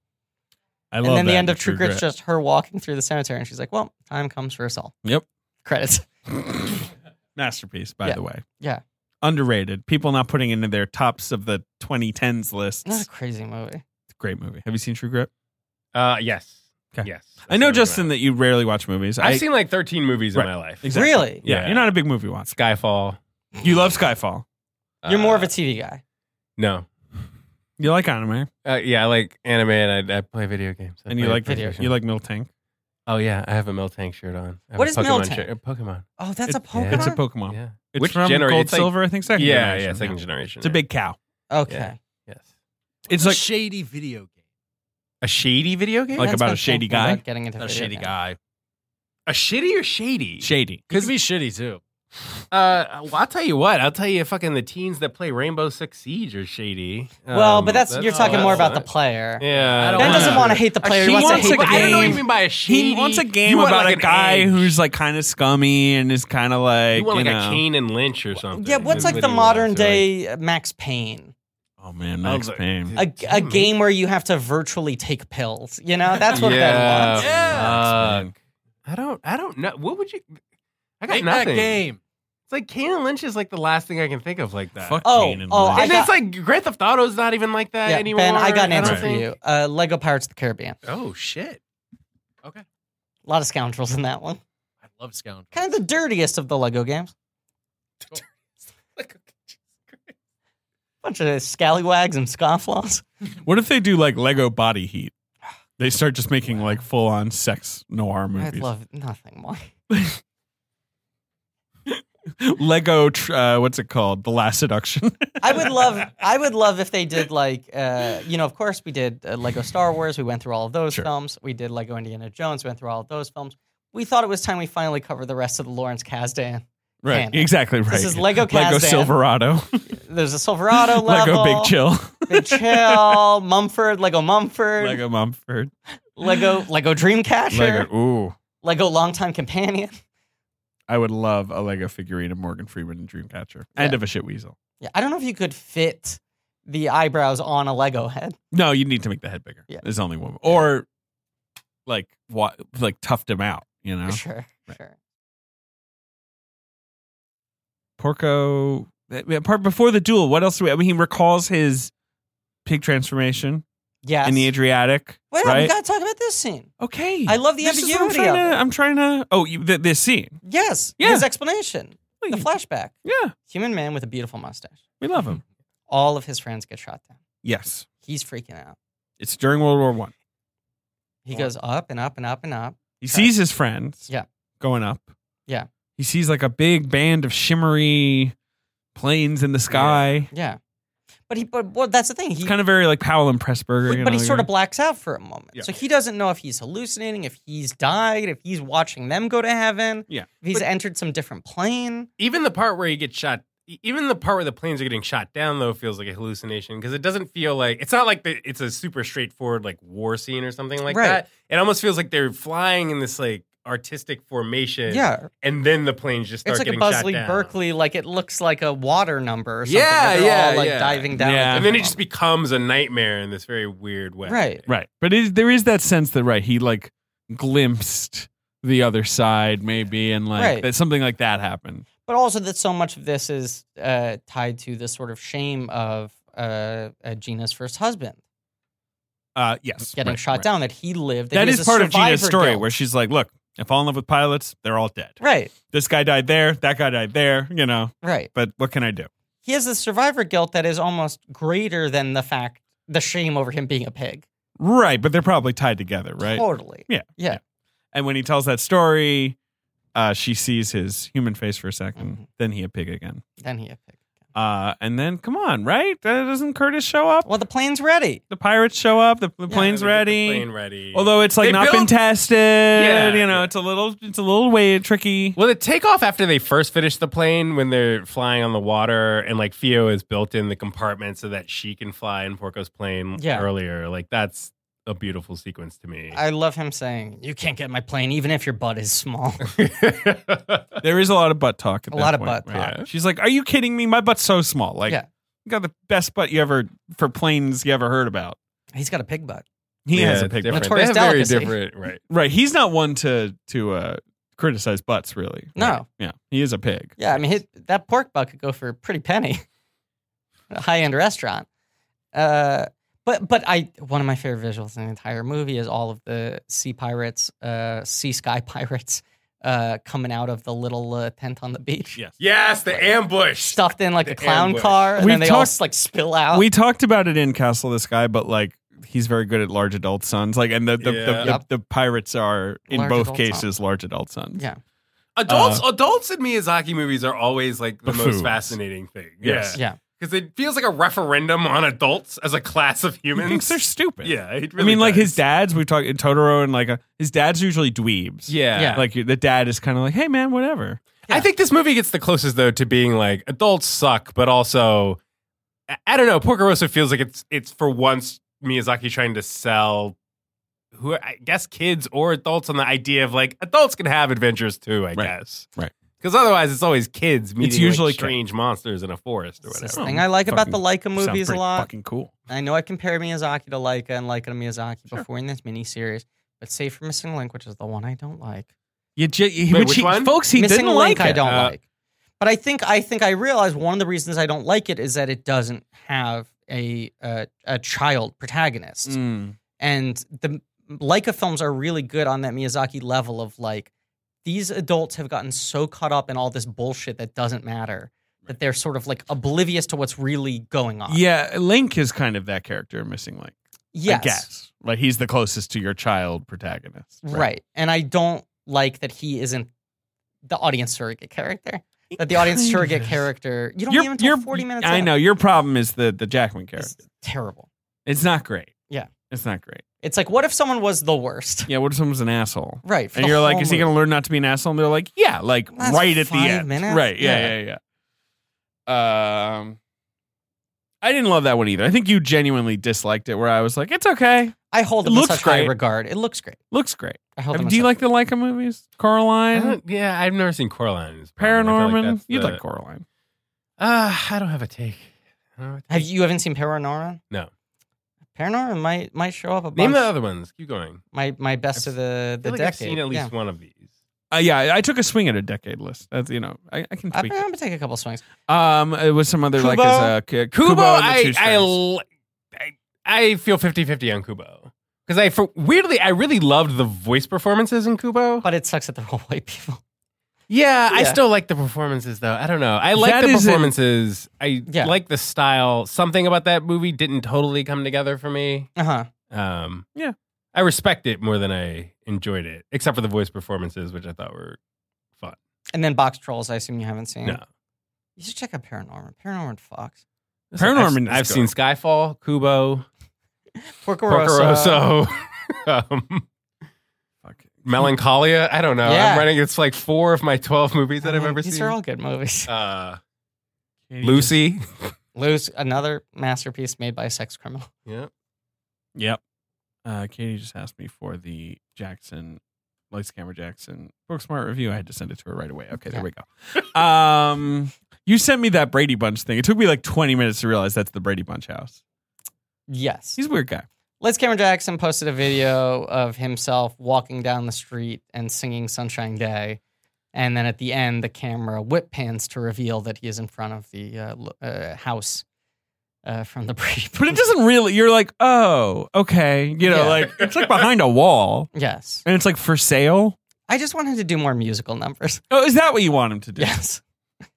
I Mm. love
And then the
that
end
in
of True Grit's just her walking through the cemetery and she's like, well, time comes for us all.
Yep.
Credits.
*laughs* Masterpiece, by
Yeah.
the way.
Yeah.
Underrated. People not putting into their tops of the 2010s lists.
Not a crazy movie.
Great movie. Have you seen True Grit?
Uh, yes.
'Kay.
Yes.
I know, Justin, that you rarely watch movies.
I've
I-
seen like 13 movies
Right.
in my life.
Exactly.
Really?
Yeah,
Yeah.
you're not a big movie watcher.
Skyfall.
You love Skyfall.
You're
Uh,
more of a TV guy.
No.
You like anime,
Uh, yeah, I like anime and I, I play video games. I
and you
play
like
video.
PlayStation.
you like Mil Tank.
Oh yeah, I have a Mil Tank shirt on. I have
What
a
is
Pokemon
Mil Tank?
Shirt, a Pokemon.
Oh, that's a
It-
Pokemon.
It's a Pokemon.
Yeah.
It's from
genera-
Gold
it's like-
Silver, I think. Second
yeah,
generation.
yeah, second generation.
It's a
yeah.
big cow.
Okay.
Yeah. Yes.
It's like
shady video game.
A shady video game.
Like
That's
about
been
a shady
thinking about
guy?
Getting into
A
video
shady
games.
guy.
a shitty or shady?
shady.
Could be shitty too.
Uh, well, I'll tell you what. I'll tell you, fucking the teens that play Rainbow Six Siege are shady.
Well,
Um,
but that's, you're talking
oh,
more about the
that's-
player.
Yeah,
I don't
Ben
wanna-
doesn't want
*laughs*
to hate the player. He, wants, to hate
but
the
I don't know what you
game.
mean by a shady.
He wants a
You
game
want,
about
like,
a
an
guy
edge.
who's like kind of scummy and is kind of like
You want like
know.
a Kane and Lynch or something.
yeah, what's
is
like
what
the
he
modern
wants, or, like-
day Max Payne?
Oh man,
I
Max
was like,
Payne.
A, a game where you have to virtually take pills. You know, that's what Ben wants.
Yeah.
Max Payne.
I don't. I don't know. What would you? I got
Make that
nothing.
game.
It's like Kane Lynch is like the last thing I can think of like that.
Fuck
Oh,
Kane and
oh,
Lynch.
I
and
got-
it's like Grand Theft Auto's not even like that
Yeah,
anymore.
ben, I got an answer
don't
for
think.
you. Uh, Lego Pirates of the Caribbean.
Oh shit!
A lot of scoundrels in that one.
I
*laughs*
love Scoundrel.
Kind of the dirtiest of the Lego games. Bunch of scallywags and scofflaws.
What if they do like Lego Body Heat? They start just making like full on sex noir
I'd
movies.
love nothing more.
Lego, tr- uh, what's it called? The Last Seduction. *laughs*
I would love, I would love if they did like, uh, you know, of course we did uh, Lego Star Wars. We went through all of those
Sure.
films. We did Lego Indiana Jones. Went through all of those films. We thought it was time we finally covered the rest of the Lawrence Kasdan.
right,
Canon.
exactly right.
This is Lego
Lego
Kazdan.
Silverado,
There's a Silverado level.
*laughs* Lego
*laughs*
Big Chill,
Big Chill, Mumford, Lego Mumford, Lego
Lego Mumford,
Lego, Dreamcatcher, Lego.
Lego. Ooh,
Longtime Companion.
I would love a Lego figurine of Morgan Freeman and Dreamcatcher, and
Yeah.
of a shit weasel.
Yeah, I don't know if you could fit the eyebrows on a Lego head.
No, you need to make the head bigger.
Yeah.
There's only one, or like wa- like tuft him out. You know,
Sure,
Right.
sure.
Porco. Apart before the duel, what else do we? I mean, he recalls his pig transformation
Yes.
in the Adriatic,
Wait, we
right?
gotta talk about this scene.
okay,
I love the
This is what I'm
ambiguity of
trying
it.
to- I'm trying to. Oh, you, th- this scene.
Yes,
Yeah.
his explanation, the flashback.
Yeah,
Human man with a beautiful mustache.
we love him.
All of his friends get shot down.
Yes,
He's freaking out.
it's during World War One.
He goes up and up and up and up.
He sees his friends.
Yeah.
Going up.
Yeah.
He sees like a big band of shimmery planes in the sky.
Yeah, but he, but well, that's the thing. He
It's kind of very like Powell and Pressburger.
But,
you
but he
know,
sort
like-
of blacks out for a moment.
Yeah.
So he doesn't know if he's hallucinating, if he's died, if he's watching them go to heaven,
Yeah.
if he's
But-
entered some different plane.
Even the part where you get shot. e, Even the part where the planes are getting shot down though feels like a hallucination because it doesn't feel like it's not like the, it's a super straightforward like war scene or something like
Right.
that. It almost feels like they're flying in this like artistic formation.
Yeah.
and then the planes just start
It's like a
getting shot
Buzzley
down.
Berkeley, like it looks like a water number or something.
Yeah,
where they're
yeah,
all like
yeah.
diving down.
Yeah.
at
and then it
different
just becomes a nightmare in this very weird way.
Right.
Right. But it, there is that sense that, right, he like glimpsed the other side maybe and like
Right.
that something like that happened.
moments. But also that so much of this is uh, tied to this sort of shame of uh, uh, Gina's first husband
Uh, yes.
getting
Right,
shot
right.
down, that he lived.
That
he
is
was a
part of Gina's
survivor
story
guilt.
where she's like, look, I fall in love with pilots, they're all dead.
Right,
This guy died there, that guy died there, you know,
right.
but what can I do?
He has this survivor guilt that is almost greater than the fact, the shame over him being a pig.
Right. But they're probably tied together, right?
Totally.
Yeah.
Yeah.
And when he tells that story, uh, she sees his human face for a 2nd
Mhm.
Then he a pig again.
Then he a pig.
Uh, and then come on, right? Uh, doesn't Curtis show up?
Well, the plane's ready.
The pirates show up. The, the
Yeah,
plane's
They get the
ready.
plane ready.
Although it's like
They
not been
built-
tested. you know,
yeah.
it's a little, it's a little way tricky.
Well, the takeoff after they first finish the plane when they're flying on the water, and like Theo has built in the compartment so that she can fly in Porco's plane
Yeah.
earlier. Like that's a beautiful sequence to *laughs* me.
I love him saying, "You can't get my plane, even if your butt is small." *laughs*
There is a lot of butt talk. At
A
that
lot of
point,
butt
right?
talk.
She's like, "Are you kidding me? My butt's so small. Like,
Yeah.
you got the best butt you ever for planes you ever heard about."
He's got a pig butt.
He
Yeah,
has a
it's
pig butt.
different.
Notorious
They have very
delicacy.
different, right?
Right. He's not one to to uh criticize butts really.
No.
Right. Yeah. He is a pig.
Yeah, I mean, his, that pork butt could go for a pretty penny, *laughs* a high-end restaurant. Uh, but but I one of my favorite visuals in the entire movie is all of the sea pirates, uh, sea sky *laughs* pirates, uh, coming out of the little uh, tent on the beach,
Yeah.
Yes, the ambush.
stuffed in like a
The
clown
ambush.
car, and
We've
then they all
talked-
like spill out.
We talked about it in Castle this guy, but like he's very good at large adult sons. Like and the the, the,
Yeah.
the,
Yep.
the pirates are in
Large
both
adult
cases large adult sons.
Yeah.
Adults, adults in Miyazaki movies are always like the
Uh-huh. Buffoons.
most fascinating thing.
Yes.
yeah,
because it feels like a referendum on adults as a class of
He
humans.
thinks they're stupid.
yeah, it
I
really
mean, like
does.
his dads, we talked in Totoro, and like uh his dad's usually dweebs.
Yeah.
Yeah.
Like the dad is kind of like, hey, man, whatever.
I think this movie gets the closest though to being like adults suck, but also I- I don't know. Porco Rosso feels like it's it's for once Miyazaki trying to sell who I guess kids or adults on the idea of like adults can have adventures too. I
Right.
guess
Right.
Because otherwise, it's always kids meeting like,
usually kids.
strange monsters in a forest or
It's
whatever.
this thing I like about the Leica
Sounds
movies a
pretty
lot.
Fucking cool.
I know I compared Miyazaki to Leica and Leica to Miyazaki before in this miniseries, but Save for Missing Link, which is the one I don't like.
You, j- he-
Wait,
which
which
he-
one?
folks, he
Missing
didn't
Link
like it.
I don't
Uh,
like. But I think I think I realize one of the reasons I don't like it is that it doesn't have a uh, a child protagonist.
Mm.
And the Leica films are really good on that Miyazaki level of like these adults have gotten so caught up in all this bullshit that doesn't matter that they're sort of like oblivious to what's really going on.
Yeah, Link is kind of that character in Missing Link.
Yes.
I guess. Like he's the closest to your child protagonist.
Right. And I don't like that he isn't the audience surrogate character. That the audience
*laughs* kind of
surrogate
is.
character, you don't
Your-
even
your-
talk 40 minutes.
I
in.
know. Your problem is the, the Jackman character.
It's terrible.
It's not great.
Yeah.
It's not great.
It's like, what if someone was the worst?
Yeah, what if someone's an asshole?
*laughs* Right. for
And
the
you're like,
whole
is he going
movie.
to learn not to be an asshole? And they're like, yeah, like
Last
right at the
five
end.
minutes?
Right. Yeah, yeah, yeah, yeah. Um, I didn't love that one either. I think you genuinely disliked it, where I was like, it's okay.
I hold
It
him in
looks
such high
great.
regard. It looks great.
Looks great.
I hold
Have-
him in
do you
such-
like the Leica movies?
I
Coraline,
don't- yeah, I've never seen Coraline. is probably- I feel
Paranorman.
that's
You'd
the-
like Coraline.
Uh, I don't have a take. I don't have a
Have
take.
you, you haven't seen Paranorman?
No.
Paranorman might might show up a bunch.
Name the other ones. Keep going.
my my best
I've-
of the
I
the
feel like I've
decade.
seen at least
yeah.
one of these.
Uh, yeah, I- I took a swing at a decade list. That's you know, I, I can
I'm, I'm
tweak.
gonna take a couple swings.
it. Um, it was some other like
Kubo?
as a Kubo,
Kubo,
and the
I,
Two
I,
Strings.
l- I- I feel 50 50 on Kubo. Because I, for, weirdly, I really loved the voice performances in Kubo.
But it sucks *laughs* that they're all white people.
Yeah, I
Yeah.
still like the performances though. I don't know. I like
That
the
is a-
performances. I
Yeah.
like the style. Something about that movie didn't totally come together for me.
Uh huh.
Um,
Yeah.
I respect it more than I enjoyed it, except for the voice performances, which I thought were
And then Box Trolls. I assume you haven't seen.
no.
You should check out Paranorman. Paranorman Fox.
Paranorman
I've,
is
I've
good.
seen Skyfall, Kubo,
Porco Rosso.
Porcoroso, *laughs* um,
Fuck.
Melancholia. I don't know.
Yeah.
I'm running. It's like four of my twelve movies that
I
I've
mean,
ever
these
seen.
are all good movies. *laughs*
uh,
Katie just-
Lucy.
Lose another masterpiece made by a sex criminal.
yeah.
Yep. Uh, Katie just asked me for the Jackson Lights Camera Jackson Book Smart review. I had to send it to her right away. Okay, there
Yeah.
we go. um, you sent me that Brady Bunch thing. It took me like 20 minutes to realize that's the Brady Bunch house.
Yes.
He's a weird guy.
Les Cameron Jackson posted a video of himself walking down the street and singing Sunshine Day. And then at the end, the camera whip pans to reveal that he is in front of the uh, l- uh, house uh, from the *laughs* Brady
But it
Bunch.
doesn't really. You're like, oh, okay. You know,
Yeah.
like it's like behind a wall,
Yes.
and it's like for sale.
I just want him to do more musical
*laughs*
numbers.
Oh, is that what you want him to do?
Yes. *laughs*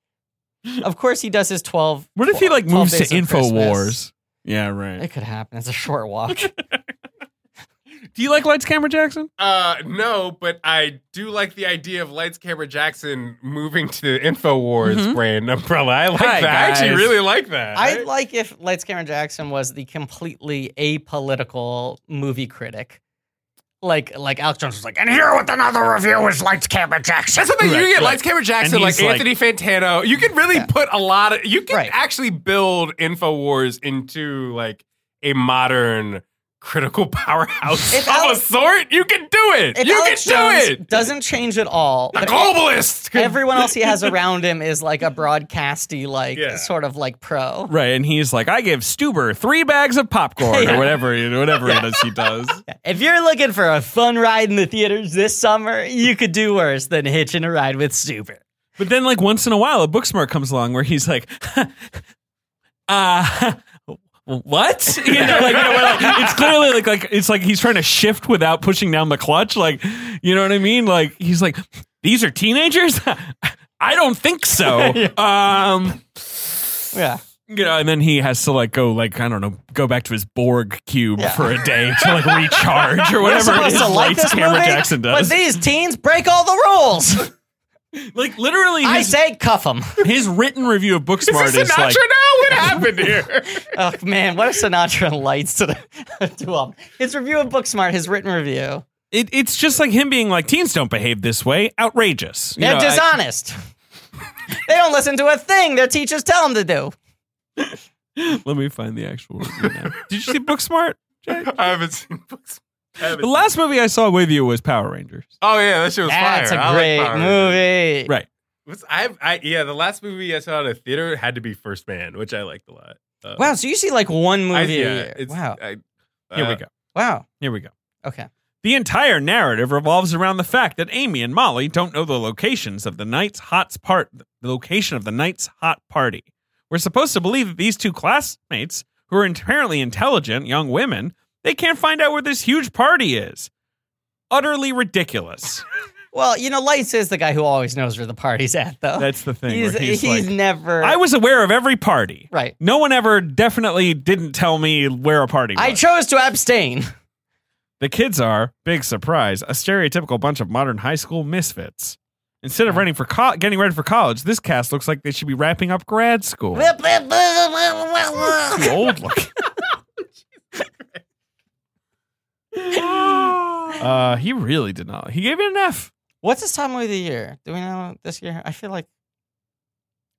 of course, he does his 12.
What if he like
12
moves to
days of Christmas.
Infowars? Yeah, right.
It could happen. It's a short
*laughs*
walk.
Do you like Lights Camera Jackson?
Uh, no, but I do like the idea of Lights Camera Jackson moving to InfoWars
Mm-hmm.
Mhm.
brand umbrella. I like that. I
Hi, guys.
actually really like that.
I'd like if Lights Cameron Jackson was the completely apolitical movie critic. Like like Alex Jones was like, and here with another review is Lights Camera Jackson.
That's the thing. You
Right,
can get
right.
Lights Camera Jackson,
And
like,
he's like-
Anthony Fantano. You can really
Yeah.
put a lot of. You can
Right.
actually build InfoWars into like a modern critical *laughs* powerhouse
If
of
Alex-
a sort. You can do it.
If
you
Alex
can
Jones
do it.
doesn't change at all.
A
then
globalist. could-
Everyone else he
*laughs*
has around him is like a broadcasty, like
Yeah.
sort of like pro.
Right, and he's like, I give Stuber three bags of
*laughs*
popcorn
Yeah.
or whatever, you know, whatever it is he does.
If you're looking for a fun ride in the theaters this summer, you could do worse than hitching a ride with Super.
But then, like once in a while, a Booksmart comes along where he's like, *laughs* uh, what? *laughs* You know, like, you know, we're like- it's clearly like like it's like he's trying to shift without pushing down the clutch. Like, you know what I mean? Like he's like, these are teenagers. *laughs* I don't
*laughs*
think so. Um,
Yeah.
you know, and then he has to like go like I don't know, go back to his Borg cube
Yeah.
for a day to like recharge or
We're
whatever. it
supposed
is
to like
Lights
this
Camera
movie,
Jackson does.
but these teens break all the
*laughs*
rules.
Like literally,
I
his,
say cuff them.
his written review of
Is
Booksmart
this
is,
Sinatra
like,
now? What happened here?
Oh man, what if Sinatra lights to the *laughs* to him? His review of Booksmart, his written review.
it, it's just like him being like, teens don't behave this way, outrageous. You
They're
know, I-
dishonest. they don't listen to a thing their teachers tell them to do.
*gasps* let me find the actual review. Now. Did you see Booksmart? Jay?
*laughs* I haven't seen books. I haven't
The last movie I saw with you was Power Rangers.
Oh yeah, that shit was
That's
fire.
a
I like
great
Power Rangers.
movie.
Right.
Was I? I yeah. The last movie I saw in a theater had to be First Man, which I liked a lot. Uh,
Wow, so you see like one movie
I-
a
yeah,
year.
it's-
Wow.
I-
Here we
uh,
go.
Wow.
Here we go.
Okay.
The entire narrative revolves around the fact that Amy and Molly don't know the locations of the night's hot part, the location of the night's hot party. We're supposed to believe that these two classmates, who are apparently intelligent young women, they can't find out where this huge party is. Utterly ridiculous.
Well, you know, Lights is the guy who always knows where the party's at, though.
*laughs* That's the thing.
he's
where he's,
he's
like,
never
I was aware of every party.
right.
No one ever definitely didn't tell me where a party was.
I chose to
*laughs*
abstain.
The kids are, big surprise, a stereotypical bunch of modern high school misfits. Instead of ready for co- getting ready for college, this cast looks like they should be wrapping up grad school.
Blah, blah, blah, blah, blah, blah.
*laughs* Too
*laughs*
old looking.
Oh,
uh, he really did not. He gave it an F.
What's his time of the year? Do we know this year? I feel like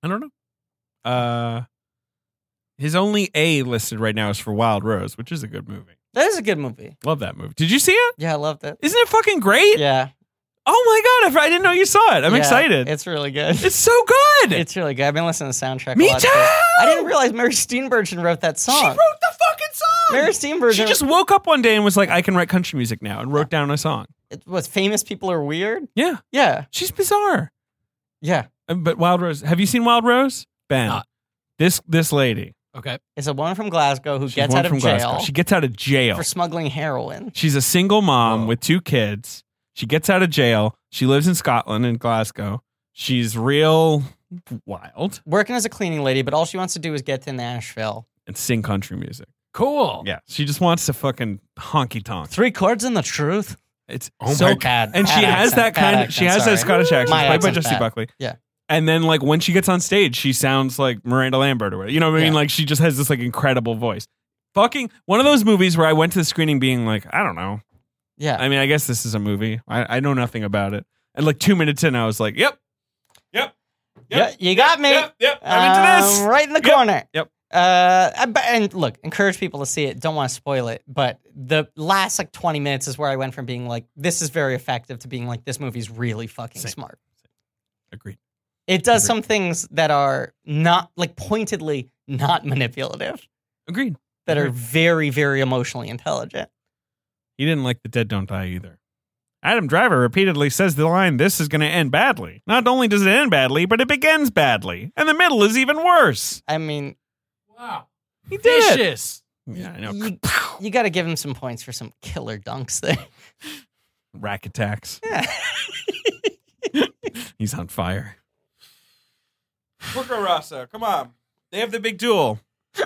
I don't know. Uh, his only A listed right now is for Wild Rose, which is a good movie.
that is a good movie.
Love that movie. Did you see it?
Yeah, I loved it.
Isn't it fucking great?
Yeah,
Oh my god! I I didn't know you saw it. I'm
Yeah,
excited.
It's really good. *laughs*
It's so good.
It's really good. I've been listening to the soundtrack.
Me
a lot
too!
I didn't realize Mary Steenburgen wrote that song.
She wrote the fucking song.
Mary Steenburgen.
she just woke up one day and was like, "I can write country music now," and wrote down a song.
it was famous people are weird.
Yeah,
Yeah,
she's bizarre.
yeah.
Uh, But Wild Rose, have you seen Wild Rose? Ben,
Not.
this this lady,
Okay.
It's a woman from Glasgow who
she's
gets
one
out of
from
jail
Glasgow. She gets out of jail.
for smuggling heroin.
She's a single mom
Whoa.
with two kids. She gets out of jail. She lives in Scotland in Glasgow. She's real wild
Working as a cleaning lady, but all she wants to do is get to Nashville.
and sing country music.
Cool.
Yeah, she just wants to fucking honky tonk.
Three chords in the truth.
It's
Oh
so
my
Bad.
and she
bad
has
accent,
that kind.
bad
of, she
accent,
has
sorry.
that Scottish accent
My
played by
accent's
Jussie
bad.
Buckley.
Yeah.
And then like when she gets on stage, she sounds like Miranda Lambert or whatever. You know what I mean?
Yeah.
Like she just has this like incredible voice. Fucking one of those movies where I went to the screening being like, I don't know.
Yeah.
I mean, I guess this is a movie. I, I know nothing about it. And like two minutes in, I was like, Yep, Yep.
Yeah, you got me.
yep, yep. I'm into
Um,
this.
Right in the
Yep.
corner.
Yep.
Uh, I- but- and look, encourage people to see it. Don't want to spoil it, but the last like 20 minutes is where I went from being like, this is very effective to being like, this movie's really fucking
Same.
smart.
Agreed.
It does some things that are not like pointedly not manipulative,
Agreed.
that
Mm-hmm.
are very, very emotionally intelligent.
He didn't like the dead don't die either. Adam Driver repeatedly says the line, This is going to end badly. Not only does it end badly, but it begins badly. And the middle is even worse.
I mean,
Wow.
He did.
Vicious.
Yeah, I know.
*laughs*
you, you got to give him some points for some killer dunks there.
*laughs*
*laughs*
Rack attacks.
Yeah.
He's on fire. Porco Rosso, come on. They have the big duel.
*laughs*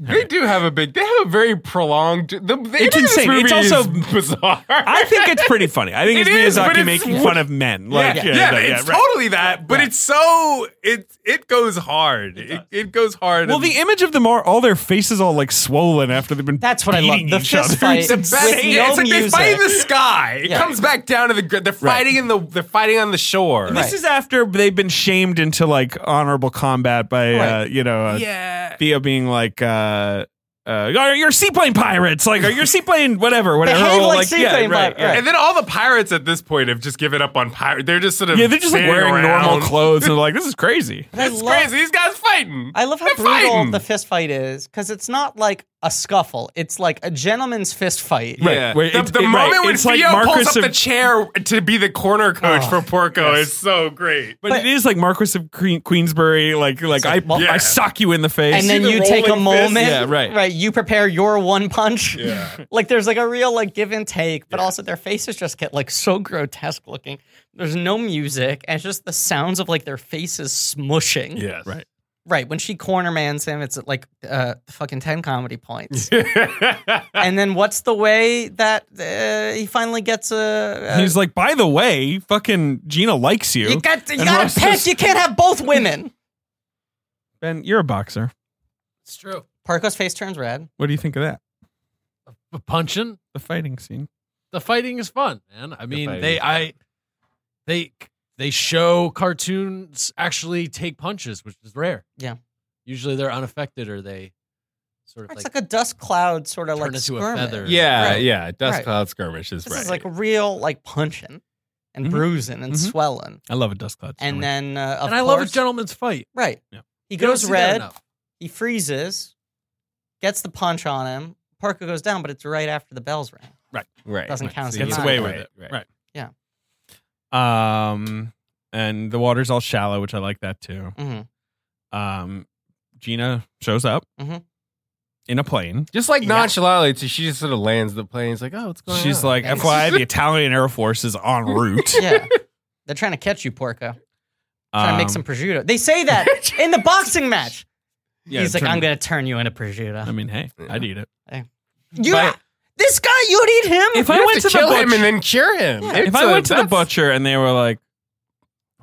They do have a big. They have a very prolonged. The, the end
It's
of
insane.
This movie
It's also-
is bizarre.
I
*laughs*
think it's pretty funny. I think
It
it's
is, but
Miyazaki
it's-
making fun of men. Like,
yeah, yeah, it's totally that, but
Yeah.
it's so it it goes hard. It, it, goes hard.
Well,
and-
the image of them are all their faces all like swollen after they've been.
That's what I love.
beating
The
each
fist
other.
fight
*laughs* It's
with
insane.
no
it's like they fight in the
music.
sky. It
Yeah.
comes back down to the gr- they're
Right.
fighting in the they're fighting on the shore.
This
Right.
is after they've been shamed into like honorable combat by uh,
Right.
you know uh,
Yeah.
Theo being like. uh uh, "Oh, you're seaplane pirates,
*laughs*
like, or you're seaplane, whatever, whatever.
Behave
Or,
like
yeah,
seaplane
right,
pirate.
And then all the pirates at this point have just given up on pirate. They're just sort of
Yeah, they're just like
standing
wearing
around.
normal clothes and they're like, this is crazy.
But I
It's
love-
crazy. These guys fighting.
I love how
They're
brutal
fighting.
the fist fight is because it's not like a scuffle. It's like a gentleman's fist fight.
Right,
Yeah.
where
the
it's-
the
it- right,
moment when
it's like
Theo pulls
Marcus
up
of-
the chair to be the corner coach for
Oh,
Porco is so great. *laughs*
But, it is like Marquis of Queen- Queensbury, like like I
like,
yeah.
I sock you in the face.
And then
the
you take a
rolling
moment.
fist?
Yeah, right.
Right. You prepare your one punch.
Yeah.
*laughs* like there's like a real like give and take, but also their faces just get like so grotesque looking. There's no music and it's just the sounds of like their faces smushing.
Yes.
Right.
Right. When she corner mans him, it's at like uh fucking ten comedy
*laughs*
points.
yeah.
and then what's the way that uh, he finally gets a, a
he's like, by the way, fucking Gina likes you.
Uh, You got you
And
got
Ross
to pick.
just-
You can't have both
*laughs*
women.
ben, you're a boxer.
It's true.
Parko's face turns red.
What do you think of that?
But punching,
The fighting scene.
the fighting is fun, man. I mean,
fighting
they
is
I they they show cartoons actually take punches, which is rare.
Yeah.
Usually they're unaffected or they sort of
It's
like,
like, a dust cloud, sort of
turn
like
into a
skirmish.
feather.
Yeah.
Right.
Dust
Right.
cloud skirmish is
This
right.
is like real like punching, and and
Mhm.
bruising and
Mhm.
swelling.
I love a dust cloud.
And then, uh, of
and I love a
course-
gentleman's fight.
Right.
Yeah.
He
You don't
goes
see that
red.
enough.
He freezes, gets the punch on him. Parker goes down, but it's right after the bells rang.
Right.
Doesn't count as
gets
denied.
away
Right,
with it.
right.
Right. Um, and the water's all shallow, which I like that too.
Mhm.
Um, Gina shows up
Mhm.
in a plane.
Just like
Yeah.
nonchalantly, so she just sort of lands the plane. It's like, oh, what's going on?
She's like,
Nice. *laughs*
FYI, the Italian Air Force is en route.
Yeah. *laughs* They're trying to catch you, Porco. Trying to
Um,
make some prosciutto. They say
*laughs*
that in the boxing match.
yeah,
He's like,
turn-
I'm going to turn you into prosciutto.
I mean, hey,
Yeah.
I'd eat it.
you,
but-
this guy, you'd eat him?
If
You
I
have
went
to
to the
kill him
butcher-
and then cure him.
if
It's
I
a-
went to the
that's-
butcher and they were like,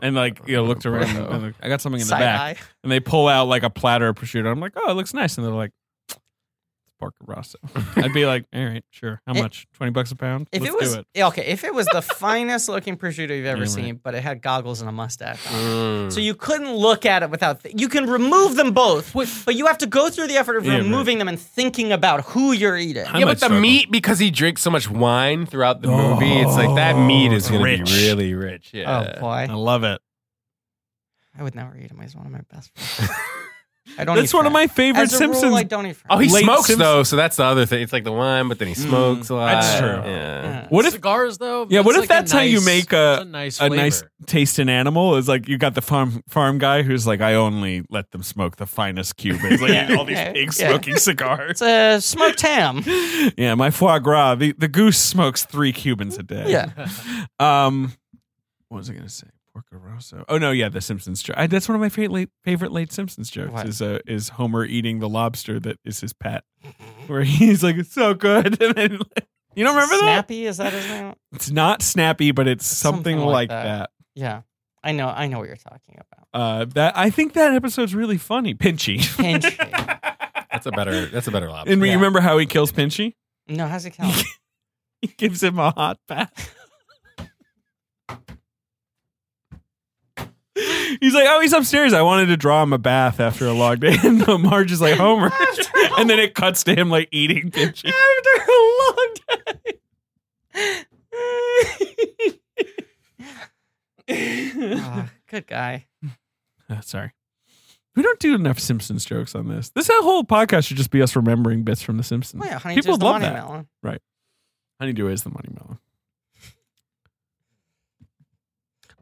and like
Oh,
you know, looked around,
Bro.
and like, I got something in the
Side
back,
eye.
and they pull out like a platter of prosciutto. I'm like, oh, it looks nice, and they're like, it's Parker
*laughs*
Rosso. I'd be like, all right, sure. How
It-
much? Twenty bucks a pound?
If
Let's
it was
do it.
yeah, okay, if it was the *laughs* finest looking prosciutto you've ever
You're right.
seen, but it had goggles and a mustache, on.
Mm.
so you couldn't look at it without. Th- you can remove them both, but you have to go through the effort of
Yeah, right.
removing them and thinking about who you're eating. Oh,
I
yeah,
might
but the
struggle.
meat because he drinks so much wine throughout the movie. It's like that meat is going to
Oh, rich.
be really rich. Yeah.
Oh boy,
I love it.
I would never eat him. He's one of my best
*laughs*
friends. I don't. eat
That's one of
fat.
my favorite
As a
Simpsons.
Rule, I don't eat.
Oh, he
Late
smokes
Simpson-
though, so that's the other thing. It's like the wine, but then he
Mm,
smokes a lot.
that's true.
Yeah.
*laughs* what if
cigars though?
Yeah, what
it's
if
like a
that's how you
nice-
make a-
it's nice
a
flavor.
nice taste in animal is like you got the farm farm guy who's like I only let them smoke the finest Cubans, *laughs* like
Yeah.
all these
Yeah.
pigs
Yeah.
smoking *laughs* cigars.
It's a smoked ham.
*laughs* yeah, my foie gras. The, the goose smokes three Cubans a day.
Yeah.
*laughs* Um, what was I gonna say? Porco Rosso. Oh no, yeah, the Simpsons joke. I, that's one of my favorite late, favorite late Simpsons jokes.
What?
Is uh, is Homer eating the lobster that is his pet, where *laughs* he's like, "It's so good," *laughs* and then like, you don't remember that?
Snappy is that his name?
It's not snappy, but it's something,
Something like
like
that.
that.
Yeah, I know. I know what you're talking
*laughs*
about.
Uh, that I think that episode's really funny. Pinchy. *laughs*
Pinchy.
That's a better. That's a better option.
And
Yeah.
you remember how he kills Pinchy? *laughs*
no, how's it count?
He gives him a hot bath. He's like, oh, he's upstairs. I wanted to draw him a bath after a long day. *laughs* And Marge is like, Homer. *laughs*
*laughs*
And then it cuts to him like eating Pinchy.
after a long day. Ah, good guy.
Uh, sorry. We don't do enough Simpsons jokes on this. This whole podcast should just be us remembering bits from The Simpsons.
Well, Oh, yeah, honey, People
People
the
love
money
that.
melon.
Honeydew is the money melon.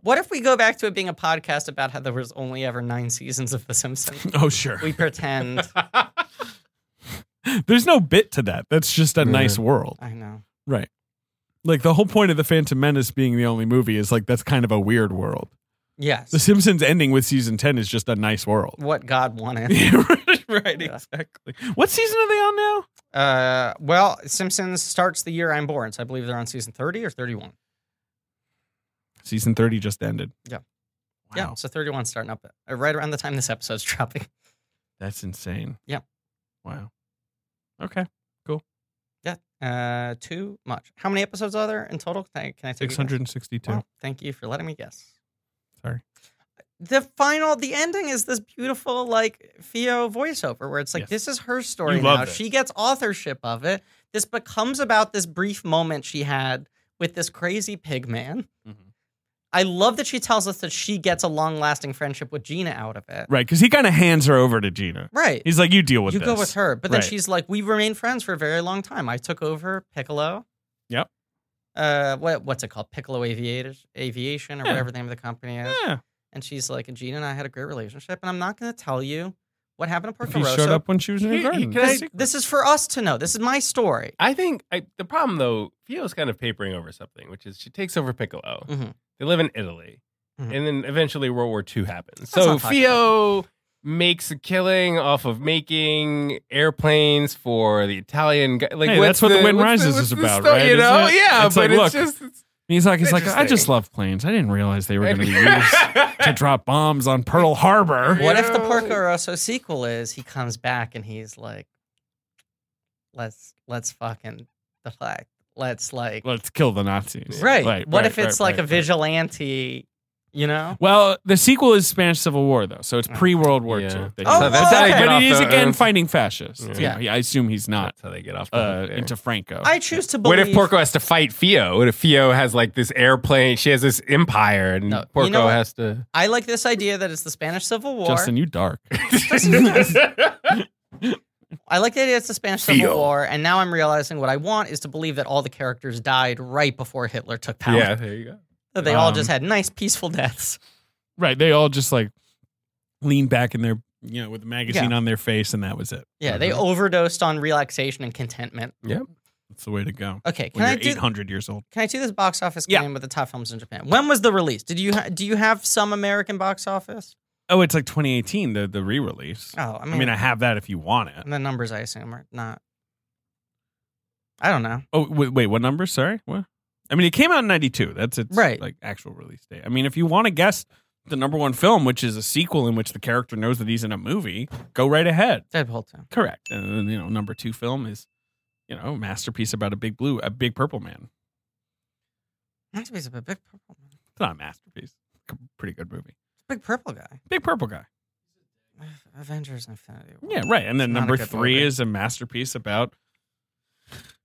What if we go back to it being a podcast about how there was only ever nine seasons of The Simpsons?
*laughs* Oh, sure.
We pretend.
There's no bit to that. That's just a nice world.
I know.
Right. Like the whole point of the Phantom Menace being the only movie is like that's kind of a weird world. The
Yes.
Simpsons ending with season 10 is just a nice
*laughs*
world. *laughs*
What God wanted.
right,
Yeah.
exactly. What season are they on now?
Uh, well, Simpsons starts the year I'm born, so I believe they're on season 30 or 31.
Season 30 just ended.
Yeah. Yeah,
Wow.
so 31 's starting up uh, right around the time this episode's *laughs* dropping.
That's insane.
Yeah.
Wow. Okay.
Yeah. Uh, too much. How many episodes are there in total? Can I, can I take a guess?
662.
Wow, thank you for letting me guess.
Sorry.
The final, the ending is this beautiful, like Theo voiceover, where it's like,
Yes.
this is her story
You
now.
love it.
She gets authorship of it. This becomes about this brief moment she had with this crazy pig man.
Mm-hmm.
I love that she tells us that she gets a long lasting friendship with Gina out of it.
Right, because he kind of hands her over to Gina.
Right.
He's like, you deal with
you
this.
go with her. But then
Right.
she's like, we remained friends for a very long time. I took over Piccolo.
Yep.
Uh, what what's it called? Piccolo Aviators, Aviation, or
Yeah.
whatever the name of the company is.
Yeah.
And she's like, and Gina and I had a great relationship, and I'm not going to tell you what happened to
If
Porco
he showed
Rosso.
up when she was in her
He- he
garden.
could-
That's
I-
secret.
This is for us to know. This is my story.
I think I, the problem though, Fio's kind of papering over something, which is she takes over Piccolo.
Mm-hmm.
Mhm.
They live in Italy,
Mhm.
and then eventually World War II happens.
Let's
So
not talk
Fio makes a killing off of making airplanes for the Italian guy. Like
Hey,
what's
that's what The Wind
what's
Rises
what's
is
the
about,
story,
right?
You
Isn't
know,
it?
yeah,
It's
but
like,
it's
look,
just. It's,
And he's like, he's like, I
Interesting.
just love planes. I didn't realize they were
*laughs*
going to be
*laughs*
used to drop bombs on Pearl Harbor.
What if the
Yeah.
Porco Rosso sequel is he comes back and he's like, let's let's fucking like let's like
Let's kill the Nazis.
right. What
right,
if it's
right,
like a
right,
vigilante You know?
Well, the sequel is Spanish Civil War though, so it's pre World War
Oh. Yeah.
II. that he
Oh,
was-
that's how they
but
get
it
off
is
the-
again
uh,
fighting fascists.
Yeah.
Yeah. I assume he's not
That's how they get off. The
uh,
hook there.
into Franco.
I choose to believe.
What if Porco has to fight Fio? What if Fio has like this airplane? She has this empire, and
No, you
Porco
know what?
has to.
I like this idea that it's the Spanish Civil War.
Justin, you dark. *laughs*
I like the idea it's the Spanish Civil
Feel.
War, and now I'm realizing what I want is to believe that all the characters died right before Hitler took
*laughs*
power.
Yeah, there you go.
That they all
Um,
just had nice, peaceful deaths.
right? They all just like lean back in their you know with the magazine on their face, and that was it.
Yeah, they overdosed on relaxation and contentment.
That's the way to go.
Okay, can
When
I
you're
do?
eight hundred years old.
Can I do this box office
Yeah.
game with the top films in Japan? When was the release? Did you ha- do you have some American box office?
Oh, it's like 2018, the the re-release.
Oh, I
I
mean,
mean, I have that if you want it.
the numbers I assume are not. I don't know.
Oh wait, wait what number? Sorry, what? I mean, it came out in '92. That's its
Right.
like actual release date. I mean, if you want to guess the number one film, which is a sequel in which the character knows that he's in a movie, go right ahead.
Deadpool two.
Correct. And then you know, number two film is you know a masterpiece about a big blue, a big purple man.
Nice piece of a big purple.
It's not a masterpiece. It's a pretty good movie.
Big purple guy.
Big purple guy.
*sighs* Avengers Infinity. War.
Yeah, right. And then
It's not
number
a good
three
movie.
is a masterpiece about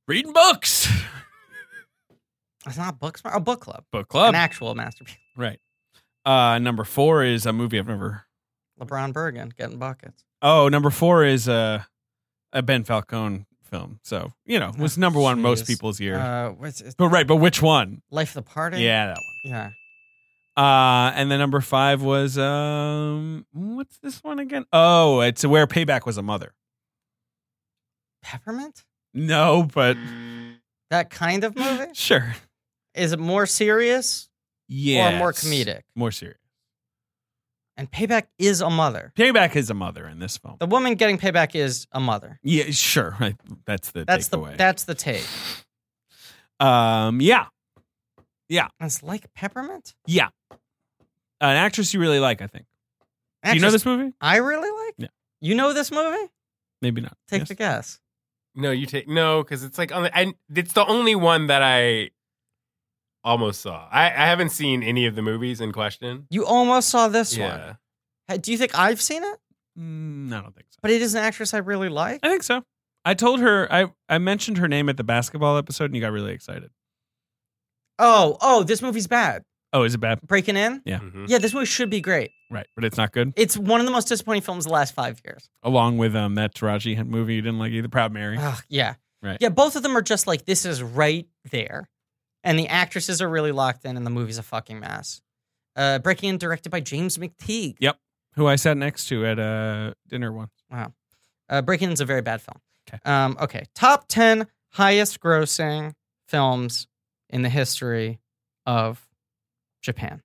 reading books.
It's not books. A book club.
Book club.
An actual masterpiece. *laughs*
Right. Uh, number four is a movie I've never.
LeBron Bergen getting buckets.
Oh, number four is a, a Ben Falcone film. So you know, was number one most
Ah, Jeez.
people's year.
Uh, what's it?
but right, but which one?
Life of the Party.
Yeah, that one.
Yeah.
Uh, and then number five was um, what's this one again? Oh, it's where Payback was a mother.
Peppermint.
No, but
Mm. That kind of
*laughs*
movie.
sure.
Is it more serious
Yeah,
or more comedic?
more serious.
And Payback is a mother.
Payback is a mother in this film.
The woman getting payback is a mother.
Yeah, sure. I, that's the
That's the
takeaway.
that's the take.
um, yeah,
It's like peppermint.
yeah. An actress you really like, I think. Do you know
Actress
this movie?
I really like.
Yeah.
You know this movie?
Maybe not.
Take
Yes.
the guess.
No, you take no because it's like on the, I, it's the only one that I almost saw. I, I haven't seen any of the movies in question.
You almost saw this
Yeah,
one. Do you think I've seen it?
Mm, I don't think so.
But it is an actress I really like.
I think so. I told her I, I mentioned her name at the basketball episode, and you got really excited.
Oh, oh, this movie's bad.
Oh, is it bad?
Breaking in.
Yeah.
Mhm.
Yeah, this movie should be great.
Right, but it's not good.
It's one of the most disappointing films of the last five years.
Along with um that Taraji movie you didn't like either, Proud Mary.
Ugh, yeah.
Right.
Yeah, both of them are just like, this is right there. And the actresses are really locked in, and the movie's a fucking mess. Uh, Breaking In, directed by James McTeague.
Yep. Who I sat next to at uh dinner one.
Uh, Breaking In's a very bad film.
Okay.
Um, okay. Top 10 highest grossing films in the history of Japan.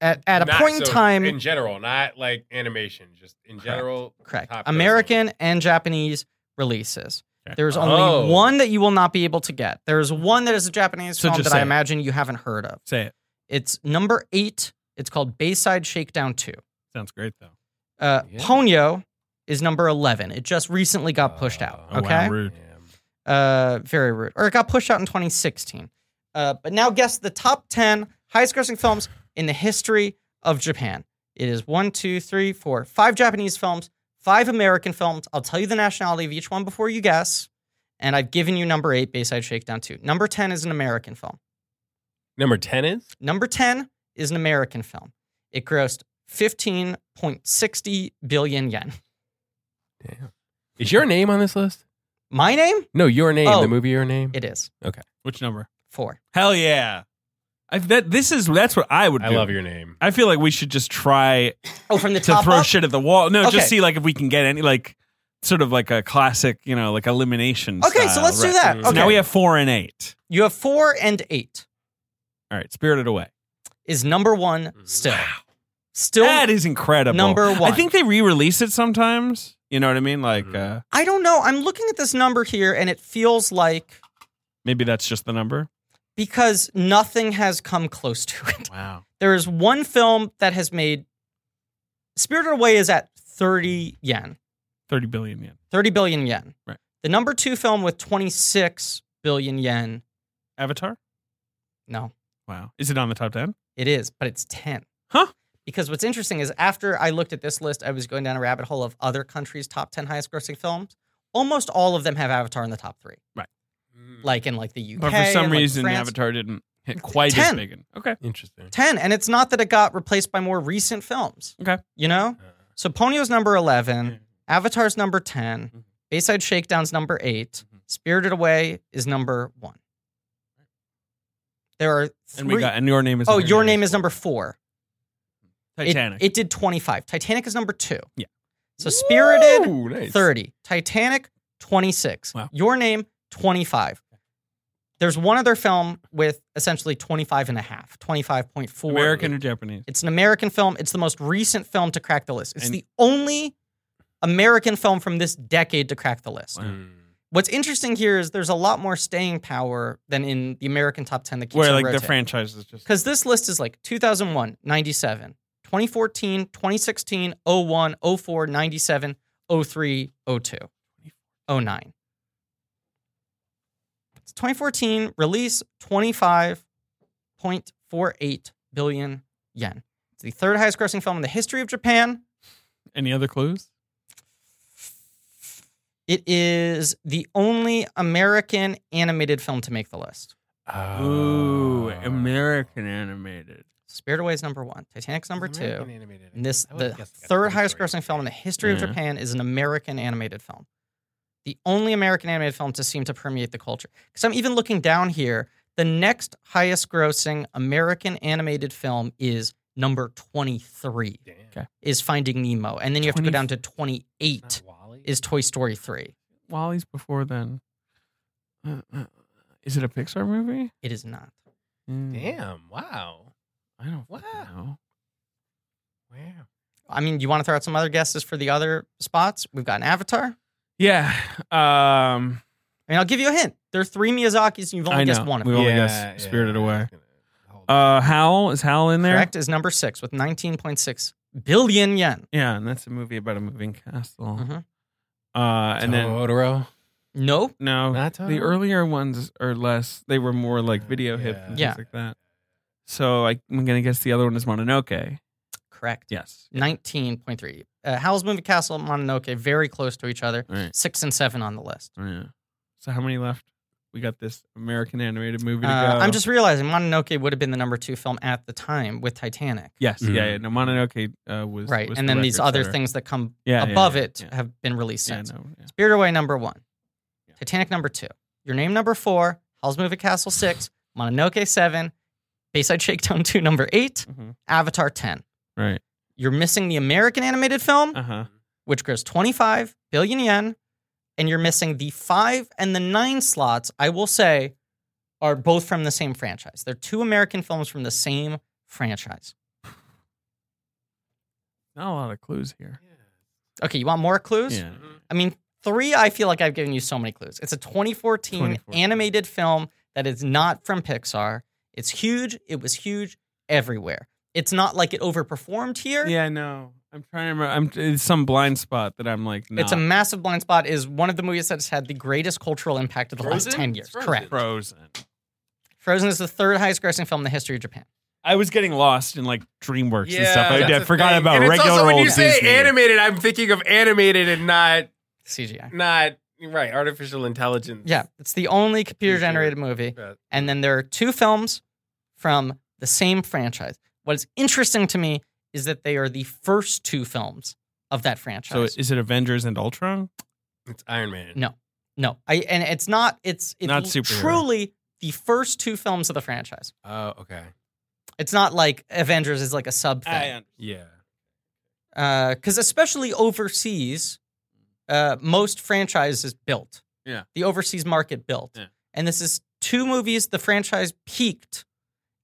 At, at a
Not-
point in
so
time,
in general, not like animation, just in general.
correct.
top grossing.
American and Japanese releases.
Okay.
There's only
Oh.
one that you will not be able to get. There's one that is a Japanese
So
film
just
that I
say it.
imagine you haven't heard of.
Say it.
It's number eight. It's called Bayside Shakedown 2.
Sounds great though.
Uh,
Yeah.
Ponyo is number 11. It just recently got pushed out.
Oh,
Okay.
wow, rude.
Damn.
Uh, very rude. Or it got pushed out in 2016. Uh, but now guess the top 10 highest grossing films in the history of Japan. It is one, two, three, four, five Japanese films, five American films. I'll tell you the nationality of each one before you guess. And I've given you number eight, Bayside Shakedown 2. Number 10 is an American film.
Number ten is
Number 10 is an American film. It grossed 15.60 billion yen.
damn. Is your name on this list?
My name?
No, your name.
Oh.
The movie, your name.
It is
Which number?
four.
Hell yeah. I that this is that's what I would
I
do.
love your name.
I feel like we should just try
Oh, from the
to
top
throw
up?
shit at the wall. No,
Okay.
just see like if we can get any like sort of like a classic, you know, like elimination.
Okay, so
style,
let's do
right?
that.
Mm.
So
Okay.
now we have four and eight.
You have four and eight
All right, Spirited Away.
is number one still. Still,
Mm-hmm. that is incredible.
number one.
I think they re-release it sometimes. You know what I mean? Like uh,
I don't know. I'm looking at this number here, and it feels like
maybe that's just the number.
because nothing has come close to it. *laughs*
Wow.
There is one film that has made Spirited Away is at 30 yen,
Thirty billion yen.
30 billion yen.
Right.
The number two film with 26 billion yen.
Avatar?
No,
Wow. Is it on the top ten?
It is, but it's 10.
Huh.
Because what's interesting is after I looked at this list, I was going down a rabbit hole of other countries' top 10 highest grossing films. Almost all of them have Avatar in the top three.
Right.
Mm. Like in like the UK.
Mm. But for some
and, like,
reason,
France.
Avatar didn't hit quite as
Ten.
big. An, okay.
Interesting.
10. And it's not that it got replaced by more recent films.
Okay. Mm.
You know? So Ponyo's number 11, Avatar's number 10,
Mm-hmm.
Bayside Shakedown's number 8, Spirited Away is number 1. There are three.
And we got, and your name is.
oh, Your Name is number 4. It-
Titanic.
It, did 25. Titanic is number 2.
Yeah.
So Spirited
Ooh, nice.
30, Titanic 26.
Wow.
Your Name 25. There's one other film with essentially 25 and a half, 25.4.
American or Japanese?
It's an American film. It's the most recent film to crack the list. It's
And-
the only American film from this decade to crack the list.
Mm.
What's interesting here is there's a lot more staying power than in the American top 10 that keeps
Where
on
like the
rotating.
franchise is just.
Because this list is like 2001, 97, 2014, 2016, 01, 04, 97, 03, 02, 09. It's 2014 release 25.48 billion yen. It's the third highest grossing film in the history of Japan.
Any other clues?
It is the only American animated film to make the list.
Oh.
Ooh, American animated.
Spirit Away is number one, Titanic's number two.
American animated.
And this
I would've
the
guessed it got
third
23.
highest grossing film in the history of
Yeah.
Japan is an American animated film. The only American animated film to seem to permeate the culture. Because I'm even looking down here, the next highest grossing American animated film is number 23
Damn.
is Finding Nemo. And then you have to go
20
down to 28
Not Wall-E?
is Toy Story 3.
Wally's before then. Uh, uh, is it a Pixar movie?
It is not.
Mm,
Damn! Wow!
I don't fucking
Wow.
know.
Wow!
I mean, you want to throw out some other guesses for the other spots? We've got an Avatar.
Yeah. Um,
I mean, I'll give you a hint. There are three Miyazakis, and you've only
I know.
guessed one of
We
them.
only
Yeah,
guessed
yeah,
Spirited
I was
Away.
gonna hold on.
Uh, Howl is Howl in there?
Correct is number six with 19.6 billion yen.
Yeah, and that's a movie about a moving castle.
Mhm.
Uh, and then
Totoro.
Nope.
no,
Not
the
Totoro?
earlier ones are less. They were more like video hip and
Yeah.
things like that. So I, I'm gonna guess the other one is Mononoke.
Correct.
Yes.
19.3. Uh, Howl's Moving Castle and Mononoke, very close to each other.
All right.
Six and seven on the list.
Oh, yeah. So how many left? We got this American animated movie to
Uh,
go.
I'm just realizing Mononoke would have been the number two film at the time with Titanic.
yes,
Mhm.
yeah, yeah. No, Mononoke uh, was
right.
was
And then these
record
other
setter.
things that come
Yeah, yeah,
above
yeah,
it
yeah.
have been released
Yeah,
since.
no, yeah.
Spirit Away, number one.
Yeah.
Titanic, number two. Your Name, number four. Howl's Moving Castle, six. Mononoke, seven. Bayside Shakedown 2, number eight.
Mhm.
Avatar, 10.
Right.
You're missing the American animated film.
Uh huh.
which grows 25 billion yen, and you're missing the five and the nine slots, I will say, are both from the same franchise. They're two American films from the same franchise.
Not a lot of clues here.
Okay, you want more clues?
Yeah.
Mm-hmm.
I mean, three, I feel like I've given you so many clues. It's a 2014,
2014.
animated film that is not from Pixar. It's huge. It was huge everywhere. It's not like it overperformed here.
Yeah. No. I'm trying to. Remember, I'm. It's some blind spot that I'm like. Not
It's a massive blind spot. Is one of the movies that's had the greatest cultural impact of the last
Frozen?
ten
It's
years.
Frozen.
Correct.
frozen.
Frozen is the third highest grossing film in the history of Japan.
I was getting lost in like DreamWorks and stuff. I,
that's
I
a
forgot
thing.
about
and it's
regular
also when
old
you say
Disney.
animated, I'm thinking of animated and not
CGI.
not right artificial intelligence.
Yeah, it's the only computer generated movie.
But-
And then there are two films from the same franchise. What is interesting to me is that they are the first two films of that
So
franchise.
is it Avengers and Ultron?
It's Iron Man.
No. no, I and it's not it's it's
Not superhero.
truly the first two films of the franchise.
Oh, okay.
It's not like Avengers is like a sub thing.
Yeah.
because Uh, especially overseas, uh, most franchises built.
Yeah.
The overseas market built.
Yeah.
And this is two movies the franchise peaked.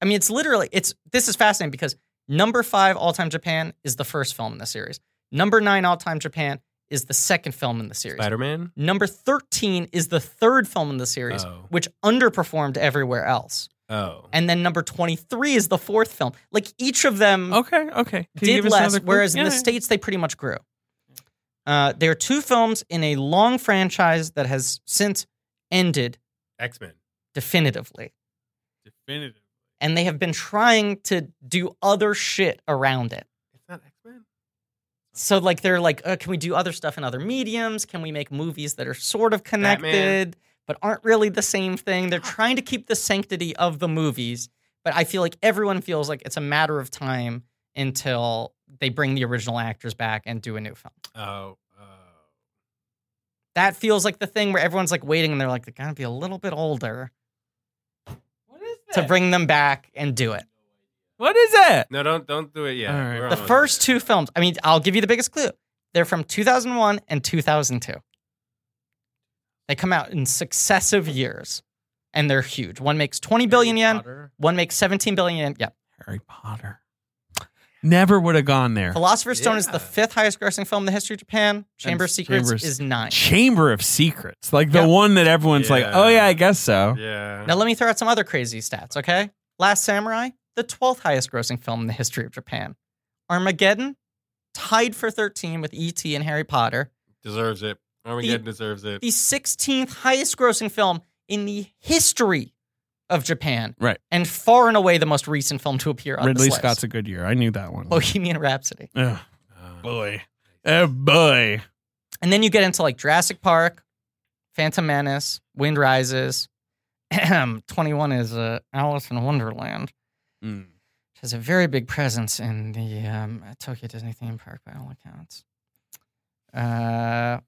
I mean, it's literally it's this is fascinating because number five all time Japan is the first film in the series. Number nine all time Japan is the second film in the series.
Spider Man.
Number thirteen is the third film in the series,
Oh.
which underperformed everywhere else.
Oh.
And then number twenty three is the fourth film. Like each of them
Okay, okay. Can you
did
give us
less,
another clue?
whereas in
Yeah,
the States, they pretty much grew. Uh, there are two films in a long franchise that has since ended
X Men.
definitively.
Definitive.
and they have been trying to do other shit around it.
It's not X Men.
So like they're like, uh, can we do other stuff in other mediums? Can we make movies that are sort of
Batman.
connected but aren't really the same thing? They're trying to keep the sanctity of the movies, but I feel like everyone feels like it's a matter of time until they bring the original actors back and do a new film.
Oh, oh.
That feels like the thing where everyone's like waiting and they're like, they gotta be a little bit older
What is
to bring them back and do it.
What is that?
No, don't don't do it yet.
All right.
We're
The
almost
first
there.
two films, I mean, I'll give you the biggest clue. They're from 2001 and 2002. They come out in successive years and they're huge. One makes 20 billion yen,
Potter.
one makes 17 billion yen. Yeah.
Harry Potter. Never would have gone there.
Philosopher's Stone is the
Yeah.
fifth highest grossing film in the history of Japan. Chamber of Secrets
Chamber's-
is nine.
Chamber of Secrets, like the
Yeah.
one that everyone's like,
Yeah.
oh yeah, I guess so.
Yeah.
Now, let me throw out some other crazy stats, okay? Last Samurai, the 12th highest grossing film in the history of Japan. Armageddon, tied for 13 with E.T. and Harry Potter.
deserves it. Armageddon deserves it.
the 16th highest grossing film in the history of Japan.
Right.
And far and away the most recent film to appear on
Ridley
this
Scott's
list.
a good year. I knew that one.
Bohemian Rhapsody.
Ugh,
Uh,
boy, oh boy.
And then you get into like Jurassic Park, Phantom Menace, Wind Rises. *clears throat* 21 is uh, Alice in Wonderland,
Mm.
which has a very big presence in the um, Tokyo Disney theme park by all accounts. Uh,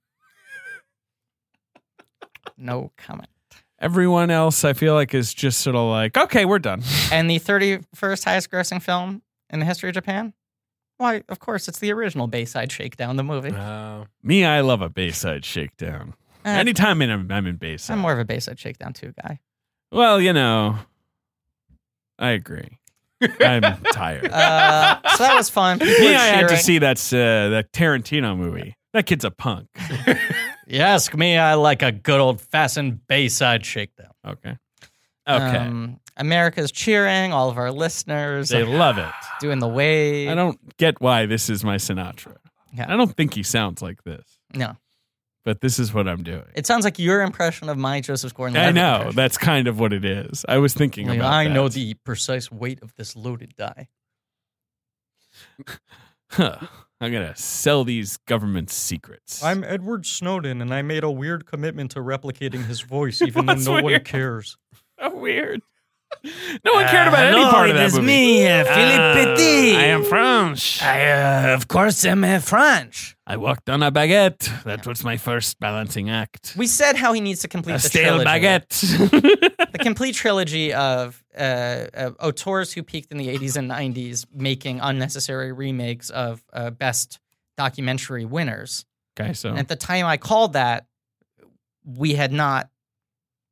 no comment.
Everyone else, I feel like, is just sort of like, okay, we're done.
And the 31st highest grossing film in the history of Japan? Why, of course, it's the original Bayside Shakedown, the movie.
oh.
Me, I love a Bayside shakedown.
Uh,
Anytime in, I'm in Bayside.
I'm more of a Bayside Shakedown 2
*laughs*
guy.
Well, you know, I agree.
*laughs*
I'm tired.
Uh, so that was fun. People
Me,
were
I had to
cheering.
see that uh, that Tarantino movie. That kid's
*laughs*
a punk.
You ask me, I like a good old fashioned Bayside shakedown.
Okay. Okay.
Um, America's cheering, all of our listeners
they love it.
doing the wave.
I don't get why this is my Sinatra.
Yeah.
I don't think he sounds like this,
No.
but this is what I'm doing.
It sounds like your impression of my Joseph Gordon.
I know that's kind of what it is. I was thinking about.
I
that.
know the precise weight of this loaded die.
Huh. *laughs* I'm gonna sell these government secrets.
Edward Snowden, and I made a weird commitment to replicating his voice, even
*laughs* though What's no one weird?
cares.
so weird. No one cared about any part of that movie.
me, uh, Philippe Petit.
I am French.
I, uh, of course, am uh, French.
I walked on a baguette. That was my first balancing act.
We said how he needs to complete
a
the
stale
trilogy.
baguette. *laughs*
the complete trilogy of uh, uh, auteurs who peaked in the 80s and 90s making unnecessary remakes of uh, best documentary winners.
okay, so
And at the time I called that, we had not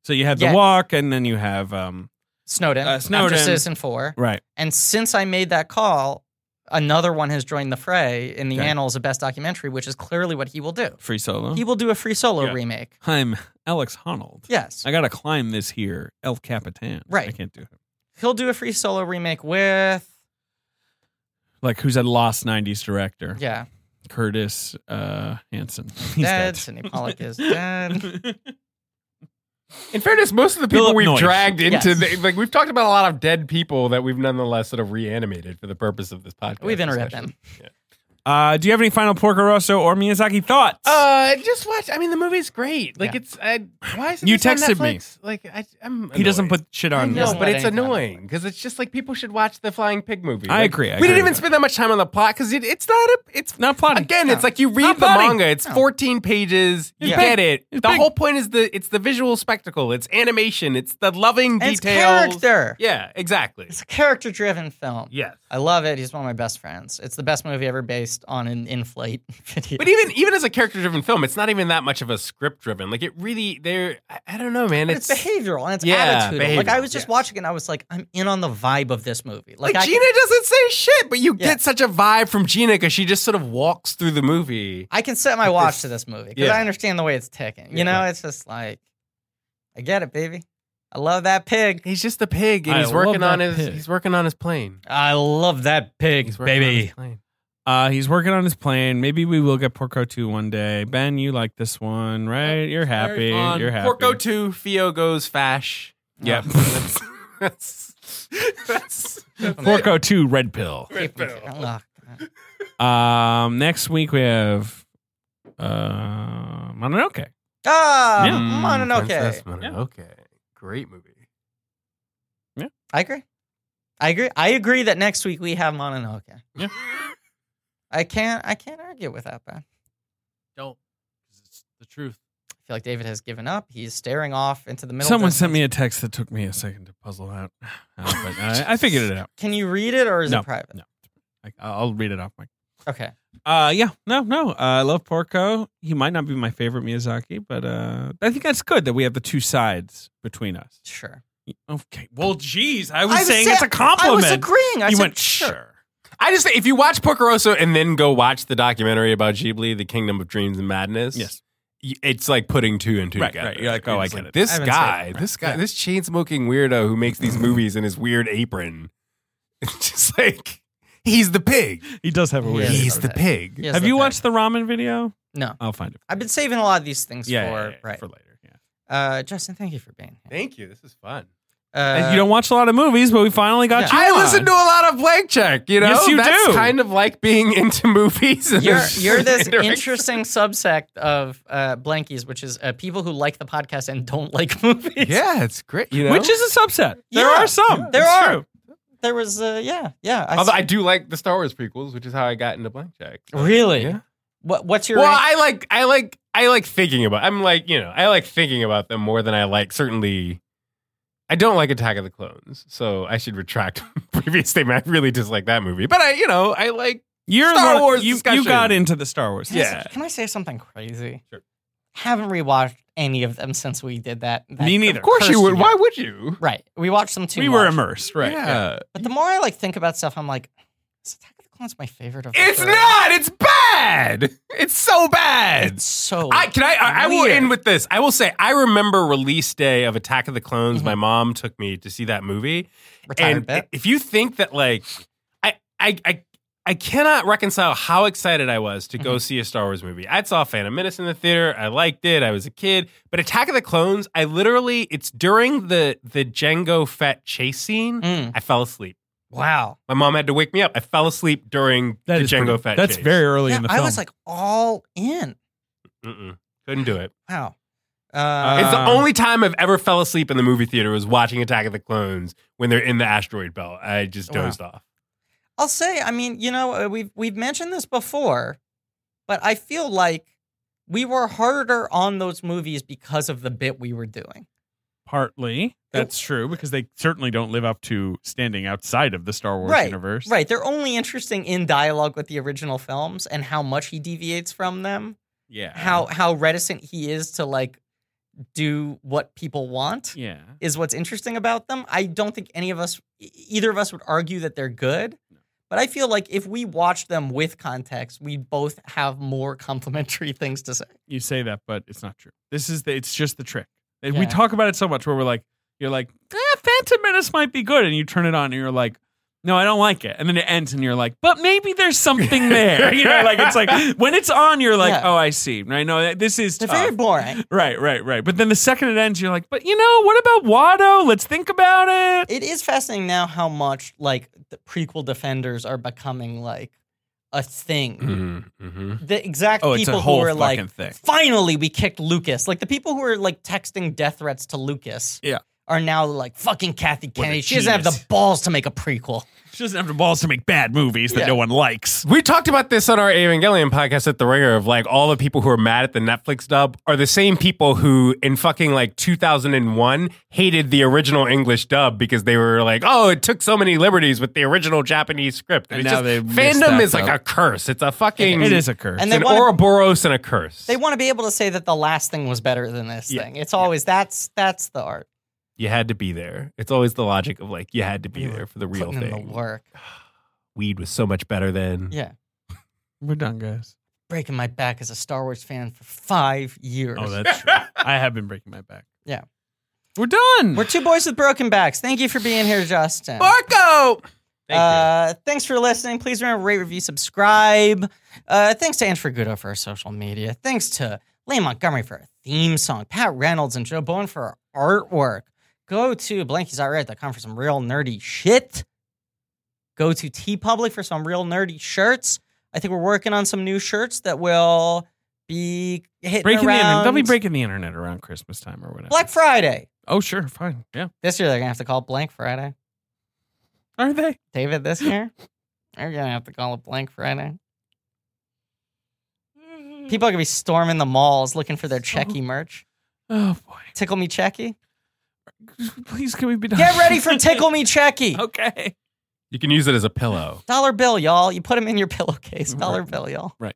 so you have
Yeah.
the walk, and then you have um
Snowden,
Uh,
after
Snowden.
Citizen 4.
right.
And since I made that call, another one has joined the fray in the
Okay.
annals of best documentary, which is clearly what he will do.
Free solo.
He will do a free solo
Yeah.
remake.
I'm Alex Honnold.
Yes.
I gotta climb this here El Capitan.
Right.
I can't do him.
He'll do a free solo remake with,
Like who's a lost '90s director?
yeah,
Curtis uh, Hanson. *laughs* He's
dead. Sidney Pollack is dead.
*laughs*
In fairness, most of the people
Philip
we've
Noyce.
dragged into
Yes.
the, like we've talked about a lot of dead people that we've nonetheless sort of reanimated for the purpose of this podcast.
We've interrupted
discussion.
them.
Uh, do you have any final Porco Rosso or Miyazaki thoughts?
Uh, just watch. I mean, the movie's great. Like, it's I, why is
You texted me.
me? Like, I, I'm.
he doesn't
annoyed.
put shit
I
on.
know,
Doesn't
but
let
it's
anything on
annoying because it's just like people should watch the Flying Pig movie.
I
Like,
agree, I
we
agree
didn't even
with
spend that much time on the plot because it, it's not a. It's
Not plotting.
Again, it's like you
Not
read the
funny.
manga. It's 14 pages. You
Yeah.
get it.
It's
the
big.
whole point is the it's the visual spectacle. It's animation. It's the loving
And it's
details.
character.
Yeah, exactly.
It's a character driven film.
Yes.
I love it. He's one of my best friends. It's the best movie ever based on an in flight *laughs* video.
But even even as a character driven film, it's not even that much of a script driven. Like it really there I, I don't know, man.
But it's,
It's,
behavioral and it's
Yeah,
attitude. Like I
behavioral,
was just
yes.
watching it and I was like, I'm in on the vibe of this movie.
like,
Like, I,
Gina doesn't say shit, but you
Yeah.
get such a vibe from Gina because she just sort of walks through the movie.
I can set my watch to this movie because
Yeah.
I understand the way it's ticking. You
Yeah.
know, it's just like, I get it, baby. I love that pig.
He's just a pig and
I
he's
love
working on his
that pig.
he's working on his plane.
I love that pig,
He's working on
baby.
his plane.
Uh, he's working on his plane. Maybe we will get Porco 2 one day. Ben, you like this one, right? You're happy.
fun.
You're happy.
Porco 2, Theo goes fash.
*laughs* Yep.
*laughs* That's- that's, that's,
Porco 2 Red Pill.
oh, Ugh.
Um, next week we have uh, Mononoke.
Ah,
Yeah.
Mm,
Mononoke.
Princess Mononoke. Great movie.
I agree. I agree. I agree that next week we have Mononoke.
Yeah.
I can't. I can't argue with that, Ben.
Don't. 'cause It's the truth.
I feel like David has given up. He's staring off into the middle.
Someone
distance.
sent me a text that took me a second to puzzle out, Uh, but I, I figured it out.
Can you read it or is
No,
it private?
no. I, I'll read it off my.
Okay.
Uh, yeah, no, no. Uh, I love Porco. He might not be my favorite Miyazaki, but uh, I think that's good that we have the two sides between us.
Sure.
Okay. Well, geez, I was
I was
saying
say-
it's a compliment.
I was agreeing. I
you
said,
went sure.
*laughs* I just think if you watch Porco Rosso and then go watch the documentary about Ghibli, The Kingdom of Dreams and Madness,
Yes.
y- it's like putting two and two
Right,
together.
right. You're like, oh, I
just
get it.
This
I haven't
guy,
seen
this guy, this chain smoking weirdo who makes
*laughs*
these movies in his weird apron, *laughs* it's just like he's the pig.
He does have a weird.
Yes.
He's the pig.
Yes,
Have you
okay.
watched the ramen video?
No.
I'll find it.
I've been saving a lot of these things
Yeah,
for
yeah, yeah,
right.
for later. Yeah.
Uh, Justin, thank you for being here.
Thank you. This is fun.
Uh,
you don't watch a lot of movies, but we finally got
Yeah.
you.
I
on.
listen to a lot of Blank Check. You know,
Yes, you
that's
do.
kind of like being into movies. and *laughs*
You're,
there's-
you're this
interaction.
interesting subsect of uh, blankies, which is uh, people who like the podcast and don't like *laughs* movies.
Yeah, it's great. You know,
which is a subset. There
Yeah.
are some.
There
It's
are.
true.
There was, uh, yeah, yeah.
although I do like the Star Wars prequels, which is how I got into Blank Check. So,
really?
Yeah.
What, what's your
Well,
rank?
I like I like I like thinking about. I'm like you know I like thinking about them more than I like certainly. I don't like Attack of the Clones, so I should retract *laughs* previous statement. I really dislike that movie, but I you know I like
You're
Star
the-
Wars
You, you
discussion.
got into the Star Wars.
Can I say-
discussion.
can I say something crazy?
Sure.
Haven't rewatched any of them since we did that. that
Me neither.
Of course you
Cursed
would.
you.
Why would you?
*laughs* Right. We watched them too.
we were
much.
immersed, right? Uh,
Yeah.
But the more I like think about stuff, I'm like, is Attack of the Clones my favorite of the
It's
three?
not. It's bad. It's so bad.
It's so.
I can I I, I will
weird.
end with this. I will say I remember release day of Attack of the Clones.
Mhm.
Mm-hmm.
My mom took me to see that movie.
retired
and
bit.
if you think that like I I I I cannot reconcile how excited I was to
Mm-hmm.
go see a Star Wars movie. I saw Phantom Menace in the theater. I liked it. I was a kid. But Attack of the Clones, I literally it's during the the Django Fett chase scene,
Mm.
I fell asleep.
Wow.
My mom had to wake me up. I fell asleep during
That
the
is
Django
pretty-
Fett
That's
chase.
very early
Yeah,
in the film.
I was like all in.
Mm-mm. Couldn't do it.
Wow. Uh,
It's the
Uh,
only time I've ever fell asleep in the movie theater was watching Attack of the Clones when they're in the asteroid belt. I just
Wow.
dozed off.
I'll say, I mean, you know, uh, we've we've mentioned this before, but I feel like we were harder on those movies because of the bit we were doing.
partly. That's true because they certainly don't live up to standing outside of the Star Wars
Right,
universe.
Right. They're only interesting in dialogue with the original films and how much he deviates from them.
Yeah.
How how reticent he is to like do what people want
Yeah.
is what's interesting about them. I don't think any of us e- either of us would argue that they're good. But I feel like if we watch them with context, we both have more *laughs* complimentary things to say.
You say that, but it's not true. This is the, it's just the trick. And We
Yeah.
talk about it so much where we're like, you're like, eh, Phantom Menace might be good, and you turn it on and you're like. No, I don't like it. And then it ends, and you're like, but maybe there's
*laughs*
something there. You know, like it's like when it's on, you're like,
Yeah.
oh, I see. Right? No, this is
They're
tough.
very boring.
*laughs* Right, right, right. But then the second it ends, you're like, but you know, what about Watto? Let's think about it.
It is fascinating now how much like the prequel defenders are becoming like a thing. The exact
Mm-hmm. Oh, it's a
people
whole
who are
fucking
like,
thing.
finally we kicked Lucas. Like the people who are like texting death threats to Lucas.
Yeah.
Are now like fucking Kathy Kennedy. She doesn't have
genius.
the balls to make a prequel.
She doesn't have the balls to make bad movies that
Yeah.
no one likes.
We talked about this on our Evangelion podcast at the Ringer of like all the people who are mad at the Netflix dub are the same people who in fucking like 2001 hated the original English dub because they were like, oh, it took so many liberties with the original Japanese script.
And
it's
now
just-
they've missed
fandom
that
is like
dub.
a curse. It's a fucking
It is a curse.
And
it's
they
an
wanna-
Ouroboros and a curse.
They want to be able to say that the last thing was better than this
Yeah.
thing. It's always that's that's the art.
you had to be there. It's always the logic of like you had to be
You were
there for the real
Putting in the
thing.
work.
Weed was so much better then.
Yeah.
We're done, guys.
Breaking my back as a Star Wars fan for five years.
Oh, that's true. I have been breaking my back.
Yeah.
We're done.
*laughs* We're two boys with broken backs. Thank you for being here, Justin.
Marco.
Thank
uh, Thanks for listening. Please remember rate, review, subscribe. Uh, thanks to Ange Fergudo for our social media. Thanks to Lane Montgomery for our theme song. Pat Reynolds and Joe Bowen for our artwork. Go to blankies.reddit.com for some real nerdy shit. Go to T Public for some real nerdy shirts. I think we're working on some new shirts that will be hitting
Breaking the internet.
around
They'll be breaking the internet around Christmas time or whatever.
Black Friday.
Oh, sure. Fine. Yeah.
This year they're gonna have to call it Blank Friday.
Are they?
David, this year they're gonna have to call it Blank Friday.
Hmm.
People are gonna be storming the malls looking for their Checky merch.
Oh, boy.
Tickle me
*laughs*
Checky.
Please, can we be done?
Get ready
*laughs*
for Tickle me Checky.
okay.
You can use it as a
*laughs*
pillow.
Dollar bill, y'all. You put them in your pillowcase. Dollar bill, y'all.
Right.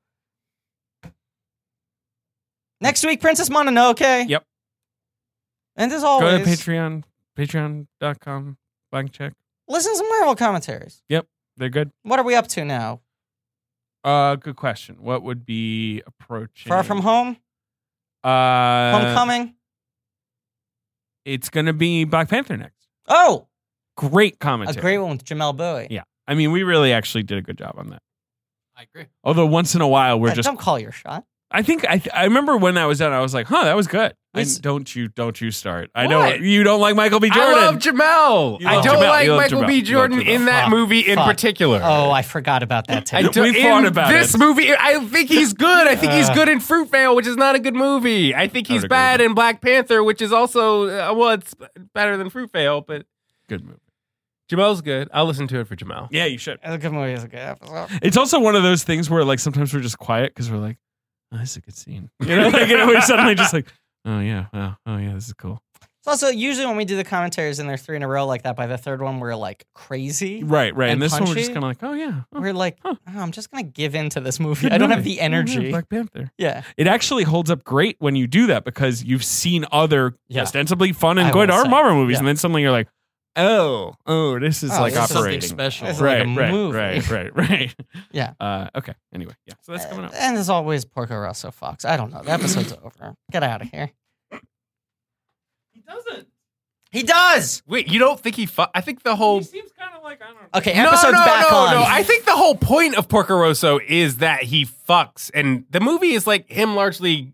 Next week, Princess Mononoke.
Yep.
And as
Go
always,
to Patreon, patreon.com, blank check.
listen to some Marvel commentaries.
They're good.
What are we up to now?
Uh, good question. What would be approaching?
Far from home,
Uh,
homecoming.
It's going to be Black Panther next.
Oh,
Great
a
commentary.
great one with Jamel Bowie.
Yeah. I mean, we really actually did a good job on that.
I agree.
Although once in a while we're
Yeah,
just,
don't call your shot.
I think I I remember when I was done, I was like, huh, that was good. I,
It's-
don't you don't you start. I know
What?
you don't like Michael B. Jordan.
I love Jamel.
You
I
love
don't
Jamel.
like
You love
Michael
Jamel. You
B.
love
Jordan
Jamel.
in that
Fuck.
movie in
Fuck.
particular.
Oh, I forgot about that
I
too.
don't-
We fought
in
about
this
it.
movie. I think he's good. I think he's good in Fruitvale, which is not a good movie. I think
I would
he's
agree
bad
with
in Black Panther, which is also uh, well, it's better than Fruitvale, but
Good movie.
Jamel's good. I'll listen to it for Jamel.
Yeah, you should.
It's a good movie. It's a good episode.
It's also one of those things where like sometimes we're just quiet because we're like, oh, this is a good scene. *laughs* You know, like and we're suddenly just like, oh yeah, wow, oh yeah, this is cool.
It's also usually when we do the commentaries and they're three in a row like that. By the third one, we're like crazy.
Right, right. And,
And
this one we're
punchy.
just kind of like, oh yeah, oh,
We're like,
Huh.
oh, I'm just gonna give in to this movie.
good
I don't have
movie.
the
Oh, yeah,
energy.
Black Panther.
Yeah.
It actually holds up great when you do that because you've seen other
Yeah.
ostensibly fun and
I
good
will
art
say,
Marvel movies,
yeah.
and then suddenly you're like, oh, oh, this is
Oh,
like
this is something
operating.
special.
This is
right,
like a
right,
movie.
right, right, right.
*laughs* Yeah.
Uh, okay. Anyway, yeah. So that's coming up.
And as always, Porco Rosso Fox. I don't know. The
*clears throat*
episode's over. Get out of here.
He doesn't.
He does.
Wait, you don't think he? Fu- I think the whole
seems kind of like I don't.
Okay, episode's
no, no,
back
no,
on.
No, I think the whole point of Porco Rosso is that he fucks, and the movie is like him largely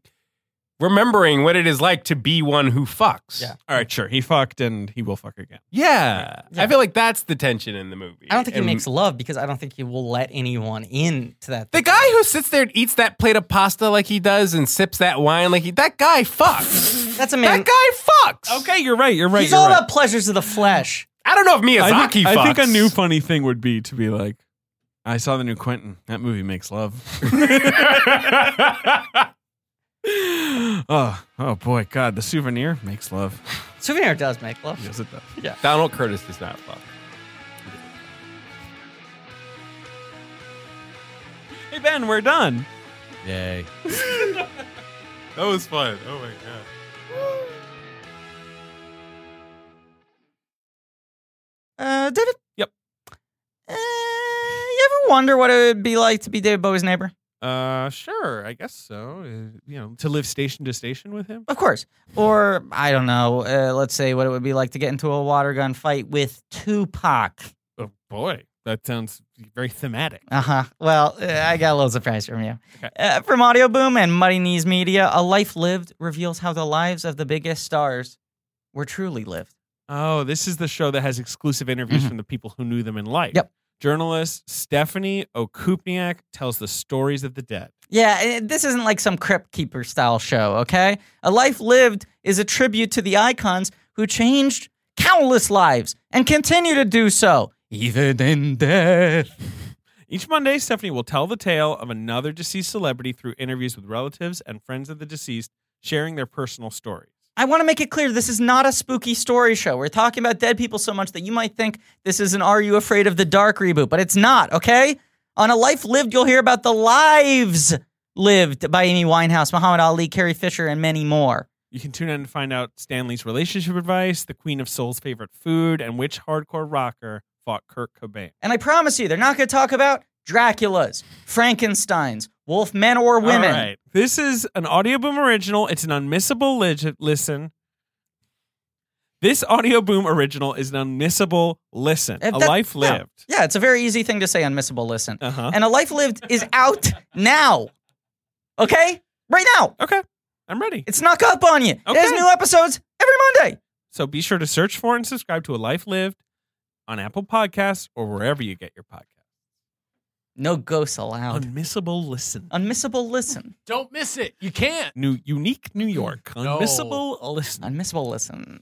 remembering what it is like to be one who fucks.
Yeah.
All right, sure. He fucked and he will fuck again.
Yeah.
Yeah.
I feel like that's the tension in the movie.
I don't think he
And
makes love because I don't think he will let anyone in to that.
The guy who sits there and eats that plate of pasta like he does and sips that wine like he that guy fucks.
That's a *laughs* man.
that guy fucks.
Okay, you're right. You're right.
He's
you're
all
right.
about pleasures of the flesh.
I don't know if Miyazaki
I think,
fucks.
I think a new funny thing would be to be like, I saw the new Quentin. That movie makes love. *laughs* oh, oh boy, God, the souvenir makes love.
Souvenir does make love. *laughs*
Yes, it does.
Donald Curtis does not fuck.
Hey Ben, we're done.
Yay.
That was fun. Oh my god.
Uh, David.
Yep.
Uh, you ever wonder what it would be like to be David Bowie's neighbor?
Uh, sure, I guess so. Uh, you know, to live station to station with him.
Of course. Or I don't know. Uh, let's say what it would be like to get into a water gun fight with Tupac.
Oh boy, that sounds very thematic.
Uh huh. Well, uh, I got a little surprise from you. Uh, from Audio Boom and Muddy Knees Media, a life lived reveals how the lives of the biggest stars were truly lived.
Oh, this is the show that has exclusive interviews
Mhm.
from the people who knew them in life.
Yep.
Journalist Stephanie Okupniak tells the stories of the dead.
Yeah, uh, this isn't like some crypt keeper style show, okay? A life lived is a tribute to the icons who changed countless lives and continue to do so, even in death.
Each Monday, Stephanie will tell the tale of another deceased celebrity through interviews with relatives and friends of the deceased, sharing their personal stories.
I want to make it clear this is not a spooky story show. We're talking about dead people so much that you might think this is an Are You Afraid of the Dark reboot, but it's not, okay? On A Life Lived, you'll hear about the lives lived by Amy Winehouse, Muhammad Ali, Carrie Fisher, and many more.
You can tune in to find out Stanley's relationship advice, the Queen of Soul's favorite food, and which hardcore rocker fought Kurt Cobain.
And I promise you, they're not going to talk about Draculas, Frankensteins, wolf men or women.
All right. This is an Audio Boom original. It's an unmissable lig- listen. This Audio Boom original is an unmissable listen.
Uh,
a
that-
life
yeah.
lived.
Yeah, it's a very easy thing to say on Missable Listen.
Uh huh.
And A Life Lived is out now, okay? Right now.
Okay. I'm ready.
It's snuck up on you. There's
Okay.
new episodes every Monday.
So be sure to search for and subscribe to A Life Lived on Apple Podcasts or wherever you get your podcast.
No ghosts allowed.
Unmissable listen.
Unmissable listen.
Don't miss it. You can't.
Mm.
New unique New York.
No.
Unmissable listen.
Unmissable listen.